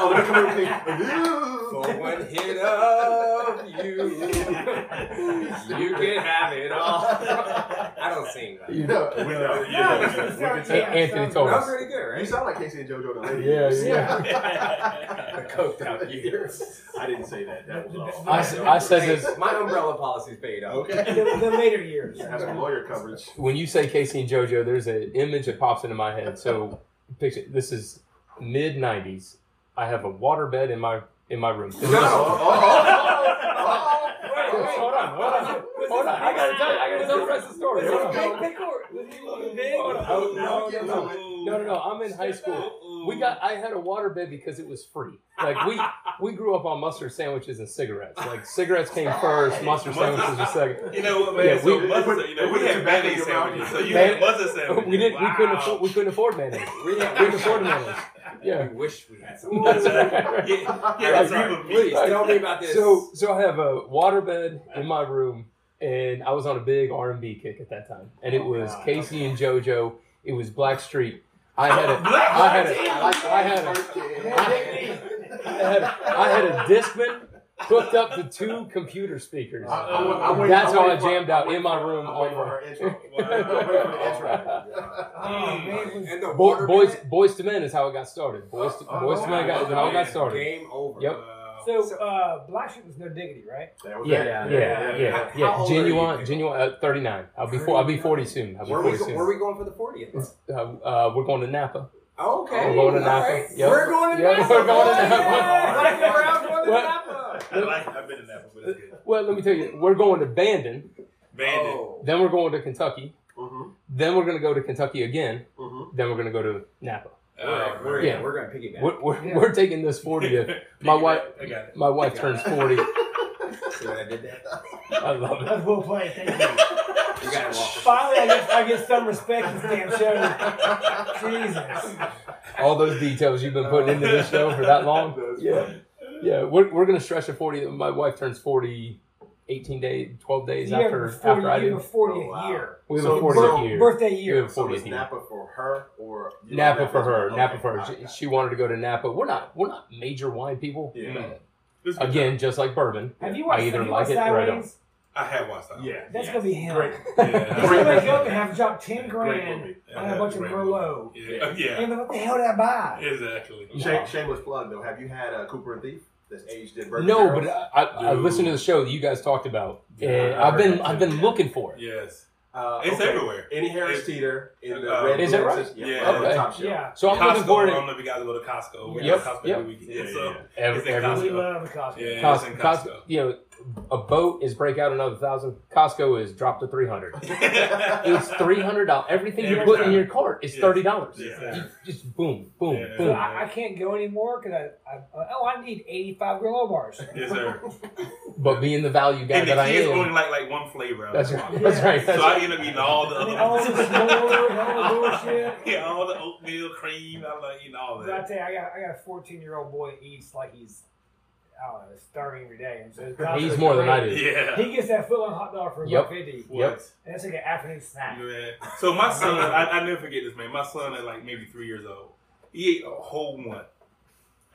Speaker 6: Oh, they're coming over here.
Speaker 7: For one hit of you, you can have it all. I don't sing that.
Speaker 1: You-
Speaker 6: No,
Speaker 10: We know. You
Speaker 3: Yeah,
Speaker 10: know.
Speaker 3: it's just-
Speaker 1: A- Anthony
Speaker 3: sounds-
Speaker 1: told
Speaker 7: That was
Speaker 1: us.
Speaker 7: pretty good,
Speaker 6: You
Speaker 7: right?
Speaker 6: sound like Casey and JoJo the lady.
Speaker 1: Yeah,
Speaker 6: yeah.
Speaker 7: Coked out years.
Speaker 6: I didn't say that. That was all.
Speaker 1: I s- I said
Speaker 7: Hey,
Speaker 1: this
Speaker 7: my umbrella policy's paid off.
Speaker 6: Okay.
Speaker 3: The, the later years.
Speaker 6: Have some lawyer coverage.
Speaker 1: when you say Casey and JoJo. There's an image that pops into my head. So picture this is mid '90s. I have a waterbed in my in my room.
Speaker 6: No. Oh, oh, oh, oh.
Speaker 1: Hold on, hold on, hold on. I gotta tell you, I gotta tell the rest of the
Speaker 7: oh.
Speaker 1: story. Hold on.
Speaker 3: Big pickle. Big
Speaker 1: Hold on.
Speaker 3: pickle.
Speaker 1: Oh, no, no, no. No, no, no. I'm in high school.
Speaker 10: Ooh.
Speaker 1: We got. I had a waterbed because it was free. Like we we grew up on mustard sandwiches and cigarettes. Like cigarettes came first, mustard sandwiches were second.
Speaker 10: You know what, man?
Speaker 1: Yeah,
Speaker 10: so
Speaker 1: we-
Speaker 10: mustard, you know,
Speaker 6: we
Speaker 10: we had
Speaker 6: put tobacco
Speaker 10: mayonnaise
Speaker 6: in your mouth.
Speaker 10: sandwiches. So you
Speaker 1: Man-
Speaker 10: had mustard sandwiches.
Speaker 1: Oh, We didn't. We couldn't afford.
Speaker 10: Wow.
Speaker 1: We couldn't afford mayonnaise.
Speaker 7: We didn't
Speaker 1: We couldn't afford mayonnaise. Yeah.
Speaker 7: We wish we had some.
Speaker 1: That's right.
Speaker 10: Yeah, yeah, that's
Speaker 1: Like,
Speaker 10: right.
Speaker 7: Please tell me about this.
Speaker 1: So so I have a waterbed in my room, and I was on a big R and B kick at that time, and it was Casey and JoJo. It was Blackstreet. I had a I had a I had a I had a, I had a Discman. hooked up to two computer speakers.
Speaker 6: I- I wa- I waited-
Speaker 1: That's
Speaker 6: I
Speaker 1: how I
Speaker 6: waited for-
Speaker 1: jammed
Speaker 6: I
Speaker 1: out
Speaker 6: waited
Speaker 1: in my
Speaker 6: for-
Speaker 1: room.
Speaker 6: I
Speaker 1: all
Speaker 6: waited for her
Speaker 1: night.
Speaker 6: intro. I waited for the intro.
Speaker 3: Oh, man. And the
Speaker 1: Bo-
Speaker 3: water
Speaker 1: boys,
Speaker 3: bed?
Speaker 1: boys to men is how it got started. Boys to,
Speaker 3: Oh,
Speaker 1: boys to men
Speaker 3: wow.
Speaker 1: got, how it got started.
Speaker 3: Game over.
Speaker 1: Yep.
Speaker 3: So, uh, Black Sheep was no diggity, right?
Speaker 1: Yeah, yeah, yeah, yeah.
Speaker 3: How- how old are you?
Speaker 1: Genuine, genuine. Uh, Thirty-nine. I'll be, four, I'll be forty soon. I'll be
Speaker 3: Where are
Speaker 1: forty
Speaker 3: we go-
Speaker 1: soon.
Speaker 3: where are we going for the 40th?
Speaker 1: It's, Uh, uh, we're going to Napa.
Speaker 10: Oh,
Speaker 3: Okay,
Speaker 1: We're going to
Speaker 3: all
Speaker 1: Napa.
Speaker 3: right.
Speaker 1: Yep.
Speaker 3: We're going to
Speaker 1: yeah,
Speaker 3: Napa.
Speaker 1: We're going to
Speaker 3: Oh,
Speaker 1: Napa.
Speaker 3: yeah. Like, we're out going to
Speaker 1: Well,
Speaker 3: Napa.
Speaker 1: I
Speaker 6: like, I've been in that, but it's good.
Speaker 1: Well, let me tell you, we're going to Bandon.
Speaker 6: Bandon.
Speaker 10: Oh.
Speaker 3: Oh.
Speaker 1: Then we're going to Kentucky.
Speaker 6: Mhm.
Speaker 1: Then we're going to go to Kentucky again.
Speaker 6: Mhm.
Speaker 1: Then we're going to go to Napa.
Speaker 6: Alright, we're-
Speaker 1: mm-hmm. yeah,
Speaker 6: we're gonna piggyback.
Speaker 1: We're, we're,
Speaker 6: Yeah.
Speaker 1: we're taking this 40th. My
Speaker 6: Piggyback.
Speaker 1: wife,
Speaker 6: I got it.
Speaker 1: my wife
Speaker 6: I got
Speaker 1: turns 40.
Speaker 6: it. See what I did there?
Speaker 1: I love it.
Speaker 3: well played. Thank you.
Speaker 6: You got it, Walker.
Speaker 3: Finally, I get, I get some respect in this damn show. Jesus.
Speaker 1: All those details you've been putting into this show for that long. Yeah, yeah. We're, we're going to stretch to 40. My wife turns 40. 18 days, 12 days
Speaker 3: You have
Speaker 1: after
Speaker 3: a 40
Speaker 1: after I
Speaker 3: you
Speaker 1: did. Oh,
Speaker 3: have a 40th year.
Speaker 1: We have
Speaker 3: So
Speaker 1: a 40th
Speaker 3: birth-
Speaker 1: year.
Speaker 3: birthday year.
Speaker 1: We have a
Speaker 3: So
Speaker 1: 40th
Speaker 3: it's
Speaker 1: year.
Speaker 6: Napa for her or you know,
Speaker 1: Napa for her.
Speaker 6: okay,
Speaker 1: Napa for her.
Speaker 6: all right.
Speaker 1: She, she wanted to go to Napa. We're not. We're not major wine people. Mm.
Speaker 6: Yeah.
Speaker 1: Again, just like bourbon.
Speaker 3: Have you watched-
Speaker 1: I either
Speaker 3: have you
Speaker 1: like
Speaker 3: watched
Speaker 1: it or I don't.
Speaker 3: Sideways?
Speaker 6: I have watched that. Yeah.
Speaker 3: That's gonna be him. Great.
Speaker 6: Yeah.
Speaker 3: He's gonna wake up and have dropped ten grand on a bunch of
Speaker 6: Great
Speaker 3: Merlot.
Speaker 10: oh,
Speaker 6: Yeah.
Speaker 3: And what the hell did I buy?
Speaker 6: Exactly. Shame, shameless plug though. Have you had uh, Cooper and Thief that's aged in bourbon
Speaker 1: No,
Speaker 6: barrels?
Speaker 1: but uh, I, I, I
Speaker 6: Dude.
Speaker 1: listened to the show that you guys talked about.
Speaker 6: Yeah,
Speaker 1: and
Speaker 6: I
Speaker 1: I've
Speaker 6: heard
Speaker 1: been
Speaker 6: that
Speaker 1: I've
Speaker 6: too.
Speaker 1: been looking for it.
Speaker 10: Yes.
Speaker 6: Uh,
Speaker 10: It's
Speaker 6: okay.
Speaker 10: everywhere.
Speaker 6: In Harris
Speaker 10: It's-
Speaker 6: Teeter, in the
Speaker 10: uh,
Speaker 6: red
Speaker 1: is that right?
Speaker 6: lenses. Yeah,
Speaker 10: Yeah.
Speaker 6: right at the top shelf.
Speaker 3: Yeah.
Speaker 1: So I'm looking
Speaker 10: Costco.
Speaker 1: for
Speaker 10: I
Speaker 1: it.
Speaker 10: don't know if you guys go to Costco. We
Speaker 1: Yep,
Speaker 10: go to Costco
Speaker 1: yep.
Speaker 10: every weekend.
Speaker 6: Yeah,
Speaker 10: so
Speaker 6: yeah, yeah.
Speaker 1: Every-
Speaker 10: it's in
Speaker 1: every
Speaker 10: Costco.
Speaker 3: We love the Costco.
Speaker 10: Yeah, it's
Speaker 1: Costco,
Speaker 10: in Costco.
Speaker 1: you know, a boat is break out another thousand. Costco is dropped to three hundred. it's three hundred dollars. Everything you
Speaker 10: Every
Speaker 1: put in
Speaker 10: time.
Speaker 1: your cart is
Speaker 10: Yes.
Speaker 1: thirty dollars.
Speaker 10: Yeah.
Speaker 1: Just boom, boom,
Speaker 10: Yeah.
Speaker 3: So
Speaker 1: boom.
Speaker 3: I, I can't go anymore because I, I oh I need eighty five granola bars.
Speaker 10: Yes, sir.
Speaker 1: But being the value guy
Speaker 10: and
Speaker 1: that
Speaker 10: the
Speaker 1: I
Speaker 10: kids
Speaker 1: am,
Speaker 10: only like like one flavor. out of
Speaker 1: that's
Speaker 10: the
Speaker 1: right.
Speaker 10: box.
Speaker 1: That's right.
Speaker 10: So
Speaker 1: That's
Speaker 10: I
Speaker 1: right.
Speaker 10: end up eating all the
Speaker 3: I mean,
Speaker 10: other
Speaker 3: all
Speaker 10: ones.
Speaker 3: this granola, all the bullshit.
Speaker 10: Yeah, all the oatmeal cream. I like eating all
Speaker 3: But I
Speaker 10: that.
Speaker 3: tell you, I got I got a fourteen year old boy that eats like he's I don't know starving every day. And so it's not-
Speaker 1: He eats more than I do.
Speaker 10: Yeah.
Speaker 3: He gets that foot long hot dog for
Speaker 1: Yep.
Speaker 3: about fifty.
Speaker 10: What?
Speaker 3: And that's like an afternoon snack.
Speaker 10: Yeah. So my son, I, I never forget this man. My son at like maybe three years old, he ate a whole one.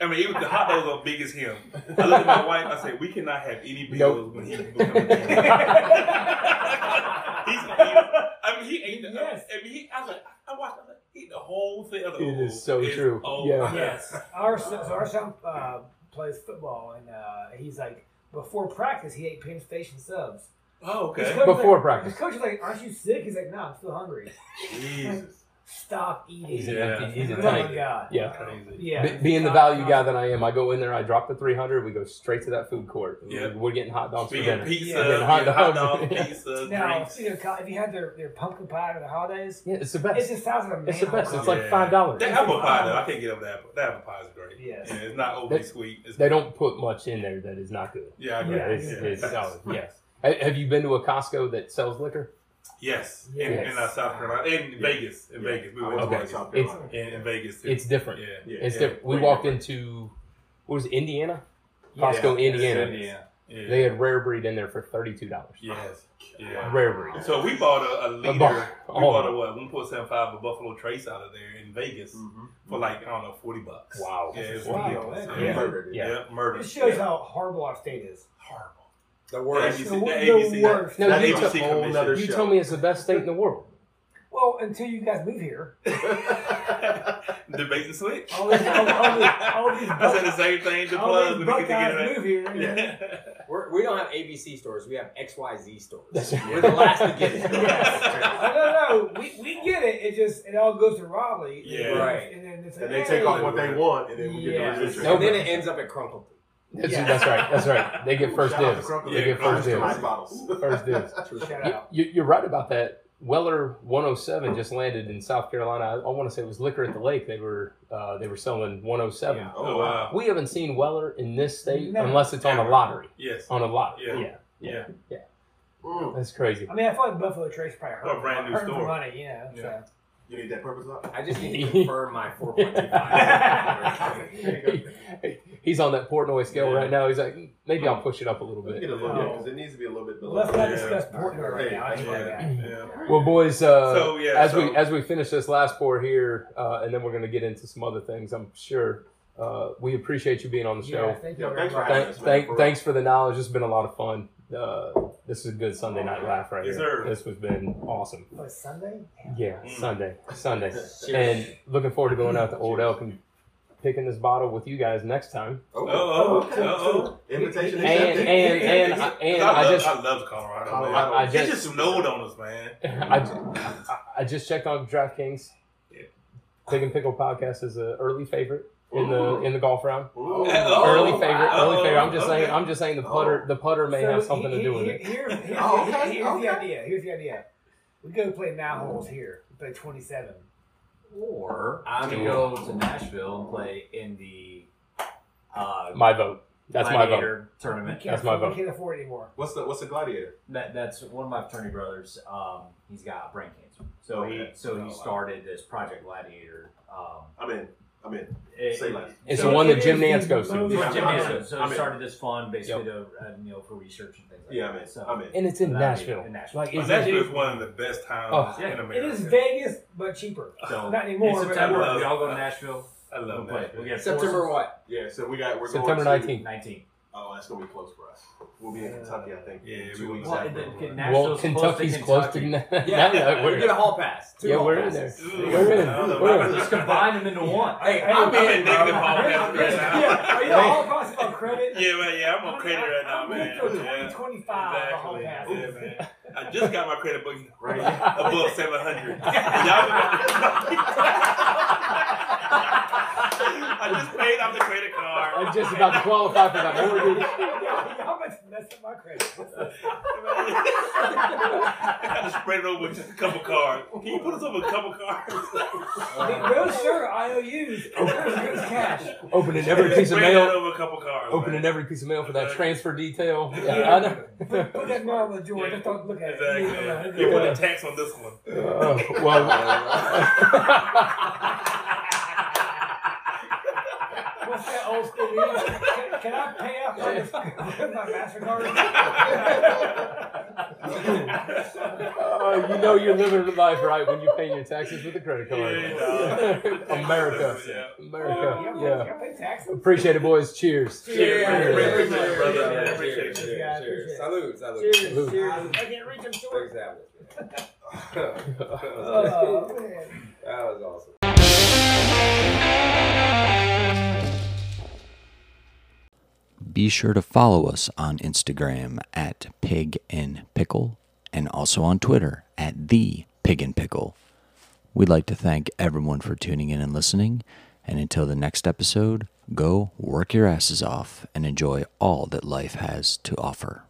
Speaker 10: I mean, it was, the hot dog was as big as him. I looked at my wife. I said, "We cannot have any bills
Speaker 1: Nope.
Speaker 10: when he becomes a dad." He's gonna eat. I mean, he ate. The,
Speaker 3: Yes.
Speaker 10: I mean, he, I was like, I watched. I was like, he ate the whole thing. I was like,
Speaker 1: It is
Speaker 10: oh,
Speaker 1: so
Speaker 10: it's
Speaker 1: true.
Speaker 10: over.
Speaker 1: Yeah.
Speaker 3: Yes. Our son, so our son uh, plays football, and uh, he's like before practice he ate Penn Station subs.
Speaker 10: Oh,
Speaker 3: His
Speaker 10: okay.
Speaker 3: coach was
Speaker 1: Before
Speaker 3: like,
Speaker 1: practice.
Speaker 3: His coach is like, "Aren't you sick?" He's like, "No, I'm still hungry."
Speaker 10: Jesus.
Speaker 3: Stop eating.
Speaker 1: He's a,
Speaker 10: Yeah.
Speaker 1: he's a
Speaker 3: oh
Speaker 1: tank.
Speaker 3: my god.
Speaker 1: Yeah.
Speaker 10: Crazy.
Speaker 3: Yeah.
Speaker 1: Be- being the value guy that I am, I go in there, I drop the 300, we go straight to that food court.
Speaker 10: Yeah.
Speaker 1: We're getting hot dogs for
Speaker 10: We get
Speaker 1: dinner.
Speaker 10: pizza,
Speaker 3: Yeah.
Speaker 10: we get hot,
Speaker 1: Hot
Speaker 10: dog,
Speaker 1: dogs.
Speaker 10: pizza,
Speaker 3: Now,
Speaker 10: drinks.
Speaker 3: you know, co- if you had their, their pumpkin pie for the holidays,
Speaker 1: Yeah, it's the
Speaker 3: it
Speaker 1: best.
Speaker 3: just sounds like a
Speaker 1: It's the
Speaker 3: manhole
Speaker 1: best. It's
Speaker 3: cover.
Speaker 1: like $5.
Speaker 10: That apple pie, though, I can't get over that. apple- That apple pie is great.
Speaker 3: Yes.
Speaker 10: Yeah, it's not overly
Speaker 1: They-
Speaker 10: sweet. It's
Speaker 1: They don't put much in there that is not good.
Speaker 10: Yeah, I agree.
Speaker 1: Yeah, it's,
Speaker 10: yeah.
Speaker 1: it's solid. Yes. Ha- Have you been to a Costco that sells liquor?
Speaker 10: Yes, in,
Speaker 3: Yes.
Speaker 10: in uh, South Carolina, in Vegas, in
Speaker 6: Yeah.
Speaker 10: Vegas, we
Speaker 6: I
Speaker 10: went
Speaker 1: Okay.
Speaker 6: was
Speaker 10: to
Speaker 6: in
Speaker 10: Vegas.
Speaker 6: South
Speaker 1: It's-
Speaker 6: Carolina.
Speaker 10: In, in Vegas too.
Speaker 1: It's different.
Speaker 10: yeah,
Speaker 6: Yeah,
Speaker 1: It's
Speaker 6: yeah.
Speaker 1: different. We
Speaker 6: Way
Speaker 1: walked
Speaker 6: different.
Speaker 1: into, what was it, Indiana?
Speaker 10: Yeah,
Speaker 1: Costco,
Speaker 10: yeah,
Speaker 1: Indiana.
Speaker 10: Yeah.
Speaker 1: They had Rare Breed in there for $32.
Speaker 10: yes, yeah.
Speaker 1: Rare Breed.
Speaker 10: So we bought a,
Speaker 1: A
Speaker 10: a liter.
Speaker 1: bar-
Speaker 10: we
Speaker 1: oh,
Speaker 10: bought a what? One point seven five of Buffalo Trace out of there in Vegas
Speaker 6: Mhm.
Speaker 10: for like I don't know forty bucks.
Speaker 1: Wow.
Speaker 10: Yeah, it's
Speaker 3: Wow,
Speaker 10: ridiculous.
Speaker 3: that's
Speaker 10: Yeah.
Speaker 6: Murdered it.
Speaker 1: Yeah.
Speaker 10: Yeah, murder.
Speaker 3: It shows
Speaker 10: yeah.
Speaker 3: how horrible our state is.
Speaker 10: horrible.
Speaker 6: The
Speaker 10: The
Speaker 6: worst.
Speaker 3: That's
Speaker 10: ABC,
Speaker 3: the
Speaker 10: the
Speaker 3: wo- the
Speaker 10: ABC,
Speaker 3: worst.
Speaker 1: No,
Speaker 10: that
Speaker 1: you
Speaker 10: ABC
Speaker 6: took- whole
Speaker 10: commission.
Speaker 6: nother
Speaker 1: You
Speaker 6: show.
Speaker 1: tell me it's the best state in the world.
Speaker 3: Well, until you guys move here,
Speaker 10: the bait and switch.
Speaker 3: all these, all, all these, all these,
Speaker 10: I said the
Speaker 3: buck,
Speaker 10: same thing to
Speaker 3: all
Speaker 10: Plug
Speaker 3: these
Speaker 10: when we get
Speaker 3: Buckeyes
Speaker 10: together.
Speaker 3: move here. you know?
Speaker 10: Yeah.
Speaker 7: We're, we don't have ABC stores. We have XYZ stores.
Speaker 1: That's right.
Speaker 7: We're the last to get it.
Speaker 3: No, no, no. We, we get it. It just it all goes to Raleigh.
Speaker 10: Yeah.
Speaker 7: Right.
Speaker 3: And then it's like,
Speaker 6: And they take off
Speaker 3: hey.
Speaker 6: what they want, and then we get
Speaker 3: Yeah.
Speaker 6: the residual.
Speaker 7: And then it ends up at Crunkle.
Speaker 1: That's,
Speaker 3: Yeah.
Speaker 1: that's right. That's right. They get first
Speaker 6: Shout out to
Speaker 1: dibs.
Speaker 6: Crunkle.
Speaker 1: They
Speaker 10: Yeah,
Speaker 1: get first
Speaker 6: Crunkle
Speaker 1: dibs.
Speaker 6: Ice bottles.
Speaker 1: First dibs.
Speaker 3: Shout
Speaker 1: You-
Speaker 3: out.
Speaker 1: You, you're right about that. Weller 107 just landed in South Carolina. I, I want to say it was Liquor at the Lake. They were uh, they were selling 107.
Speaker 3: Yeah.
Speaker 10: Oh wow.
Speaker 1: We haven't seen Weller in this state
Speaker 3: No.
Speaker 1: unless it's on a lottery.
Speaker 10: Yes.
Speaker 1: On a lottery.
Speaker 10: Yeah.
Speaker 1: Oh, Yeah. Yeah.
Speaker 6: Mm.
Speaker 1: That's crazy.
Speaker 3: I mean, I feel like Buffalo Trace probably hurt,
Speaker 10: A brand new
Speaker 3: hurt
Speaker 10: store.
Speaker 3: for money, you know.
Speaker 10: Yeah.
Speaker 3: So.
Speaker 6: You need that purpose up?
Speaker 7: I just need to confirm my 4.25.
Speaker 1: He's on that Portnoy scale right now. He's like, maybe I'll push it up a little
Speaker 6: Let's
Speaker 1: bit.
Speaker 6: get a little
Speaker 3: Yeah.
Speaker 6: bit, because it needs to be a little bit below.
Speaker 3: Let's not
Speaker 10: Yeah.
Speaker 3: discuss Portnoy right now. I ain't like that.
Speaker 10: Yeah. yeah.
Speaker 1: Well, boys, uh,
Speaker 10: So, yeah,
Speaker 1: as
Speaker 10: so-
Speaker 1: we as we finish this last pour here, uh, and then we're going to get into some other things, I'm sure. uh, we appreciate you being on the
Speaker 3: Yeah,
Speaker 1: show.
Speaker 3: thank you Yeah, very thanks for much.
Speaker 1: Thank-
Speaker 3: having us, man,
Speaker 1: thank-
Speaker 3: for real.
Speaker 1: thanks for the knowledge. It's been a lot of fun. Uh, this is a good Sunday night laugh right
Speaker 3: Yes,
Speaker 1: here.
Speaker 3: sir.
Speaker 1: This has been awesome.
Speaker 3: What, Sunday?
Speaker 1: Yeah, Sunday, Sunday,
Speaker 3: Cheers.
Speaker 1: and looking forward to going out to Old Elk and picking this bottle with you guys next time.
Speaker 6: Oh, oh, oh, oh, oh. Invitation
Speaker 1: and
Speaker 6: accepted.
Speaker 1: and and, and, I, and
Speaker 10: I, love,
Speaker 1: just
Speaker 10: I love Colorado. man.
Speaker 1: I- I
Speaker 10: They
Speaker 1: just-
Speaker 10: just snowed on us, man.
Speaker 1: I, I- I just checked on DraftKings. Pig and Pickle podcast is an early favorite in the in the golf round.
Speaker 3: Oh,
Speaker 1: early favorite,
Speaker 3: wow.
Speaker 1: early favorite. I'm just saying.
Speaker 3: Okay.
Speaker 1: I'm just saying the putter the putter may
Speaker 3: So
Speaker 1: have something to do with
Speaker 3: here-
Speaker 1: it.
Speaker 3: here- Here's, here's,
Speaker 6: Oh,
Speaker 3: here's,
Speaker 6: okay,
Speaker 3: the idea. Here's the idea. We go play nine holes here. We play 27.
Speaker 7: Or I'm gonna go to Nashville and play in the uh,
Speaker 1: My vote. That's my vote.
Speaker 7: Gladiator tournament.
Speaker 3: We can't
Speaker 1: That's my vote.
Speaker 3: afford- We can't afford anymore.
Speaker 6: What's the what's the gladiator?
Speaker 7: That, that's one of my fraternity brothers. Um, he's got brain cancer, so
Speaker 6: Okay.
Speaker 7: he so
Speaker 6: Oh, wow.
Speaker 7: he started this Project Gladiator. Um,
Speaker 6: I'm in. I'm in.
Speaker 7: it-
Speaker 6: Say less.
Speaker 1: It's
Speaker 7: so
Speaker 1: the one
Speaker 7: it
Speaker 1: that
Speaker 7: is
Speaker 1: Jim
Speaker 7: the
Speaker 1: Nance goes to.
Speaker 7: most-
Speaker 6: Yeah,
Speaker 7: Jim
Speaker 6: I'm
Speaker 7: Nance
Speaker 6: in.
Speaker 7: goes. So
Speaker 6: I'm in.
Speaker 7: he started this fund basically to uh, you know for research and things like
Speaker 6: Yeah,
Speaker 7: that.
Speaker 6: I'm in.
Speaker 7: So
Speaker 6: I'm in.
Speaker 1: And it's in
Speaker 7: I mean,
Speaker 1: Nashville.
Speaker 7: in Nashville.
Speaker 1: Like
Speaker 10: Well,
Speaker 1: it's,
Speaker 10: Nashville
Speaker 1: it,
Speaker 10: is one of the best towns
Speaker 1: Oh,
Speaker 10: in America.
Speaker 3: It is Vegas, but cheaper.
Speaker 7: So
Speaker 3: Not anymore.
Speaker 7: in
Speaker 3: but-
Speaker 7: September, we
Speaker 10: love-
Speaker 7: all go to Nashville.
Speaker 10: I
Speaker 7: We'll
Speaker 10: love
Speaker 7: play.
Speaker 10: Nashville.
Speaker 7: We get
Speaker 6: September what? Yeah, so we got we're
Speaker 1: September
Speaker 6: going to-
Speaker 1: 19th.
Speaker 7: 19.
Speaker 6: Oh, that's gonna be close for us. We'll be in Kentucky, I think. in
Speaker 10: Yeah,
Speaker 6: two
Speaker 10: we-
Speaker 6: weeks.
Speaker 7: Well,
Speaker 6: after
Speaker 7: and then
Speaker 6: we're-
Speaker 7: Ken-
Speaker 1: well,
Speaker 7: Nashville's
Speaker 1: Kentucky's close to, Na-
Speaker 7: Yeah,
Speaker 1: Nashville.
Speaker 7: we
Speaker 1: We're-
Speaker 7: get a hall pass. Two
Speaker 1: yeah,
Speaker 7: hall
Speaker 1: we're in
Speaker 7: passes.
Speaker 1: there.
Speaker 10: Ooh,
Speaker 1: We're in.
Speaker 10: I love
Speaker 1: We're
Speaker 10: it.
Speaker 1: in.
Speaker 7: Just combine them into one.
Speaker 3: Hey, hey,
Speaker 10: I'm in
Speaker 3: hey, bro.
Speaker 10: negative all
Speaker 3: Yeah,
Speaker 10: day right now.
Speaker 3: yeah. Are you
Speaker 10: Hey.
Speaker 3: all costs about credit?
Speaker 10: Yeah, man, yeah, I'm on credit right now, man.
Speaker 3: I'm gonna
Speaker 10: Yeah.
Speaker 3: throw 25
Speaker 10: Exactly.
Speaker 3: on half.
Speaker 10: Yeah, man. I just got my credit book
Speaker 6: Right.
Speaker 10: above 700. And Y'all I just paid off the credit card.
Speaker 1: I'm just about to qualify for that mortgage.
Speaker 3: Yeah, How much messed up my credit?
Speaker 10: I just sprayed it over with just a couple cards. Can you put us over a couple cards?
Speaker 3: Those sure IOUs. Those goes cash.
Speaker 1: Opening every piece of
Speaker 10: Sprayed that
Speaker 1: mail.
Speaker 10: over a couple cards.
Speaker 1: Opening
Speaker 10: man.
Speaker 1: every piece of mail for that transfer detail. Yeah, I know.
Speaker 3: Put, put that mail in the drawer. Just don't look at it. You know,
Speaker 10: Exactly. You put a tax on this one.
Speaker 1: Oh, well,
Speaker 3: What's that old school meaning? Can, can I pay off my, my MasterCard?
Speaker 1: uh, you know you're living your life right when you're paying your taxes with a credit card.
Speaker 10: Yeah,
Speaker 1: America,
Speaker 10: Yeah.
Speaker 1: America,
Speaker 3: yeah.
Speaker 1: yeah.
Speaker 3: I pay taxes.
Speaker 1: Appreciate it, boys. Cheers.
Speaker 10: Cheers.
Speaker 1: Cheers.
Speaker 10: Appreciate it, brother. Appreciate it.
Speaker 3: Yeah, I appreciate it.
Speaker 12: Salute, salute.
Speaker 3: Cheers, cheers. I can't reach them short.
Speaker 12: Exactly.
Speaker 3: Oh, man.
Speaker 12: That was awesome.
Speaker 8: Be sure to follow us on Instagram at Pig and Pickle and also on Twitter at The Pig and Pickle. We'd like to thank everyone for tuning in and listening. And until the next episode, go work your asses off and enjoy all that life has to offer.